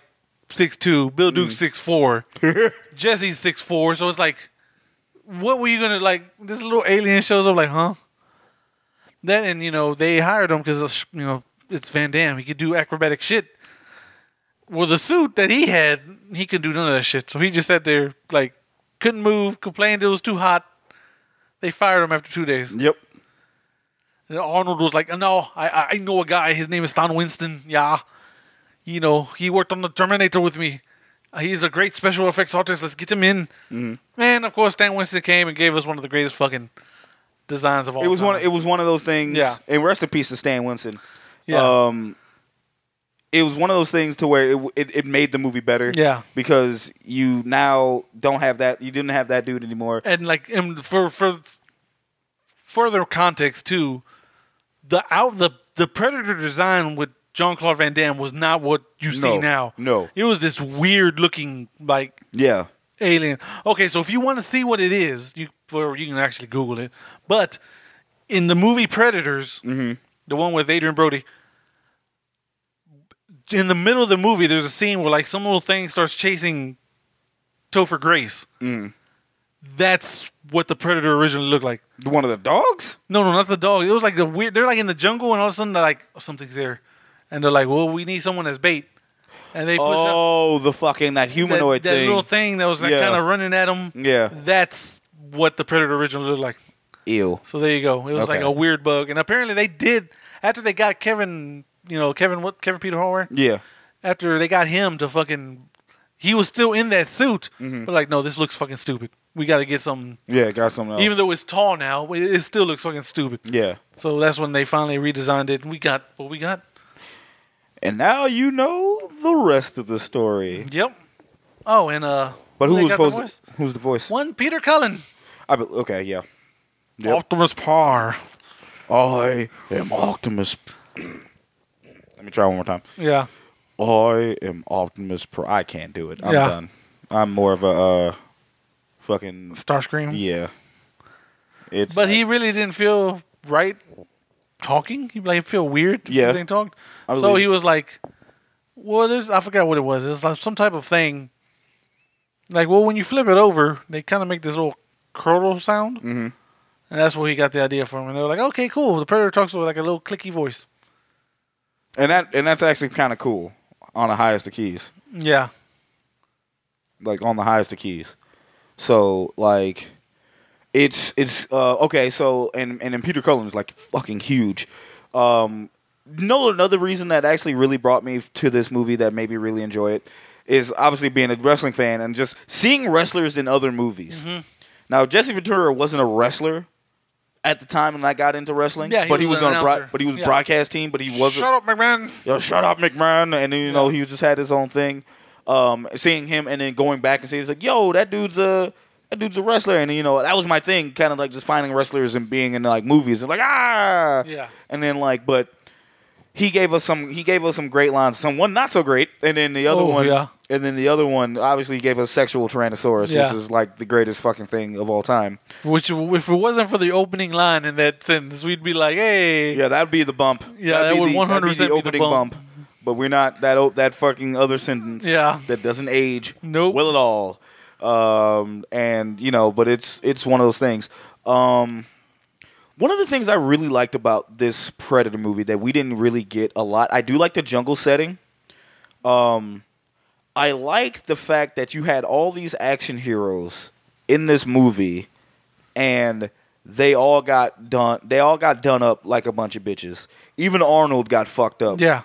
Speaker 5: six two. Bill Duke's
Speaker 4: Mm.
Speaker 5: six four. Jesse's six four. So it's like, what were you gonna like? This little alien shows up like, huh? Then and you know they hired him because you know it's Van Damme. He could do acrobatic shit. Well, the suit that he had, he could do none of that shit. So he just sat there like couldn't move, complained it was too hot. They fired him after two days.
Speaker 4: Yep.
Speaker 5: And Arnold was like, "No, I- I I know a guy. His name is Stan Winston. Yeah, you know he worked on the Terminator with me. Uh, He's a great special effects artist. Let's get him in."
Speaker 4: Mm-hmm.
Speaker 5: And of course, Stan Winston came and gave us one of the greatest fucking designs of all.
Speaker 4: It was
Speaker 5: time.
Speaker 4: one. It was one of those things.
Speaker 5: Yeah.
Speaker 4: And rest in peace to Stan Winston.
Speaker 5: yeah,
Speaker 4: Um, it was one of those things to where it, it it made the movie better.
Speaker 5: Yeah.
Speaker 4: Because you now don't have that. You didn't have that dude anymore.
Speaker 5: and like and for for further context too, the out the the Predator design with Jean Claude Van Damme was not what you
Speaker 4: No,
Speaker 5: see now.
Speaker 4: no.
Speaker 5: it was this weird looking like
Speaker 4: Yeah.
Speaker 5: alien. Okay, so if you want to see what it is, you or you can actually Google it. But in the movie Predators,
Speaker 4: Mm-hmm.
Speaker 5: the one with Adrian Brody, in the middle of the movie, there's a scene where like some little thing starts chasing Topher Grace.
Speaker 4: Mm.
Speaker 5: That's what the Predator originally looked like.
Speaker 4: One of the dogs.
Speaker 5: No, no, not the dog. It was like the weird. They're like in the jungle, and all of a sudden, they're like "Oh, something's there, and they're like, "Well, we need someone as bait," and they push up
Speaker 4: Oh, the fucking that
Speaker 5: that,
Speaker 4: humanoid
Speaker 5: that
Speaker 4: thing.
Speaker 5: little thing that was like
Speaker 4: Yeah. Mm-hmm.
Speaker 5: kind of running at him.
Speaker 4: Yeah.
Speaker 5: that's what the predator originally looked like.
Speaker 4: Ew.
Speaker 5: So there you go. It was like
Speaker 4: Okay.
Speaker 5: a weird bug, and apparently they did after they got Kevin. You know, Kevin what? Kevin Peter Hallward.
Speaker 4: Yeah.
Speaker 5: After they got him to fucking, he was still in that suit,
Speaker 4: Mm-hmm.
Speaker 5: but like, no, this looks fucking stupid. We got to get something.
Speaker 4: Yeah. Got something else.
Speaker 5: Even though it's tall now, it, it still looks fucking stupid.
Speaker 4: yeah.
Speaker 5: So that's when they finally redesigned it, and we got what we got.
Speaker 4: And now you know the rest of the story.
Speaker 5: Yep. Oh, and uh,
Speaker 4: But who
Speaker 5: they
Speaker 4: was
Speaker 5: got the
Speaker 4: supposed?
Speaker 5: voice?
Speaker 4: To, who's the voice?
Speaker 5: One Peter Cullen.
Speaker 4: I be, okay. Yeah. Yep.
Speaker 5: Optimus Parr.
Speaker 4: I am Optimus. Let me try one more time.
Speaker 5: Yeah.
Speaker 4: I am Optimus Pro. I can't do it. I'm
Speaker 5: Yeah.
Speaker 4: done. I'm more of a uh, fucking
Speaker 5: Starscream.
Speaker 4: yeah. It's
Speaker 5: But he really didn't feel right talking. He like feel weird.
Speaker 4: Yeah.
Speaker 5: When he talked.
Speaker 4: I
Speaker 5: So
Speaker 4: believe
Speaker 5: he
Speaker 4: it.
Speaker 5: was like, "Well, there's I forgot what it was. It's like some type of thing. Like, well, when you flip it over, they kind of make this little curdle sound, mm-hmm. and that's where he got the idea from. And they were like, "Okay, cool. The predator talks with like a little clicky voice."
Speaker 4: and that and that's actually kind of cool on the highest of keys,
Speaker 5: Yeah.
Speaker 4: like on the highest of keys. So like, it's it's uh, okay. So and and then Peter Cullen's like fucking huge. Um, no, another reason that actually really brought me to this movie that made me really
Speaker 5: Mm-hmm.
Speaker 4: enjoy it is obviously being a wrestling fan and just seeing wrestlers in other movies. Now Jesse Ventura wasn't a wrestler at the time when I got into wrestling.
Speaker 5: Yeah, he
Speaker 4: but he was
Speaker 5: was an
Speaker 4: on a broad,
Speaker 5: announcer.
Speaker 4: but he was
Speaker 5: Yeah.
Speaker 4: broadcast team, but he wasn't.
Speaker 5: Shut up, McMahon.
Speaker 4: Yo, shut up, McMahon, and then you know he just had his own thing. Um, seeing him and then going back and seeing it's like, yo, that dude's a that dude's a wrestler, and you know that was my thing, kind of like just finding wrestlers and being in like movies and like ah,
Speaker 5: Yeah.
Speaker 4: and then like but. He gave us some. He gave us some great lines. Some one not so great, and then the other
Speaker 5: Oh,
Speaker 4: one.
Speaker 5: yeah.
Speaker 4: And then the other one obviously gave us sexual Tyrannosaurus,
Speaker 5: Yeah.
Speaker 4: which is like the greatest fucking thing of all time.
Speaker 5: Which, if it wasn't for the opening line in that sentence, we'd be like, hey.
Speaker 4: Yeah, that would be the bump.
Speaker 5: Yeah,
Speaker 4: That'd
Speaker 5: that
Speaker 4: be
Speaker 5: would
Speaker 4: the-
Speaker 5: 100%
Speaker 4: that'd
Speaker 5: be the
Speaker 4: opening
Speaker 5: bump.
Speaker 4: But we're not that o- that fucking other sentence.
Speaker 5: Yeah.
Speaker 4: that doesn't age.
Speaker 5: Nope.
Speaker 4: will at all. Um, and you know, but it's it's one of those things. Um, one of the things I really liked about this Predator movie that we didn't really get a lot. I do like the jungle setting. Um, I like the fact that you had all these action heroes in this movie, and they all got done. They all got done up like a bunch of bitches. Even Arnold got fucked up.
Speaker 5: Yeah.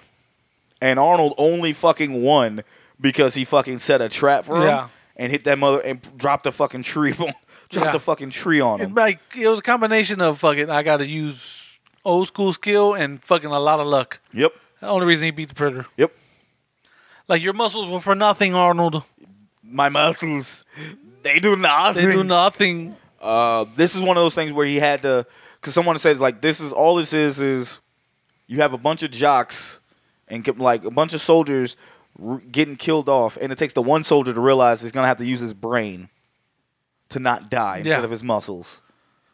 Speaker 4: And Arnold only fucking won because he fucking set a trap for
Speaker 5: Yeah.
Speaker 4: him and hit that mother and dropped a fucking tree on dropped
Speaker 5: Yeah.
Speaker 4: a fucking tree on
Speaker 5: It,
Speaker 4: him.
Speaker 5: like, it was a combination of fucking, I got to use old school skill and fucking a lot of luck.
Speaker 4: Yep.
Speaker 5: The only reason he beat the Predator.
Speaker 4: Yep.
Speaker 5: Like, your muscles were for nothing, Arnold.
Speaker 4: My muscles they do nothing.
Speaker 5: They do nothing.
Speaker 4: Uh, this is one of those things where he had to cuz someone says like this is all this is is you have a bunch of jocks and kept, like a bunch of soldiers r- getting killed off and it takes the one soldier to realize he's going to have to use his brain to not die instead
Speaker 5: Yeah.
Speaker 4: of his muscles.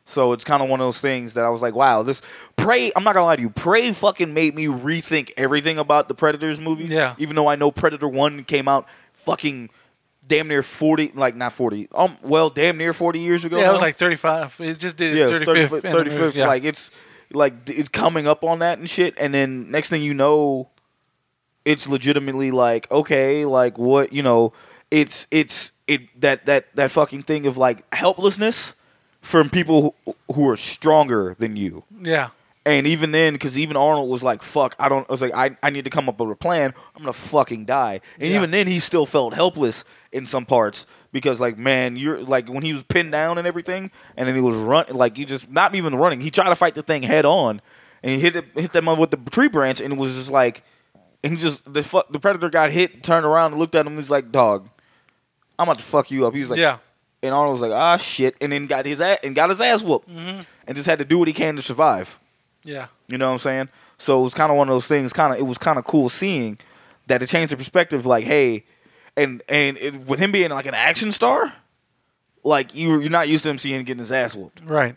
Speaker 4: So it's kind of one of those things that I was like, wow, this Prey, I'm not going to lie to you. Prey fucking made me rethink everything about the Predators movies.
Speaker 5: Yeah.
Speaker 4: Even though I know Predator 1 came out fucking damn near 40, like not 40, um, well, damn near 40 years ago.
Speaker 5: Yeah, it was
Speaker 4: now.
Speaker 5: like 35. It just did
Speaker 4: Yeah,
Speaker 5: its
Speaker 4: it's
Speaker 5: 35th.
Speaker 4: 35th,
Speaker 5: anniversary.
Speaker 4: 35th,
Speaker 5: Yeah.
Speaker 4: Like it's like d- it's coming up on that and shit. And then next thing you know, it's legitimately like okay, like what you know, it's it's it that that that fucking thing of like helplessness from people who, who are stronger than you.
Speaker 5: yeah.
Speaker 4: And even then, because even Arnold was like, "Fuck, I don't." I was like, "I, I need to come up with a plan. I'm gonna fucking die." And
Speaker 5: Yeah.
Speaker 4: even then, he still felt helpless in some parts because, like, man, you're like when he was pinned down and everything, and then he was run like he just not even running. He tried to fight the thing head on, and he hit it, hit them with the tree branch, and it was just like, and he just the fu- the predator got hit, turned around, and looked at him. He's like, "Dog, I'm about to fuck you up." He was like,
Speaker 5: yeah.
Speaker 4: And Arnold was like, "Ah, shit," and then got his ass and got his ass whooped,
Speaker 5: Mm-hmm.
Speaker 4: and just had to do what he can to survive.
Speaker 5: Yeah.
Speaker 4: You know what I'm saying? So it was kind of one of those things. Kind of, it was kind of cool seeing that it changed the perspective. Like, hey, and and it, with him being like an action star, like you you're not used to him seeing him getting his ass whooped.
Speaker 5: Right.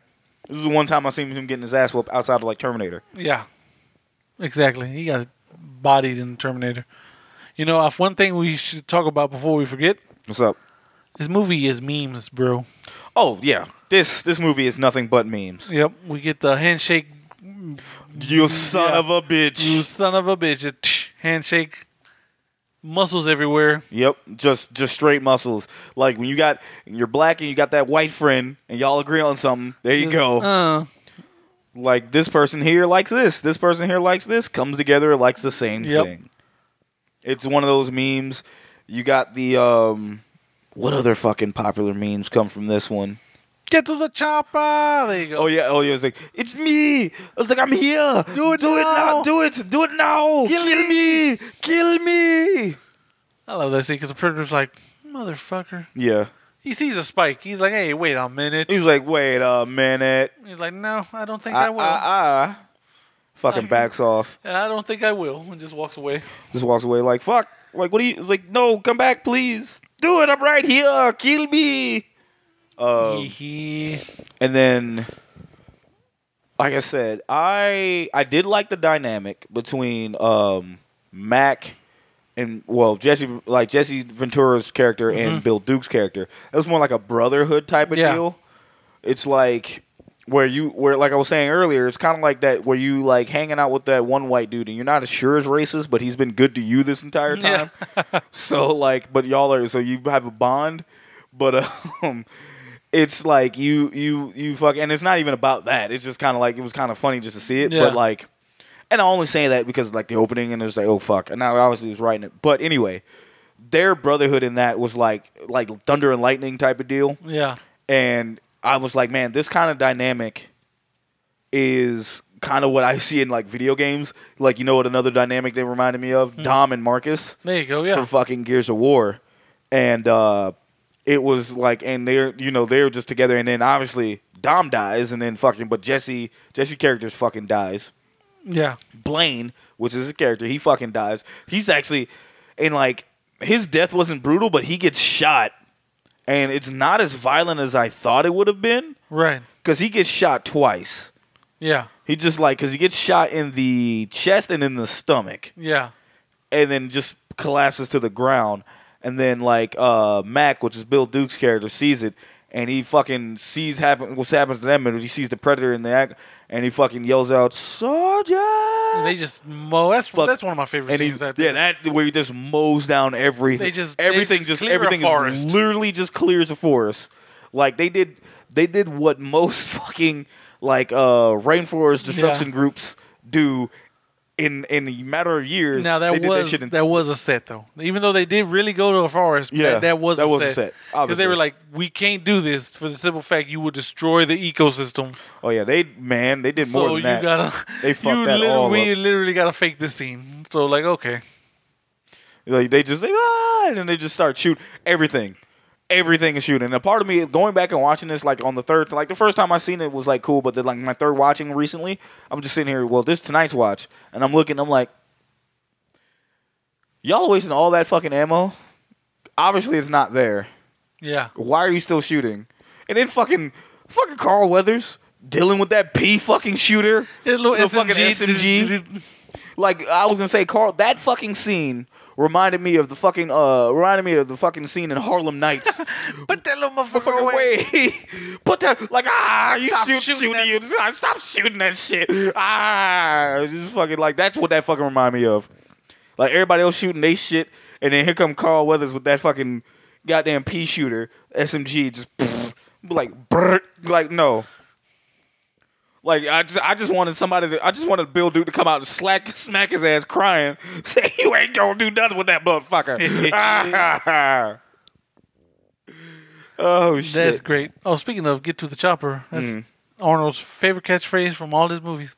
Speaker 4: This is the one time I seen him getting his ass whooped outside of like Terminator.
Speaker 5: Yeah. Exactly. He got bodied in Terminator. You know, if one thing we should talk about before we forget,
Speaker 4: What's up?
Speaker 5: this movie is memes, bro.
Speaker 4: Oh yeah, this this movie is nothing but memes.
Speaker 5: Yep. We get the handshake,
Speaker 4: You son
Speaker 5: Yeah.
Speaker 4: of a bitch.
Speaker 5: you son of a bitch. a tsh, handshake, muscles everywhere.
Speaker 4: Yep, just just straight muscles. Like when you got you're black and you got that white friend and y'all agree on something. There you go.
Speaker 5: Uh,
Speaker 4: like this person here likes this, this person here likes this, comes together likes the same
Speaker 5: Yep.
Speaker 4: thing. It's one of those memes. You got the um what other fucking popular memes come from this one?
Speaker 5: get to the chopper. There you go.
Speaker 4: Oh yeah, oh yeah, it's like it's me. It's like I'm here.
Speaker 5: Do it
Speaker 4: do it
Speaker 5: now.
Speaker 4: now. Do it. Do it now.
Speaker 5: Kill
Speaker 4: me. Kill me.
Speaker 5: I love that scene because the predator's like, motherfucker.
Speaker 4: Yeah.
Speaker 5: He sees a spike. He's like, hey, wait a minute.
Speaker 4: He's like, "Wait a minute."
Speaker 5: He's like, no, I don't think
Speaker 4: I
Speaker 5: I, will. I,
Speaker 4: I, I fucking
Speaker 5: Okay.
Speaker 4: backs off.
Speaker 5: don't think I will. And just walks away.
Speaker 4: just walks away like fuck like what do you it's like no come back please do it i'm right here kill me Oh. Um,
Speaker 5: Hee hee.
Speaker 4: and then like i said i i did like the dynamic between um mac and well jesse like jesse ventura's character and bill duke's character it was more like a brotherhood type of
Speaker 5: Mm-hmm. Yeah.
Speaker 4: deal it's like where you where like i was saying earlier it's kind of like that where you like hanging out with that one white dude and you're not as sure as racist but he's been good to you this entire
Speaker 5: Yeah.
Speaker 4: time so like but y'all are so you have a bond but um it's like you you you fuck and it's not even about that it's just kind of like it was kind of funny just to see it
Speaker 5: Yeah.
Speaker 4: but like and i only say that because like the opening and it was like oh fuck and i obviously was writing it but anyway their brotherhood in that was like like thunder and lightning type of deal
Speaker 5: Yeah.
Speaker 4: and I was like, man, this kind of dynamic is kind of what I see in like video games. Like, you know what? Another dynamic they reminded me of Dom and Marcus
Speaker 5: There you go. Yeah.
Speaker 4: from fucking Gears of War, and uh, it was like, and they're you know they're just together, and then obviously Dom dies, and then fucking but Jesse Jesse characters fucking dies.
Speaker 5: yeah.
Speaker 4: Blaine, which is his character, he fucking dies. He's actually, and like his death wasn't brutal, but he gets shot, and it's not as violent as I thought it would have been
Speaker 5: Right.
Speaker 4: because he gets shot twice.
Speaker 5: Yeah.
Speaker 4: He just like because he gets shot in the chest and in the stomach
Speaker 5: Yeah.
Speaker 4: and then just collapses to the ground. And then like uh, Mac, which is Bill Duke's character, sees it, and he fucking sees happen what happens to them, and he sees the predator in the act, and he fucking yells out, "Soldier!"
Speaker 5: And they just mo. That's
Speaker 4: Fuck.
Speaker 5: that's one of my favorite
Speaker 4: And he,
Speaker 5: scenes. I think.
Speaker 4: yeah, that where he just mows down everything.
Speaker 5: They just- they
Speaker 4: everything
Speaker 5: just
Speaker 4: just,
Speaker 5: clear a
Speaker 4: everything is
Speaker 5: forest.
Speaker 4: literally just clears a forest. Like they did, they did what most fucking like uh rainforest destruction groups do in in a matter of years.
Speaker 5: Now
Speaker 4: they
Speaker 5: that
Speaker 4: did
Speaker 5: was
Speaker 4: that shit in
Speaker 5: that was a set though. Even though they did really go to a forest,
Speaker 4: Yeah,
Speaker 5: that, that was
Speaker 4: that
Speaker 5: a
Speaker 4: was a
Speaker 5: set.
Speaker 4: set,
Speaker 5: because they
Speaker 4: obviously.
Speaker 5: were like, we can't do this for the simple fact you will destroy the ecosystem.
Speaker 4: Oh yeah, they man, they did more
Speaker 5: so
Speaker 4: than
Speaker 5: you
Speaker 4: that.
Speaker 5: gotta,
Speaker 4: They fucked
Speaker 5: you
Speaker 4: that
Speaker 5: literally,
Speaker 4: all
Speaker 5: we
Speaker 4: up.
Speaker 5: literally gotta fake this scene. So like, okay,
Speaker 4: Like they just like ah, and then they just start shoot everything, everything is shooting. And a part of me going back and watching this like on the third, like the first time I seen it was like cool, but then like my third watching recently, I'm just sitting here. Well, this tonight's watch, and I'm looking, I'm like, y'all wasting all that fucking ammo. Obviously, it's not there.
Speaker 5: yeah,
Speaker 4: Why are you still shooting? And then fucking fucking Carl Weathers dealing with that P fucking shooter.
Speaker 5: It lo-
Speaker 4: The fucking SMG. like I was gonna say, Carl, that fucking scene reminded me of the fucking uh reminded me of the fucking scene in Harlem Nights.
Speaker 5: Put that little motherfucker
Speaker 4: fucking
Speaker 5: away.
Speaker 4: way, put that like ah, you
Speaker 5: Stop
Speaker 4: shoot,
Speaker 5: shooting
Speaker 4: shooting,
Speaker 5: that-
Speaker 4: you ah, stop shooting that shit. Ah, it's just fucking like that's what that fucking remind me of. Like everybody else shooting they shit, and then here come Carl Weathers with that fucking goddamn pea shooter SMG, just like brrrt, like no. Like I just I just wanted somebody to I just wanted Bill Duke to come out and slack smack his ass crying, say you ain't gonna do nothing with that motherfucker. Ah. oh shit. Mm.
Speaker 5: That's great. Oh, speaking of, get to the chopper. That's Arnold's favorite catchphrase from all his movies.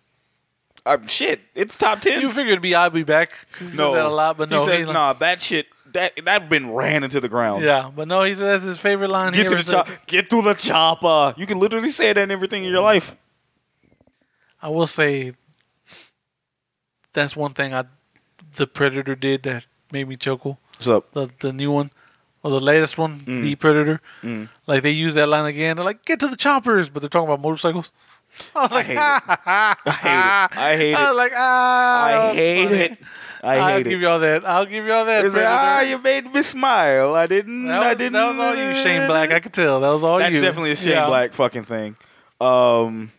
Speaker 4: Uh, shit, it's top ten.
Speaker 5: You figure it'd be "I'll be back." 'cause He says that a lot, but no,
Speaker 4: he
Speaker 5: he
Speaker 4: said,
Speaker 5: like-
Speaker 4: nah, that shit that that been ran into the ground.
Speaker 5: yeah, but no, he says that's his favorite line.
Speaker 4: get to
Speaker 5: here
Speaker 4: the
Speaker 5: is,
Speaker 4: chop, get to the chopper. You can literally say that in everything in your life.
Speaker 5: I will say that's one thing I the Predator did that made me chuckle.
Speaker 4: What's up?
Speaker 5: The the new one or the latest one,
Speaker 4: Mm.
Speaker 5: the Predator. Like they use that line again. They're like, "Get to the choppers," but they're talking about motorcycles. I was like,
Speaker 4: hate it.
Speaker 5: ah,
Speaker 4: I hate it. I hate
Speaker 5: I was
Speaker 4: it.
Speaker 5: like, ah, that
Speaker 4: I
Speaker 5: was
Speaker 4: hate
Speaker 5: funny.
Speaker 4: it. I
Speaker 5: I'll
Speaker 4: hate
Speaker 5: give
Speaker 4: it.
Speaker 5: y'all that. I'll give y'all that.
Speaker 4: It's like,
Speaker 5: Predator.
Speaker 4: ah, you made me smile. I didn't.
Speaker 5: that, was,
Speaker 4: I didn't.
Speaker 5: that was all you, Shane Black. I could tell that was all
Speaker 4: That's
Speaker 5: Oh, you.
Speaker 4: definitely a Shane
Speaker 5: Yeah.
Speaker 4: Black fucking thing. Um,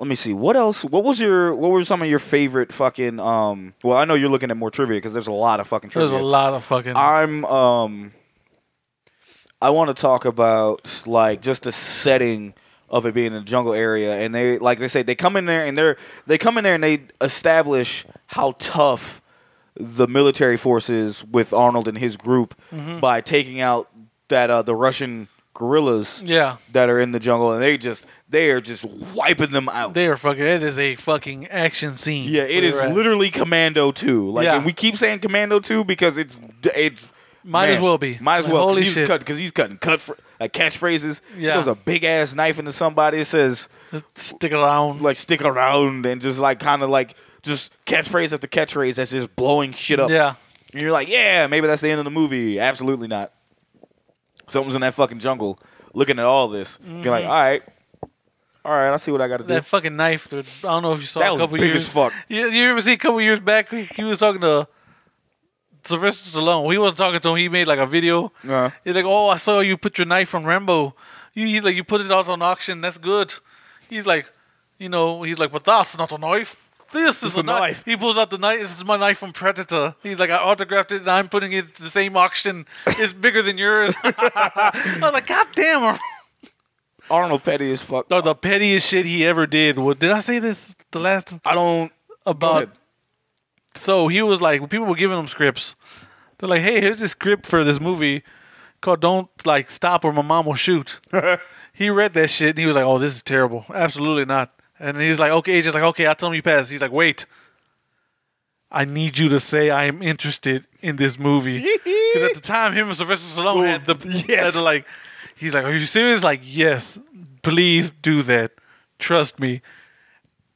Speaker 4: let me see. What else? What was your? What were some of your favorite fucking? Um, well, I know you're looking at more trivia because there's a lot of fucking trivia.
Speaker 5: There's a lot of fucking.
Speaker 4: I'm um I want to talk about like just the setting of it being in a jungle area and they like they say they come in there and they're they come in there and they establish how tough the military forces with Arnold and his group
Speaker 5: Mm-hmm.
Speaker 4: by taking out that uh the Russian guerrillas
Speaker 5: yeah,
Speaker 4: that are in the jungle and they just they are just wiping them out.
Speaker 5: they are fucking. It is a fucking action scene.
Speaker 4: yeah, it
Speaker 5: for
Speaker 4: is
Speaker 5: your ass.
Speaker 4: literally Commando 2. Like
Speaker 5: Yeah.
Speaker 4: and we keep saying Commando 2 because it's it's
Speaker 5: Might as
Speaker 4: Man,
Speaker 5: well be.
Speaker 4: Might as
Speaker 5: Like,
Speaker 4: well.
Speaker 5: Holy
Speaker 4: Holy he's
Speaker 5: shit.
Speaker 4: cut because he's cutting cut fr- like catchphrases. Yeah,
Speaker 5: Yeah.
Speaker 4: he throws a big ass knife into somebody. It says
Speaker 5: Stick around.
Speaker 4: like stick around and just like kind of like just catchphrase after catchphrase that's just blowing shit up.
Speaker 5: yeah.
Speaker 4: and you're like, yeah, maybe that's the end of the movie. Absolutely not. Something's in that fucking jungle looking at all this. You're like, all right, all right, I see what I got to do.
Speaker 5: Mm-hmm. That fucking knife, dude. I don't know if you saw
Speaker 4: That
Speaker 5: a
Speaker 4: was
Speaker 5: couple
Speaker 4: big
Speaker 5: years.
Speaker 4: as fuck.
Speaker 5: You, you ever see a couple years back? He was talking to Sylvester Stallone. He wasn't talking to him. He made like a video.
Speaker 4: Uh-huh.
Speaker 5: He's like, "Oh, I saw you put your knife on Rambo." You- He's like, "You put it out on auction. That's good." He's like, "You know," he's like, "But that's not a knife. This is
Speaker 4: a
Speaker 5: a, knife.
Speaker 4: knife.
Speaker 5: He pulls out the knife. This is my knife from Predator. He's like, "I autographed it, and I'm putting it to the same auction. It's bigger than yours." I was like, "God damn!"
Speaker 4: Arnold Petty as fuck.
Speaker 5: No, the pettiest shit he ever did. was did I say this the last
Speaker 4: I don't. Go
Speaker 5: about?
Speaker 4: ahead.
Speaker 5: So he was like, people were giving him scripts. They're like, hey, here's this script for this movie called "Don't Like Stop or My Mom Will Shoot." he read that shit and he was like, "Oh, this is terrible. Absolutely not." And he's like, "Okay, agent's like, okay, I'll tell him you pass." He's like, "Wait, I need you to say I am interested in this movie." Because at the time, him and Sylvester Stallone had the
Speaker 4: yes.
Speaker 5: had the, like. He's like, "Are you serious?" Like, yes, please do that. Trust me.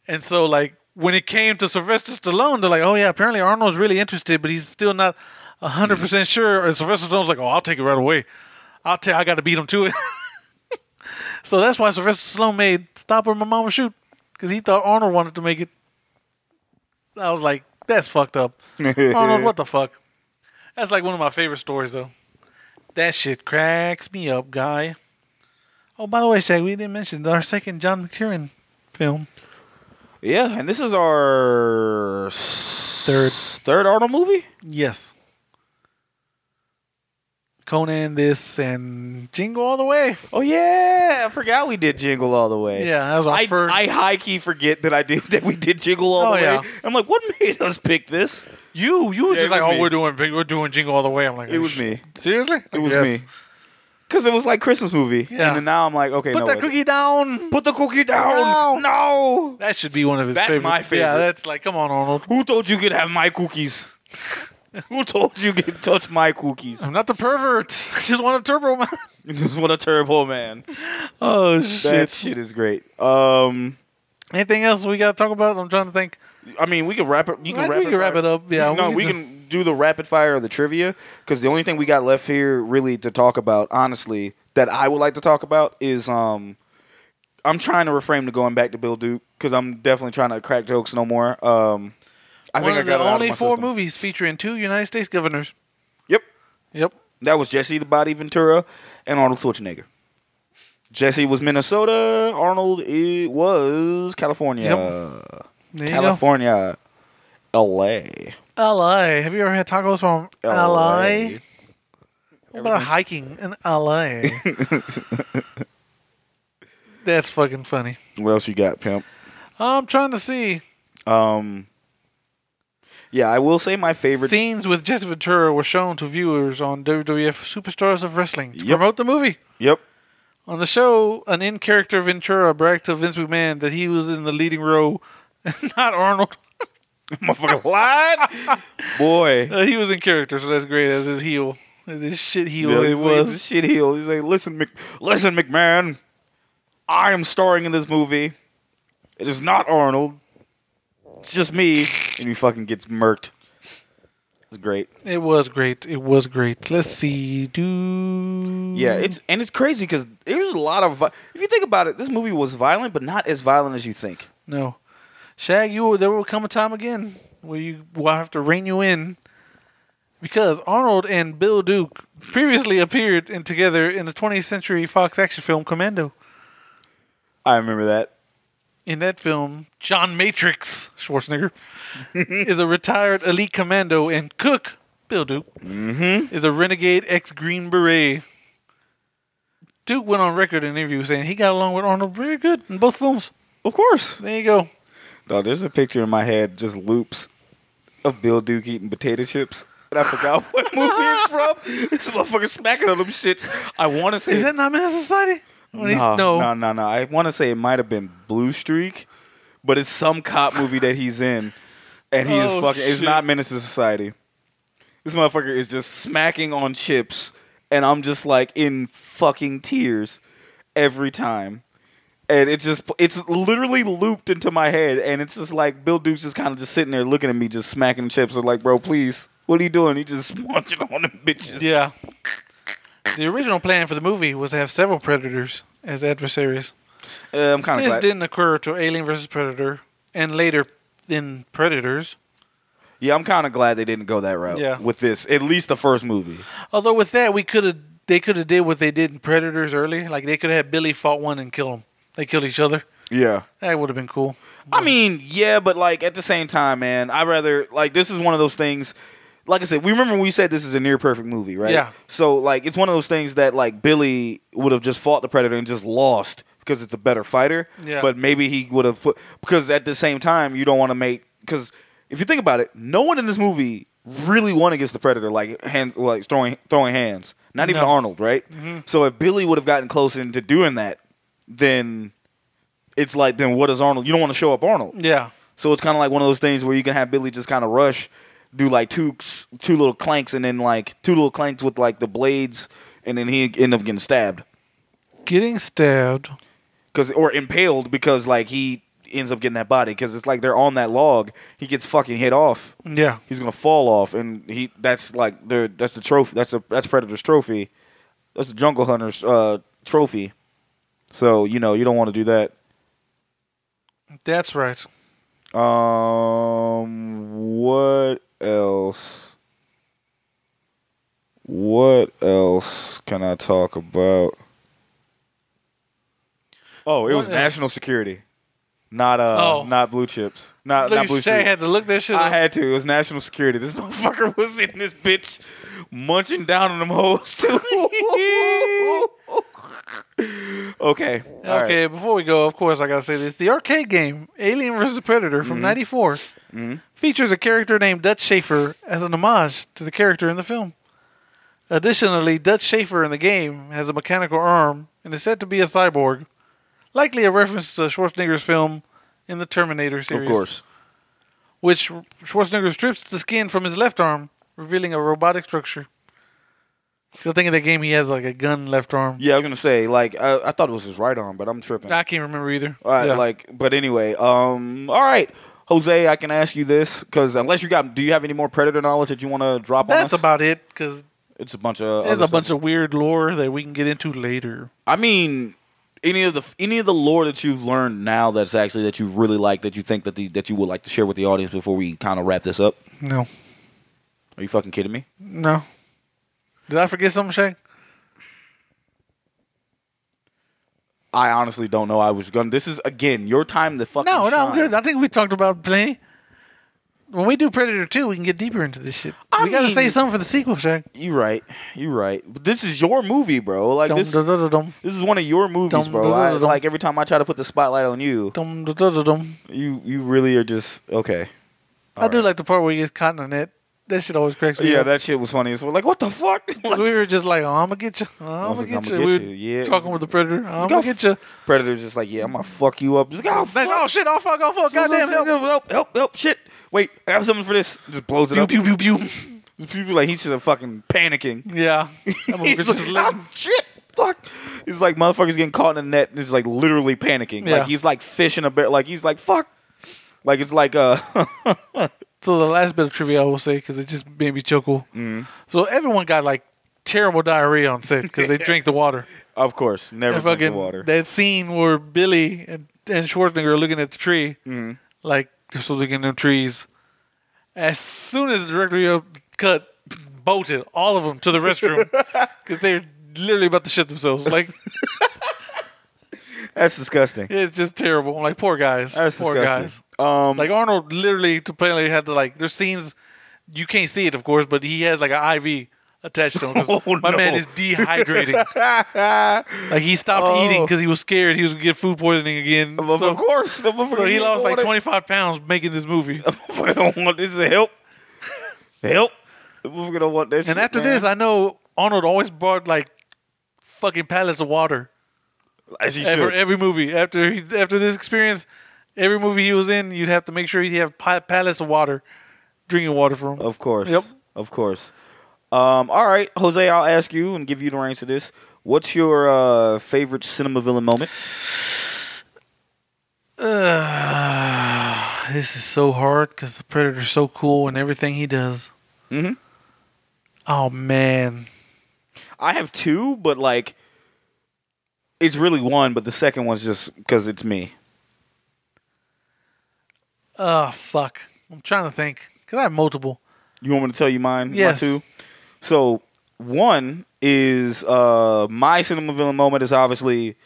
Speaker 5: And so, like, when it came to Sylvester Stallone, they're like, "Oh yeah, apparently Arnold's really interested, but he's still not hundred percent sure." And Sylvester Stallone's like, "Oh, I'll take it right away. I'll tell. I got to beat him to it." so that's why Sylvester Stallone made "Stop Where My Mama Shoot" because he thought Arnold wanted to make it. I was like, "That's fucked up, Arnold. What the fuck?" That's like one of my favorite stories, though. That shit cracks me up, guy. Oh, by the way, Shaq, we didn't mention our second John McTiernan film.
Speaker 4: Yeah, and this is our third
Speaker 5: Third.
Speaker 4: third Arnold movie.
Speaker 5: Yes. Conan, this, and Jingle All the Way.
Speaker 4: Oh yeah, I forgot we did Jingle All the Way.
Speaker 5: Yeah, that was our
Speaker 4: I,
Speaker 5: first.
Speaker 4: I high key forget that I did that we did Jingle All
Speaker 5: Oh,
Speaker 4: the Way.
Speaker 5: yeah.
Speaker 4: I'm like, what made us pick this?
Speaker 5: you, you were
Speaker 4: Yeah, it was
Speaker 5: just like, oh,
Speaker 4: me.
Speaker 5: we're doing, big- we're doing Jingle All the Way. I'm like,
Speaker 4: It was
Speaker 5: sh-
Speaker 4: me.
Speaker 5: Seriously?
Speaker 4: It was
Speaker 5: Yes.
Speaker 4: me. Cause it was like Christmas movie,
Speaker 5: Yeah.
Speaker 4: and then now I'm like, okay,
Speaker 5: Put
Speaker 4: no,
Speaker 5: that
Speaker 4: wait.
Speaker 5: cookie down.
Speaker 4: put the cookie down. No.
Speaker 5: That should be one of his.
Speaker 4: That's
Speaker 5: favorite.
Speaker 4: my
Speaker 5: Yeah,
Speaker 4: favorite.
Speaker 5: that's like, come on, Arnold.
Speaker 4: who told you could have my cookies? who told you could touch my cookies?
Speaker 5: I'm not the pervert. I just want a turbo man.
Speaker 4: Just what a turbo man.
Speaker 5: oh shit.
Speaker 4: That shit is great. Um,
Speaker 5: Anything else we gotta talk about? I'm trying to think.
Speaker 4: I mean, we can wrap it. You can
Speaker 5: I think
Speaker 4: wrap
Speaker 5: we
Speaker 4: it,
Speaker 5: can wrap it up. Yeah,
Speaker 4: no, we can do the rapid fire of the trivia because the only thing we got left here really to talk about, honestly, that I would like to talk about is um, I'm trying to refrain to going back to Bill Duke because I'm definitely trying to crack jokes no more. Um, I
Speaker 5: One
Speaker 4: think I
Speaker 5: of
Speaker 4: got
Speaker 5: the
Speaker 4: it out of
Speaker 5: only
Speaker 4: my
Speaker 5: four
Speaker 4: system.
Speaker 5: movies featuring two United States governors.
Speaker 4: Yep,
Speaker 5: Yep.
Speaker 4: that was Jesse the Body Ventura and Arnold Schwarzenegger. Jesse was Minnesota. Arnold it was California.
Speaker 5: There you go.
Speaker 4: California, L.A.
Speaker 5: LA. Have you ever had tacos from LA?
Speaker 4: LA.
Speaker 5: What about hiking in LA? That's fucking funny.
Speaker 4: What else you got, pimp?
Speaker 5: I'm trying to see
Speaker 4: Um, yeah, I will say my favorite.
Speaker 5: scenes with Jesse Ventura were shown to viewers on WWF Superstars of Wrestling to
Speaker 4: Yep.
Speaker 5: promote the movie.
Speaker 4: Yep.
Speaker 5: On the show, an in character Ventura bragged to Vince McMahon that he was in the leading row, not Arnold.
Speaker 4: Motherfucker lied. Boy.
Speaker 5: Uh, he was in character, so that's great. As his heel, as his shit heel,
Speaker 4: Yeah,
Speaker 5: it
Speaker 4: he's like,
Speaker 5: was.
Speaker 4: shit heel. He's like, listen, Mc- listen, McMahon. I am starring in this movie. It is not Arnold. It's just me. And he fucking gets murked. It's great.
Speaker 5: It was great. It was great. Let's see. Do
Speaker 4: Yeah, it's and it's crazy because there's a lot of. Vi- if you think about it, this movie was violent, but not as violent as you think.
Speaker 5: no. Shag, you there will come a time again where you will have to rein you in because Arnold and Bill Duke previously appeared in together in the 20th Century Fox action film Commando.
Speaker 4: I remember that.
Speaker 5: In that film, John Matrix Schwarzenegger is a retired elite commando, and Cook Bill Duke is a renegade ex Green Beret. Duke went on record in an interview saying he got along with Arnold very good in both films.
Speaker 4: Of course.
Speaker 5: There you go.
Speaker 4: Dog, there's a picture in my head, just loops of Bill Duke eating potato chips. And I forgot what movie it's from. This motherfucker smacking on them shits. I want to say.
Speaker 5: Is that not Menace to Society? When he's-
Speaker 4: no,
Speaker 5: no.
Speaker 4: no, no, no. I want to say it might have been Blue Streak, but it's some cop movie that he's in. And he is
Speaker 5: Oh,
Speaker 4: fucking. It's
Speaker 5: shit.
Speaker 4: not Menace to Society. This motherfucker is just smacking on chips. And I'm just like in fucking tears every time and it just it's literally looped into my head and it's just like bill duke's just kind of just sitting there looking at me just smacking chips and like bro please what are you doing he just munching on them bitches
Speaker 5: Yeah. The original plan for the movie was to have several predators as adversaries.
Speaker 4: Uh, i'm kind of
Speaker 5: This
Speaker 4: glad
Speaker 5: didn't occur till Alien vs. Predator and later in Predators.
Speaker 4: yeah i'm kind of glad they didn't go that route
Speaker 5: Yeah.
Speaker 4: with this at least the first movie
Speaker 5: Although with that, we could have they could have did what they did in Predators early. Like they could have had Billy fought one and kill him. They killed each other.
Speaker 4: yeah
Speaker 5: That would have been cool.
Speaker 4: I mean, yeah, but like at the same time, man, I rather like this is one of those things. Like I said, we remember we said this is a near perfect movie, right?
Speaker 5: Yeah.
Speaker 4: So like it's one of those things that like Billy would have just fought the predator and just lost because it's a better fighter.
Speaker 5: Yeah.
Speaker 4: But maybe he would have put because at the same time you don't want to make because if you think about it, no one in this movie really won against the predator like hands like throwing throwing hands. Not even
Speaker 5: No. Mm-hmm.
Speaker 4: Arnold, right? So if Billy would have gotten closer into doing that, then it's like then what is Arnold? You don't want to show up Arnold.
Speaker 5: Yeah.
Speaker 4: So it's kind of like one of those things where you can have Billy just kind of rush, do like two two little clanks, and then like two little clanks with like the blades, and then he end up getting stabbed
Speaker 5: Getting stabbed.
Speaker 4: because or impaled because like he ends up getting that body because it's like they're on that log. He gets fucking hit off.
Speaker 5: Yeah.
Speaker 4: He's gonna fall off, and he that's like the that's the trophy. That's a that's Predator's trophy. That's the Jungle Hunter's uh, trophy. So you know you don't want to do that.
Speaker 5: That's right.
Speaker 4: Um, what else? What else can I talk about? Oh, it
Speaker 5: What
Speaker 4: was
Speaker 5: else?
Speaker 4: national security, not uh,
Speaker 5: Oh.
Speaker 4: not blue chips, not
Speaker 5: Look
Speaker 4: not
Speaker 5: at
Speaker 4: blue
Speaker 5: you, Shaq
Speaker 4: chips.
Speaker 5: had to look that shit
Speaker 4: I
Speaker 5: up.
Speaker 4: had to. It was national security. This motherfucker was in this bitch munching down on them hoes too. okay. all right.
Speaker 5: okay, before we go, of course, I gotta say this: the arcade game Alien vs. Predator
Speaker 4: Mm-hmm.
Speaker 5: from '94 features a character named Dutch Schaefer as an homage to the character in the film. Additionally, Dutch Schaefer in the game has a mechanical arm and is said to be a cyborg, likely a reference to Schwarzenegger's film in the Terminator
Speaker 4: Of
Speaker 5: series.
Speaker 4: course.
Speaker 5: which Schwarzenegger strips the skin from his left arm, revealing a robotic structure. Still think in the game he has like a gun left arm.
Speaker 4: Yeah, I was gonna say like I, I thought it was his right arm, but I'm tripping.
Speaker 5: I can't remember either.
Speaker 4: All right,
Speaker 5: Yeah.
Speaker 4: like, but anyway, um, all right, Jose, I can ask you this because unless you got, do you have any more predator knowledge that you want to drop on us?
Speaker 5: that's about it because
Speaker 4: it's a bunch of.
Speaker 5: there's
Speaker 4: other
Speaker 5: a bunch
Speaker 4: stuff.
Speaker 5: of weird lore that we can get into later.
Speaker 4: I mean, any of the any of the lore that you've learned now that's actually that you really like that you think that the that you would like to share with the audience before we kind of wrap this up.
Speaker 5: No,
Speaker 4: Are you fucking kidding me?
Speaker 5: no. Did I forget something, Shaq?
Speaker 4: I honestly don't know. I was gonna. This is again your time to fucking.
Speaker 5: No, no,
Speaker 4: shine.
Speaker 5: I'm good. I think we talked about plenty. When we do Predator 2, we can get deeper into this shit.
Speaker 4: I
Speaker 5: we gotta
Speaker 4: mean-
Speaker 5: say something for the sequel, Shaq.
Speaker 4: You right. You right. But this is your movie, bro. Like
Speaker 5: Dum
Speaker 4: this.
Speaker 5: dum dum dum
Speaker 4: This is one of your movies,
Speaker 5: Dum,
Speaker 4: bro.
Speaker 5: dum,
Speaker 4: I,
Speaker 5: dum, dum.
Speaker 4: like every time I try to put the spotlight on you,
Speaker 5: dum dum dum dum.
Speaker 4: you you really are just okay.
Speaker 5: I do
Speaker 4: right.
Speaker 5: like the part where he gets caught in a net. That shit always cracks me
Speaker 4: Yeah,
Speaker 5: up.
Speaker 4: that shit was funny. as well. like, what the fuck? Like,
Speaker 5: we were just like, oh, I'm gonna get you. Oh, I'm
Speaker 4: was
Speaker 5: gonna
Speaker 4: like,
Speaker 5: get
Speaker 4: "I'ma
Speaker 5: you.
Speaker 4: get
Speaker 5: we
Speaker 4: you."
Speaker 5: were
Speaker 4: Yeah, it
Speaker 5: talking
Speaker 4: was-
Speaker 5: with the predator. I'm
Speaker 4: go
Speaker 5: gonna get you.
Speaker 4: Predator's just like, yeah, I'm gonna fuck you up. Just go.
Speaker 5: Smash. Oh shit! Oh fuck! Oh fuck! Goddamn! Help.
Speaker 4: help, help, help, help, shit. Wait, I have something for this. Just blows it
Speaker 5: Pew
Speaker 4: up.
Speaker 5: pew pew pew.
Speaker 4: People like he's just fucking panicking.
Speaker 5: Yeah. I'm
Speaker 4: he's like, "Ah, shit, fuck. He's like motherfuckers getting caught in a net and is like literally panicking.
Speaker 5: Yeah.
Speaker 4: Like he's like fish in a barrel. Like he's like fuck. Like it's like uh
Speaker 5: so the last bit of trivia I will say because it just made me chuckle.
Speaker 4: Mm-hmm.
Speaker 5: So everyone got like terrible diarrhea on set because they drank the water.
Speaker 4: of course never
Speaker 5: And
Speaker 4: drink the
Speaker 5: fucking
Speaker 4: water.
Speaker 5: that scene where Billy and, and Schwarzenegger are looking at the tree,
Speaker 4: Mm-hmm.
Speaker 5: like they're still looking at them trees. As soon as the director cut, bolted all of them to the restroom because they're literally about to shit themselves. Like
Speaker 4: That's disgusting.
Speaker 5: it's just terrible. I'm like poor guys,
Speaker 4: That's
Speaker 5: poor
Speaker 4: disgusting.
Speaker 5: guys.
Speaker 4: Um,
Speaker 5: Like Arnold literally to play had to like there's scenes you can't see it of course, but he has like an IV attached to him. 'cause
Speaker 4: Oh,
Speaker 5: my man
Speaker 4: no.
Speaker 5: is dehydrating. like he stopped
Speaker 4: Oh.
Speaker 5: eating because he was scared he was gonna get food poisoning again.
Speaker 4: Well,
Speaker 5: So-
Speaker 4: of course. the
Speaker 5: So
Speaker 4: motherfucker
Speaker 5: he
Speaker 4: didn't
Speaker 5: lost like
Speaker 4: want it.
Speaker 5: 25 pounds making this movie.
Speaker 4: The motherfucker don't want this is help. help. The motherfucker don't want this.
Speaker 5: And after this, I know Arnold always brought like fucking pallets of water
Speaker 4: as he
Speaker 5: for
Speaker 4: should.
Speaker 5: every movie. After he, after this experience, every movie he was in, you'd have to make sure he'd have pa- pallets of water, drinking water for him.
Speaker 4: Of course.
Speaker 5: Yep.
Speaker 4: Of course. Um, all right, Jose, I'll ask you and give you the reins to this. What's your uh, favorite cinema villain moment?
Speaker 5: Ugh, this is so hard because the Predator's so cool and everything he does.
Speaker 4: Mhm.
Speaker 5: Oh man,
Speaker 4: I have two, but like it's really one, but the second one's just because it's me.
Speaker 5: oh fuck. I'm trying to think because I have multiple.
Speaker 4: You want me to tell you mine?
Speaker 5: Yes.
Speaker 4: My two? So one is uh, my cinema villain moment is obviously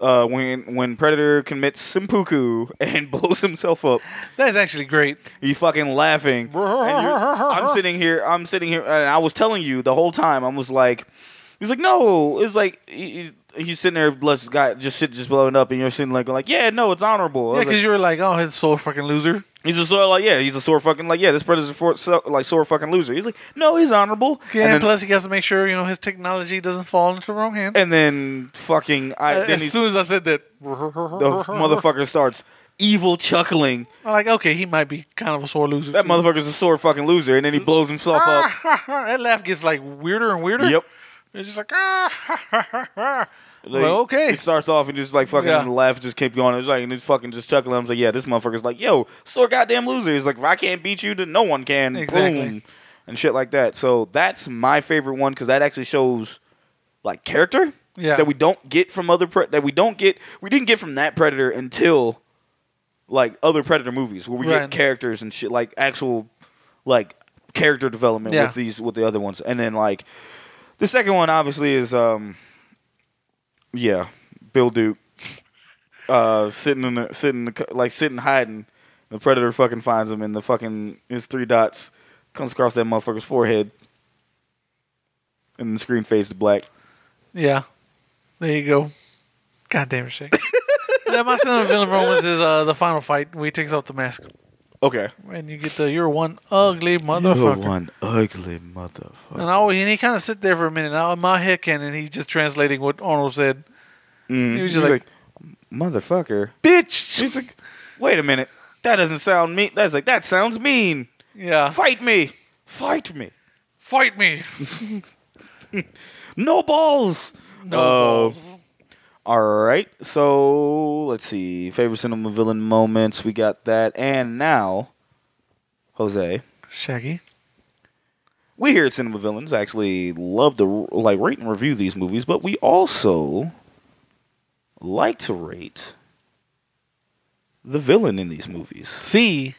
Speaker 4: uh, when when Predator commits seppuku and blows himself up.
Speaker 5: That's actually great.
Speaker 4: You fucking laughing. And you're- I'm sitting here. I'm sitting here, and I was telling you the whole time. I was like, he's like, no. It's like he- he's, he's sitting there, bless guy, just shit, just blowing up, and you're sitting like, like, yeah, no, it's honorable. I
Speaker 5: Yeah,
Speaker 4: was like,
Speaker 5: because you were like, oh, he's so fucking loser.
Speaker 4: He's a sore like yeah. He's a sore fucking like yeah. This brother's a for, so, like sore fucking loser. He's like no, he's honorable.
Speaker 5: Yeah,
Speaker 4: and,
Speaker 5: and
Speaker 4: then,
Speaker 5: plus he has to make sure you know his technology doesn't fall into the wrong hands.
Speaker 4: and then fucking I,
Speaker 5: Uh,
Speaker 4: then
Speaker 5: as
Speaker 4: he's,
Speaker 5: soon as I said that,
Speaker 4: the motherfucker starts evil chuckling.
Speaker 5: I'm like, okay, he might be kind of a sore loser.
Speaker 4: That
Speaker 5: too. Ah,
Speaker 4: motherfucker's a sore fucking loser, and then he blows himself up.
Speaker 5: that laugh gets like weirder and weirder.
Speaker 4: Yep.
Speaker 5: It's just like ah.
Speaker 4: Like,
Speaker 5: Well, okay.
Speaker 4: It starts off and just like fucking
Speaker 5: Yeah.
Speaker 4: laugh, just keep going. It's like and he's fucking just chuckling. I was like, yeah, this motherfucker's like, yo, sore goddamn loser. He's like, if I can't beat you, then no one can.
Speaker 5: Exactly.
Speaker 4: Boom, and shit like that. So that's my favorite one because that actually shows like character
Speaker 5: Yeah.
Speaker 4: that we don't get from other pre- that we don't get we didn't get from that predator until like other predator movies where we
Speaker 5: Right.
Speaker 4: get characters and shit like actual like character development
Speaker 5: Yeah.
Speaker 4: with these with the other ones and then like the second one obviously is um yeah bill duke uh sitting in the sitting in the, cu- like sitting hiding the predator fucking finds him and the fucking his three dots comes across that motherfucker's forehead and the screen fades to black
Speaker 5: Yeah. There you go. God damn it, Shake. yeah, my son villain romance is uh, the final fight where he takes off the mask.
Speaker 4: okay
Speaker 5: And you get the you're one ugly motherfucker.
Speaker 4: ugly motherfucker
Speaker 5: And I always, and he kind of sit there for a minute. Now in my head canon, he's just translating what Arnold said. He was
Speaker 4: Mm-hmm. He's
Speaker 5: just
Speaker 4: like,
Speaker 5: like,
Speaker 4: motherfucker.
Speaker 5: bitch.
Speaker 4: She's like, wait a minute. That doesn't sound mean. That's like, that sounds mean.
Speaker 5: Yeah,
Speaker 4: Fight me. Uh-huh. Fight me.
Speaker 5: fight me.
Speaker 4: No balls.
Speaker 5: No.
Speaker 4: Oh.
Speaker 5: balls.
Speaker 4: All right. So let's see. Favorite cinema villain moments. We got that. And now, Jose.
Speaker 5: Shaggy.
Speaker 4: we here at Cinema Villains actually love to like rate and review these movies, but we also like to rate the villain in these movies.
Speaker 5: C.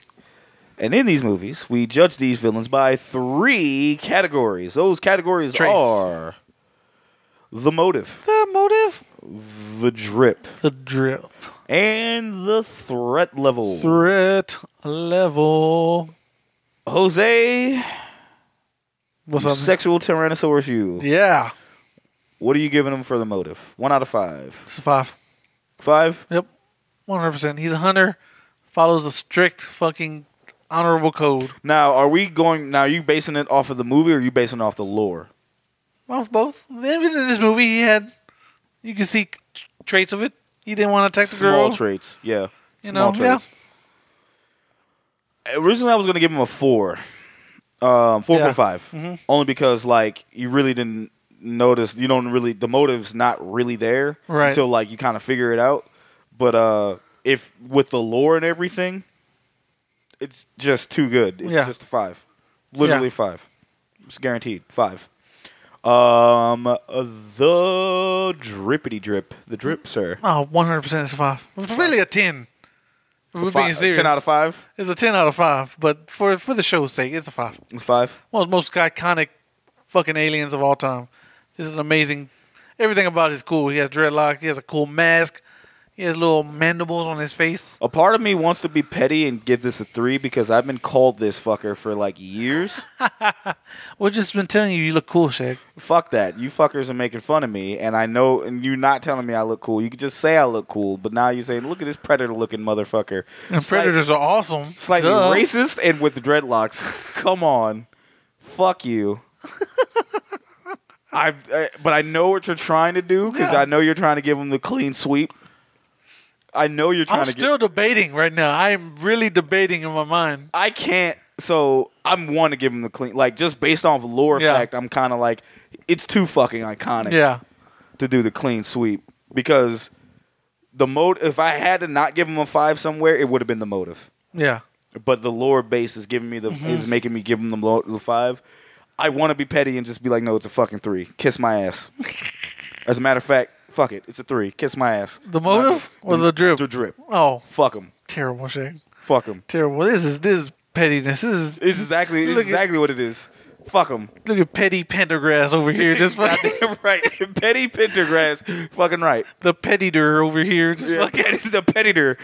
Speaker 4: And in these movies, we judge these villains by three categories. Those categories
Speaker 5: Trace.
Speaker 4: are the motive,
Speaker 5: The motive.
Speaker 4: the drip,
Speaker 5: The drill.
Speaker 4: and the threat level.
Speaker 5: Threat level.
Speaker 4: Jose,
Speaker 5: What's up?
Speaker 4: sexual Tyrannosaurus, you.
Speaker 5: yeah.
Speaker 4: What are you giving him for the motive? One out of five.
Speaker 5: It's a five.
Speaker 4: Five?
Speaker 5: Yep. 100%. He's a hunter. Follows a strict fucking honorable code.
Speaker 4: Now, are we going? Now, are you basing it off of the movie, or are you basing it off the lore?
Speaker 5: Off both. Even in this movie, he had. You can see traits of it. He didn't want to attack the
Speaker 4: Small
Speaker 5: girl.
Speaker 4: traits, yeah.
Speaker 5: You know, yeah.
Speaker 4: Originally, I was going to give him a four, um, four
Speaker 5: Yeah. Mm-hmm.
Speaker 4: point five, only because like you really didn't notice. You don't really the motive's not really there
Speaker 5: Right.
Speaker 4: until like you kind of figure it out. But uh, if with the lore and everything, it's just too good. It's
Speaker 5: Yeah.
Speaker 4: just a five, literally
Speaker 5: Yeah.
Speaker 4: five. It's guaranteed five. Um, the drippity drip, the drip, sir.
Speaker 5: Oh, 100% it's a five. It's really a 10. If we're being
Speaker 4: Five,
Speaker 5: serious.
Speaker 4: Ten out of five.
Speaker 5: It's a 10 out of 5, but for for the show's sake, it's a 5.
Speaker 4: It's five.
Speaker 5: One of the most iconic fucking aliens of all time. This is an amazing. Everything about it is cool. He has dreadlocks. He has a cool mask. He has little mandibles on his face.
Speaker 4: A part of me wants to be petty and give this a three because I've been called this fucker for like years.
Speaker 5: We've just been telling you, you look cool, Shaq.
Speaker 4: Fuck that. You fuckers are making fun of me, and I know, and you're not telling me I look cool. You could just say I look cool, but now you're saying, look at this predator looking motherfucker.
Speaker 5: And
Speaker 4: Slight-
Speaker 5: predators are awesome.
Speaker 4: Slightly
Speaker 5: Duh.
Speaker 4: racist and with dreadlocks. Come on. Fuck you. I, I, but I know what you're trying to do because
Speaker 5: Yeah.
Speaker 4: I know you're trying to give him the clean sweep. I know you're trying
Speaker 5: I'm
Speaker 4: to get.
Speaker 5: still debating right now. I am really debating in my mind.
Speaker 4: I can't. So I'm one to give him the clean. Like just based off lore
Speaker 5: Yeah.
Speaker 4: fact, I'm kind of like it's too fucking iconic
Speaker 5: Yeah.
Speaker 4: to do the clean sweep because the mode. If I had to not give him a five somewhere, it would have been the motive.
Speaker 5: Yeah.
Speaker 4: But the lore base is giving me the
Speaker 5: Mm-hmm.
Speaker 4: is making me give him the, lo- the five. I want to be petty and just be like, no, it's a fucking three. Kiss my ass. As a matter of fact, fuck it, it's a three. Kiss my ass.
Speaker 5: The motive or the drip?
Speaker 4: The drip.
Speaker 5: Oh,
Speaker 4: Fuck him.
Speaker 5: terrible, Shaq.
Speaker 4: Fuck him.
Speaker 5: Terrible. This is this is pettiness. This is
Speaker 4: It's exactly it's
Speaker 5: Look at-
Speaker 4: exactly what it is. Fuck him.
Speaker 5: look at petty Pendergrass over here. Just fucking
Speaker 4: Goddamn right. Petty Pendergrass. Fucking right.
Speaker 5: the pettier over here. Just
Speaker 4: Fuck
Speaker 5: fucking
Speaker 4: it, the pettier.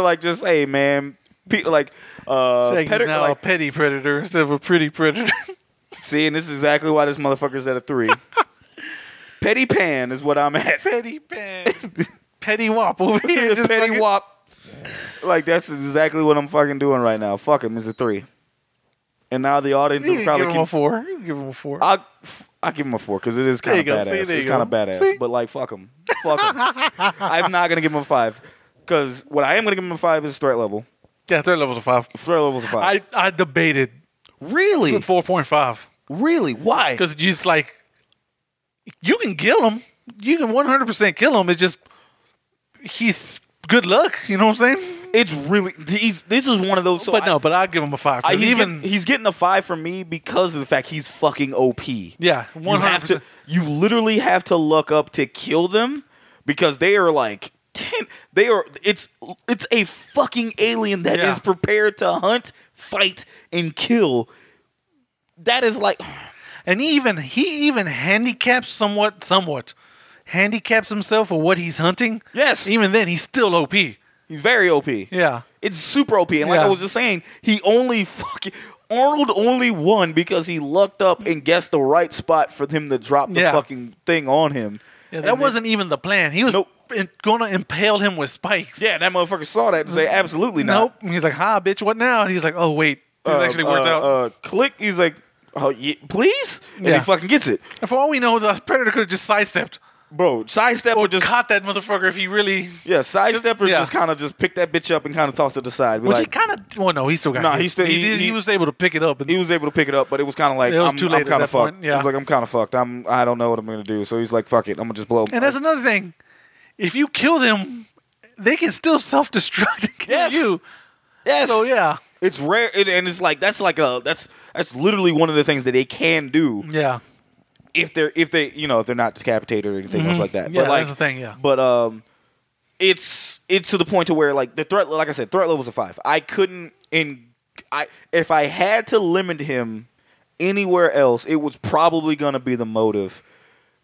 Speaker 4: like just hey man. Pe- like uh
Speaker 5: Shaq
Speaker 4: petter-
Speaker 5: is now a
Speaker 4: like,
Speaker 5: petty predator instead of a pretty predator.
Speaker 4: see, and this is exactly why this motherfucker's at a three. petty pan is what I'm at.
Speaker 5: petty pan. petty wop over here.
Speaker 4: petty
Speaker 5: Just
Speaker 4: wop. Like that's exactly what I'm fucking doing right now. Fuck him. It's a three. And now the audience
Speaker 5: You
Speaker 4: will
Speaker 5: can
Speaker 4: probably
Speaker 5: give him
Speaker 4: keep-
Speaker 5: a four. You can give him a four.
Speaker 4: I I give him a four because it is
Speaker 5: There
Speaker 4: kind
Speaker 5: you
Speaker 4: of badass.
Speaker 5: go. See, there
Speaker 4: it's
Speaker 5: you
Speaker 4: kind of
Speaker 5: go.
Speaker 4: badass.
Speaker 5: See?
Speaker 4: But like, fuck him. Fuck him. I'm not gonna give him a five because what I am gonna give him a five is threat level.
Speaker 5: yeah, third level's a five.
Speaker 4: Threat level's a five.
Speaker 5: I, I debated
Speaker 4: really,
Speaker 5: four point five
Speaker 4: really, why?
Speaker 5: because it's like you can kill him. You can one hundred percent kill him. It's just he's good luck. You know what I'm saying?
Speaker 4: It's really. He's, this is one of those. So
Speaker 5: but
Speaker 4: I-
Speaker 5: no, but I'll give him a five. 'cause
Speaker 4: I, he's,
Speaker 5: even
Speaker 4: getting, he's getting a five from me because of the fact he's fucking OP.
Speaker 5: yeah, one
Speaker 4: You
Speaker 5: hundred
Speaker 4: have to.
Speaker 5: percent.
Speaker 4: You literally have to look up to kill them because they are like ten. They are. It's it's a fucking alien that is
Speaker 5: Yeah.
Speaker 4: prepared to hunt, fight, and kill. That is like
Speaker 5: And he even he even handicaps somewhat somewhat handicaps himself for what he's hunting.
Speaker 4: Yes.
Speaker 5: Even then, he's still OP.
Speaker 4: very OP.
Speaker 5: Yeah.
Speaker 4: It's super OP. And like
Speaker 5: Yeah.
Speaker 4: I was just saying, he only fucking Arnold only won because he lucked up and guessed the right spot for him to drop the
Speaker 5: Yeah.
Speaker 4: fucking thing on him.
Speaker 5: Yeah,
Speaker 4: And
Speaker 5: that
Speaker 4: then-
Speaker 5: wasn't even the plan. He was
Speaker 4: Nope.
Speaker 5: in- gonna impale him with spikes.
Speaker 4: Yeah, that motherfucker saw that and say, absolutely not.
Speaker 5: Nope. And he's like, "Hi, bitch. What now?" And he's like, "Oh, wait, this
Speaker 4: uh,
Speaker 5: actually worked
Speaker 4: uh,
Speaker 5: out."
Speaker 4: Uh, click. He's like, oh, ye- please, and
Speaker 5: Yeah.
Speaker 4: he fucking gets it,
Speaker 5: and for all we know, the predator could have just sidestepped
Speaker 4: bro. Sidestep
Speaker 5: or
Speaker 4: or
Speaker 5: just
Speaker 4: just
Speaker 5: caught that motherfucker if he really.
Speaker 4: yeah, sidestep or
Speaker 5: yeah.
Speaker 4: just kind of just pick that bitch up and kind of toss it aside. Be
Speaker 5: Which he
Speaker 4: like,
Speaker 5: kind of. Well, no, he still got.
Speaker 4: Nah,
Speaker 5: hit.
Speaker 4: he still-
Speaker 5: He,
Speaker 4: he-
Speaker 5: did, he
Speaker 4: he-
Speaker 5: was able to pick it up. And
Speaker 4: he was able to pick it up, but it was kind of like
Speaker 5: It was
Speaker 4: I'm,
Speaker 5: too late
Speaker 4: I'm
Speaker 5: at
Speaker 4: kind
Speaker 5: that
Speaker 4: of fucked.
Speaker 5: point, yeah.
Speaker 4: He's like I'm kind of fucked. I'm I don't know what I'm gonna do. So he's like, fuck it, I'm gonna just blow.
Speaker 5: And that's another thing. If you kill them, they can still self destruct and kill
Speaker 4: Yes.
Speaker 5: you.
Speaker 4: yes,
Speaker 5: So yeah,
Speaker 4: it's rare, it, and it's like that's like a that's that's literally one of the things that they can do
Speaker 5: yeah.
Speaker 4: if they're if they you know if they're not decapitated or anything else like that.
Speaker 5: Mm-hmm. Yeah,
Speaker 4: but like,
Speaker 5: that's the thing, yeah.
Speaker 4: But um, it's it's to the point to where like the threat, like I said, threat level's a five. I couldn't in I if I had to limit him anywhere else, it was probably gonna be the motive.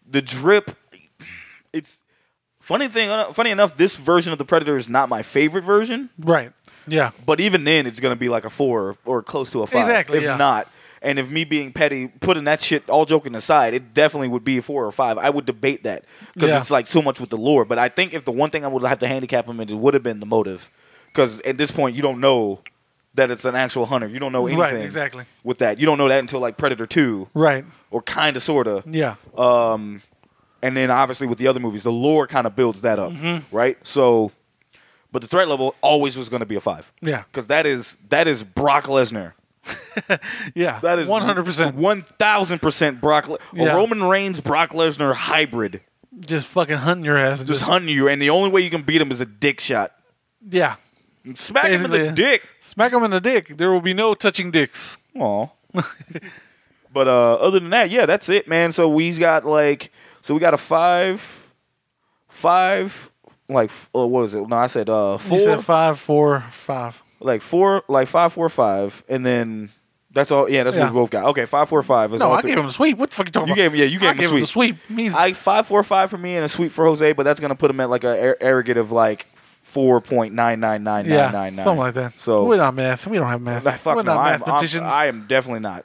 Speaker 4: The drip, it's funny thing. Funny enough, this version of the Predator is not my favorite version.
Speaker 5: Right. Yeah.
Speaker 4: But even then, it's going to be like a four or close to a five.
Speaker 5: Exactly,
Speaker 4: If
Speaker 5: yeah.
Speaker 4: not, and if me being petty, putting that shit all joking aside, it definitely would be a four or five. I would debate that because
Speaker 5: Yeah.
Speaker 4: it's like so much with the lore. But I think if the one thing I would have to handicap him in, it would have been the motive. Because at this point, you don't know that it's an actual hunter. You don't know anything
Speaker 5: Right, exactly.
Speaker 4: with that. You don't know that until like Predator Two
Speaker 5: Right.
Speaker 4: or kind of sort of
Speaker 5: Yeah.
Speaker 4: and then obviously with the other movies, the lore kind of builds that up,
Speaker 5: Mm-hmm.
Speaker 4: right? So, but the threat level always was going to be a five,
Speaker 5: Yeah.
Speaker 4: because that is that is Brock Lesnar.
Speaker 5: yeah.
Speaker 4: That is
Speaker 5: one hundred percent.
Speaker 4: one thousand percent Brock, Le-
Speaker 5: Yeah.
Speaker 4: a Roman Reigns Brock Lesnar hybrid,
Speaker 5: Just fucking hunting your ass. And
Speaker 4: just
Speaker 5: just,
Speaker 4: hunting you, and the only way you can beat him is a dick shot,
Speaker 5: yeah.
Speaker 4: smack him in the
Speaker 5: Basically.
Speaker 4: dick.
Speaker 5: Smack him in the dick. There will be no touching dicks.
Speaker 4: Aw. but uh, other than that, yeah, that's it, man. So we's got like, so we got a five, five, like, uh, what is it? No, I said uh, four.
Speaker 5: You said five, four, five.
Speaker 4: like four, like five, four, five, and then that's all. Yeah, that's
Speaker 5: Yeah.
Speaker 4: what we both got. Okay, five, four, five. is
Speaker 5: No,
Speaker 4: all
Speaker 5: I
Speaker 4: three.
Speaker 5: gave him a sweep. What the fuck you talking
Speaker 4: You
Speaker 5: about?
Speaker 4: gave him- yeah, you gave
Speaker 5: I
Speaker 4: him a
Speaker 5: gave him the sweep. He's,
Speaker 4: I five, four, five for me, and a sweep for Jose. But that's gonna put him at like a ar- arrogant of like four point nine nine nine
Speaker 5: yeah,
Speaker 4: nine nine nine.
Speaker 5: something like that.
Speaker 4: So
Speaker 5: we're not math. We don't have math.
Speaker 4: Nah, fuck
Speaker 5: we're
Speaker 4: no,
Speaker 5: not
Speaker 4: I'm,
Speaker 5: mathematicians.
Speaker 4: I'm, I am definitely not.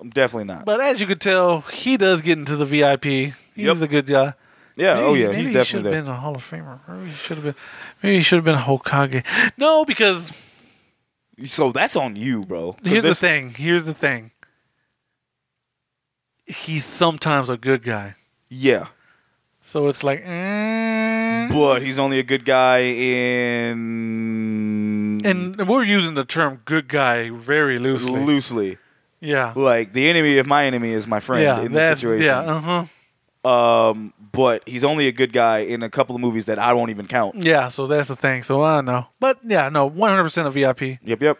Speaker 4: I'm definitely not.
Speaker 5: but as you could tell, he does get into the VIP. He's
Speaker 4: Yep.
Speaker 5: a good guy.
Speaker 4: yeah, oh yeah,
Speaker 5: maybe
Speaker 4: he's
Speaker 5: he
Speaker 4: definitely
Speaker 5: should
Speaker 4: there.
Speaker 5: have been a Hall of Famer. Maybe he should have been. Maybe he should have been a Hokage. No, because
Speaker 4: So that's on you, bro. 'Cause
Speaker 5: here's
Speaker 4: this-
Speaker 5: the thing. Here's the thing. He's sometimes a good guy,
Speaker 4: Yeah,
Speaker 5: so it's like, mm.
Speaker 4: but he's only a good guy in
Speaker 5: and we're using the term "good guy" very loosely.
Speaker 4: loosely.
Speaker 5: yeah,
Speaker 4: Like the enemy of my enemy is my friend
Speaker 5: yeah,
Speaker 4: in this
Speaker 5: that's
Speaker 4: situation.
Speaker 5: yeah, uh huh,
Speaker 4: Um, but he's only a good guy in a couple of movies that I won't even count.
Speaker 5: yeah. So that's the thing. So I don't know, but yeah, no, one hundred percent of VIP.
Speaker 4: Yep, yep.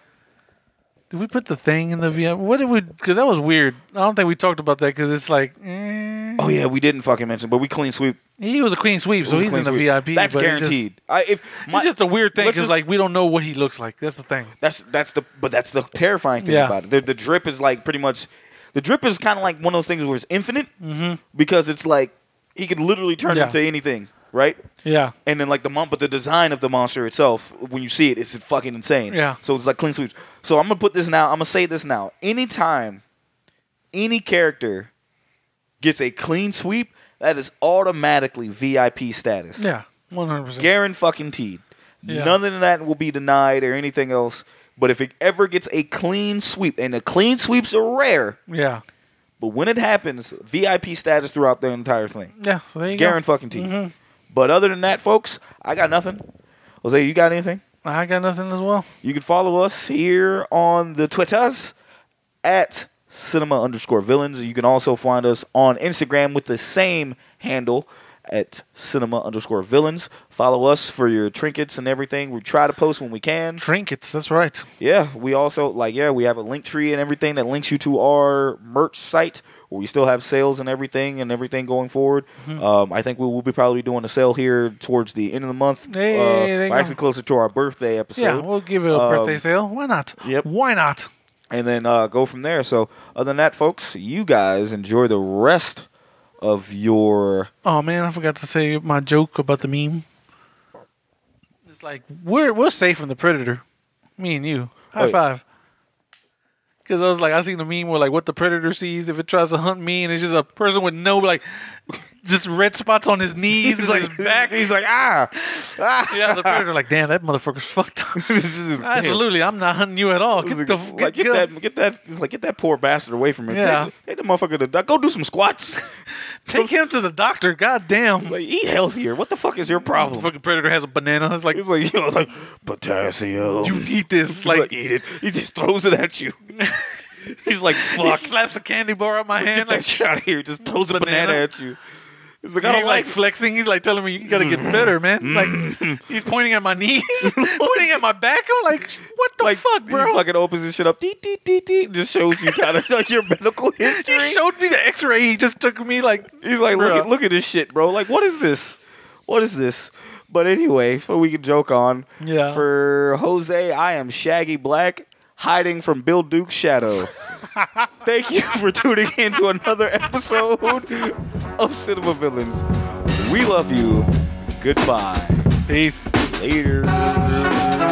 Speaker 5: Did we put the thing in the VIP? What did we? Because that was weird. I don't think we talked about that because it's like, eh.
Speaker 4: Oh yeah, we didn't fucking mention, but we clean sweep.
Speaker 5: he was a clean sweep, so
Speaker 4: We
Speaker 5: he's
Speaker 4: clean
Speaker 5: in the
Speaker 4: sweep.
Speaker 5: VIP.
Speaker 4: That's
Speaker 5: but it's just-
Speaker 4: guaranteed. I, if my,
Speaker 5: it's just a weird thing
Speaker 4: let's
Speaker 5: because
Speaker 4: just-
Speaker 5: like we don't know what he looks like. That's the thing.
Speaker 4: that's that's the but that's the terrifying thing
Speaker 5: Yeah.
Speaker 4: about it. The, the drip is like pretty much the drip is kind of like one of those things where it's infinite because it's like he could literally turn
Speaker 5: Mm-hmm. Yeah.
Speaker 4: into anything, right?
Speaker 5: Yeah,
Speaker 4: And then like the mon- but the design of the monster itself, when you see it, it's fucking insane.
Speaker 5: Yeah.
Speaker 4: So it's like clean sweeps. So I'm gonna put this now. I'm gonna say this now. Anytime any character gets a clean sweep, that is automatically VIP status.
Speaker 5: yeah, one hundred percent.
Speaker 4: Garen fucking teed.
Speaker 5: Yeah.
Speaker 4: None of that will be denied or anything else. But if it ever gets a clean sweep, and the clean sweeps are rare,
Speaker 5: Yeah.
Speaker 4: but when it happens, VIP status throughout the entire thing.
Speaker 5: Yeah. So there you
Speaker 4: Garen fucking teeth. But other than that, folks, I got nothing. Jose, you got anything?
Speaker 5: go. I got nothing as well.
Speaker 4: You can follow us here on the Twitters at cinema underscore villains. You can also find us on Instagram with the same handle at cinema underscore villains. Follow us for your trinkets and everything. We try to post when we can.
Speaker 5: Trinkets. That's right.
Speaker 4: Yeah, we also like yeah, we have a link tree and everything that links you to our merch site where we still have sales and everything and everything going forward.
Speaker 5: Mm-hmm.
Speaker 4: Um, I think we will be probably doing a sale here towards the end of the month.
Speaker 5: Hey,
Speaker 4: uh,
Speaker 5: there you
Speaker 4: we're
Speaker 5: go.
Speaker 4: actually closer to our birthday episode.
Speaker 5: yeah. We'll give it a
Speaker 4: um,
Speaker 5: birthday sale. Why not?
Speaker 4: yep.
Speaker 5: Why not?
Speaker 4: and then uh, go from there. So other than that, folks, you guys enjoy the rest of your
Speaker 5: Oh man, I forgot to say my joke about the meme. It's like we're we're safe from the predator. Me and you. High
Speaker 4: Wait.
Speaker 5: five. Cause I was like, I seen the meme where like what the predator sees if it tries to hunt me, and it's just a person with no like, just red spots on his knees, and his back.
Speaker 4: He's like ah, ah.
Speaker 5: yeah, the predator like, damn, that motherfucker's fucked up.
Speaker 4: this is
Speaker 5: Absolutely, I'm not hunting you at all. Get
Speaker 4: Like,
Speaker 5: the
Speaker 4: like,
Speaker 5: get,
Speaker 4: get that, get that, it's like, get that poor bastard away from me.
Speaker 5: Yeah.
Speaker 4: Take, take the motherfucker to the, go do some squats.
Speaker 5: take him to the doctor. God damn,
Speaker 4: Like, eat healthier. What the fuck is your
Speaker 5: Mm-hmm.
Speaker 4: problem?
Speaker 5: fucking predator has a banana. It's like
Speaker 4: It's like, you know, it's like potassium.
Speaker 5: you need this.
Speaker 4: He's like,
Speaker 5: Like
Speaker 4: eat it. He just throws it at you. He's like,
Speaker 5: He
Speaker 4: fuck.
Speaker 5: slaps a candy bar out my
Speaker 4: Get
Speaker 5: hand.
Speaker 4: that
Speaker 5: Like,
Speaker 4: shit out of here. Just throws a banana,
Speaker 5: Banana.
Speaker 4: at you. He's like,
Speaker 5: he's
Speaker 4: I don't
Speaker 5: like
Speaker 4: like. Mm-hmm.
Speaker 5: flexing. He's like telling me you gotta get better, man. Like he's pointing at my knees, pointing at my back. I'm like, what the
Speaker 4: like,
Speaker 5: fuck,
Speaker 4: He
Speaker 5: bro?
Speaker 4: fucking opens his shit up. Dee, dee, dee, dee. Just shows you kind of like your medical history.
Speaker 5: he showed me the X-ray. He just took me like
Speaker 4: He's like, look
Speaker 5: Bruh.
Speaker 4: at, look at this shit, bro. Like, what is this? What is this? But anyway, so we can joke on.
Speaker 5: Yeah.
Speaker 4: For Jose, I am Shaggy Black, hiding from Bill Duke's shadow. Thank you for tuning in to another episode of Cinema Villains. We love you. Goodbye.
Speaker 5: peace.
Speaker 4: Later.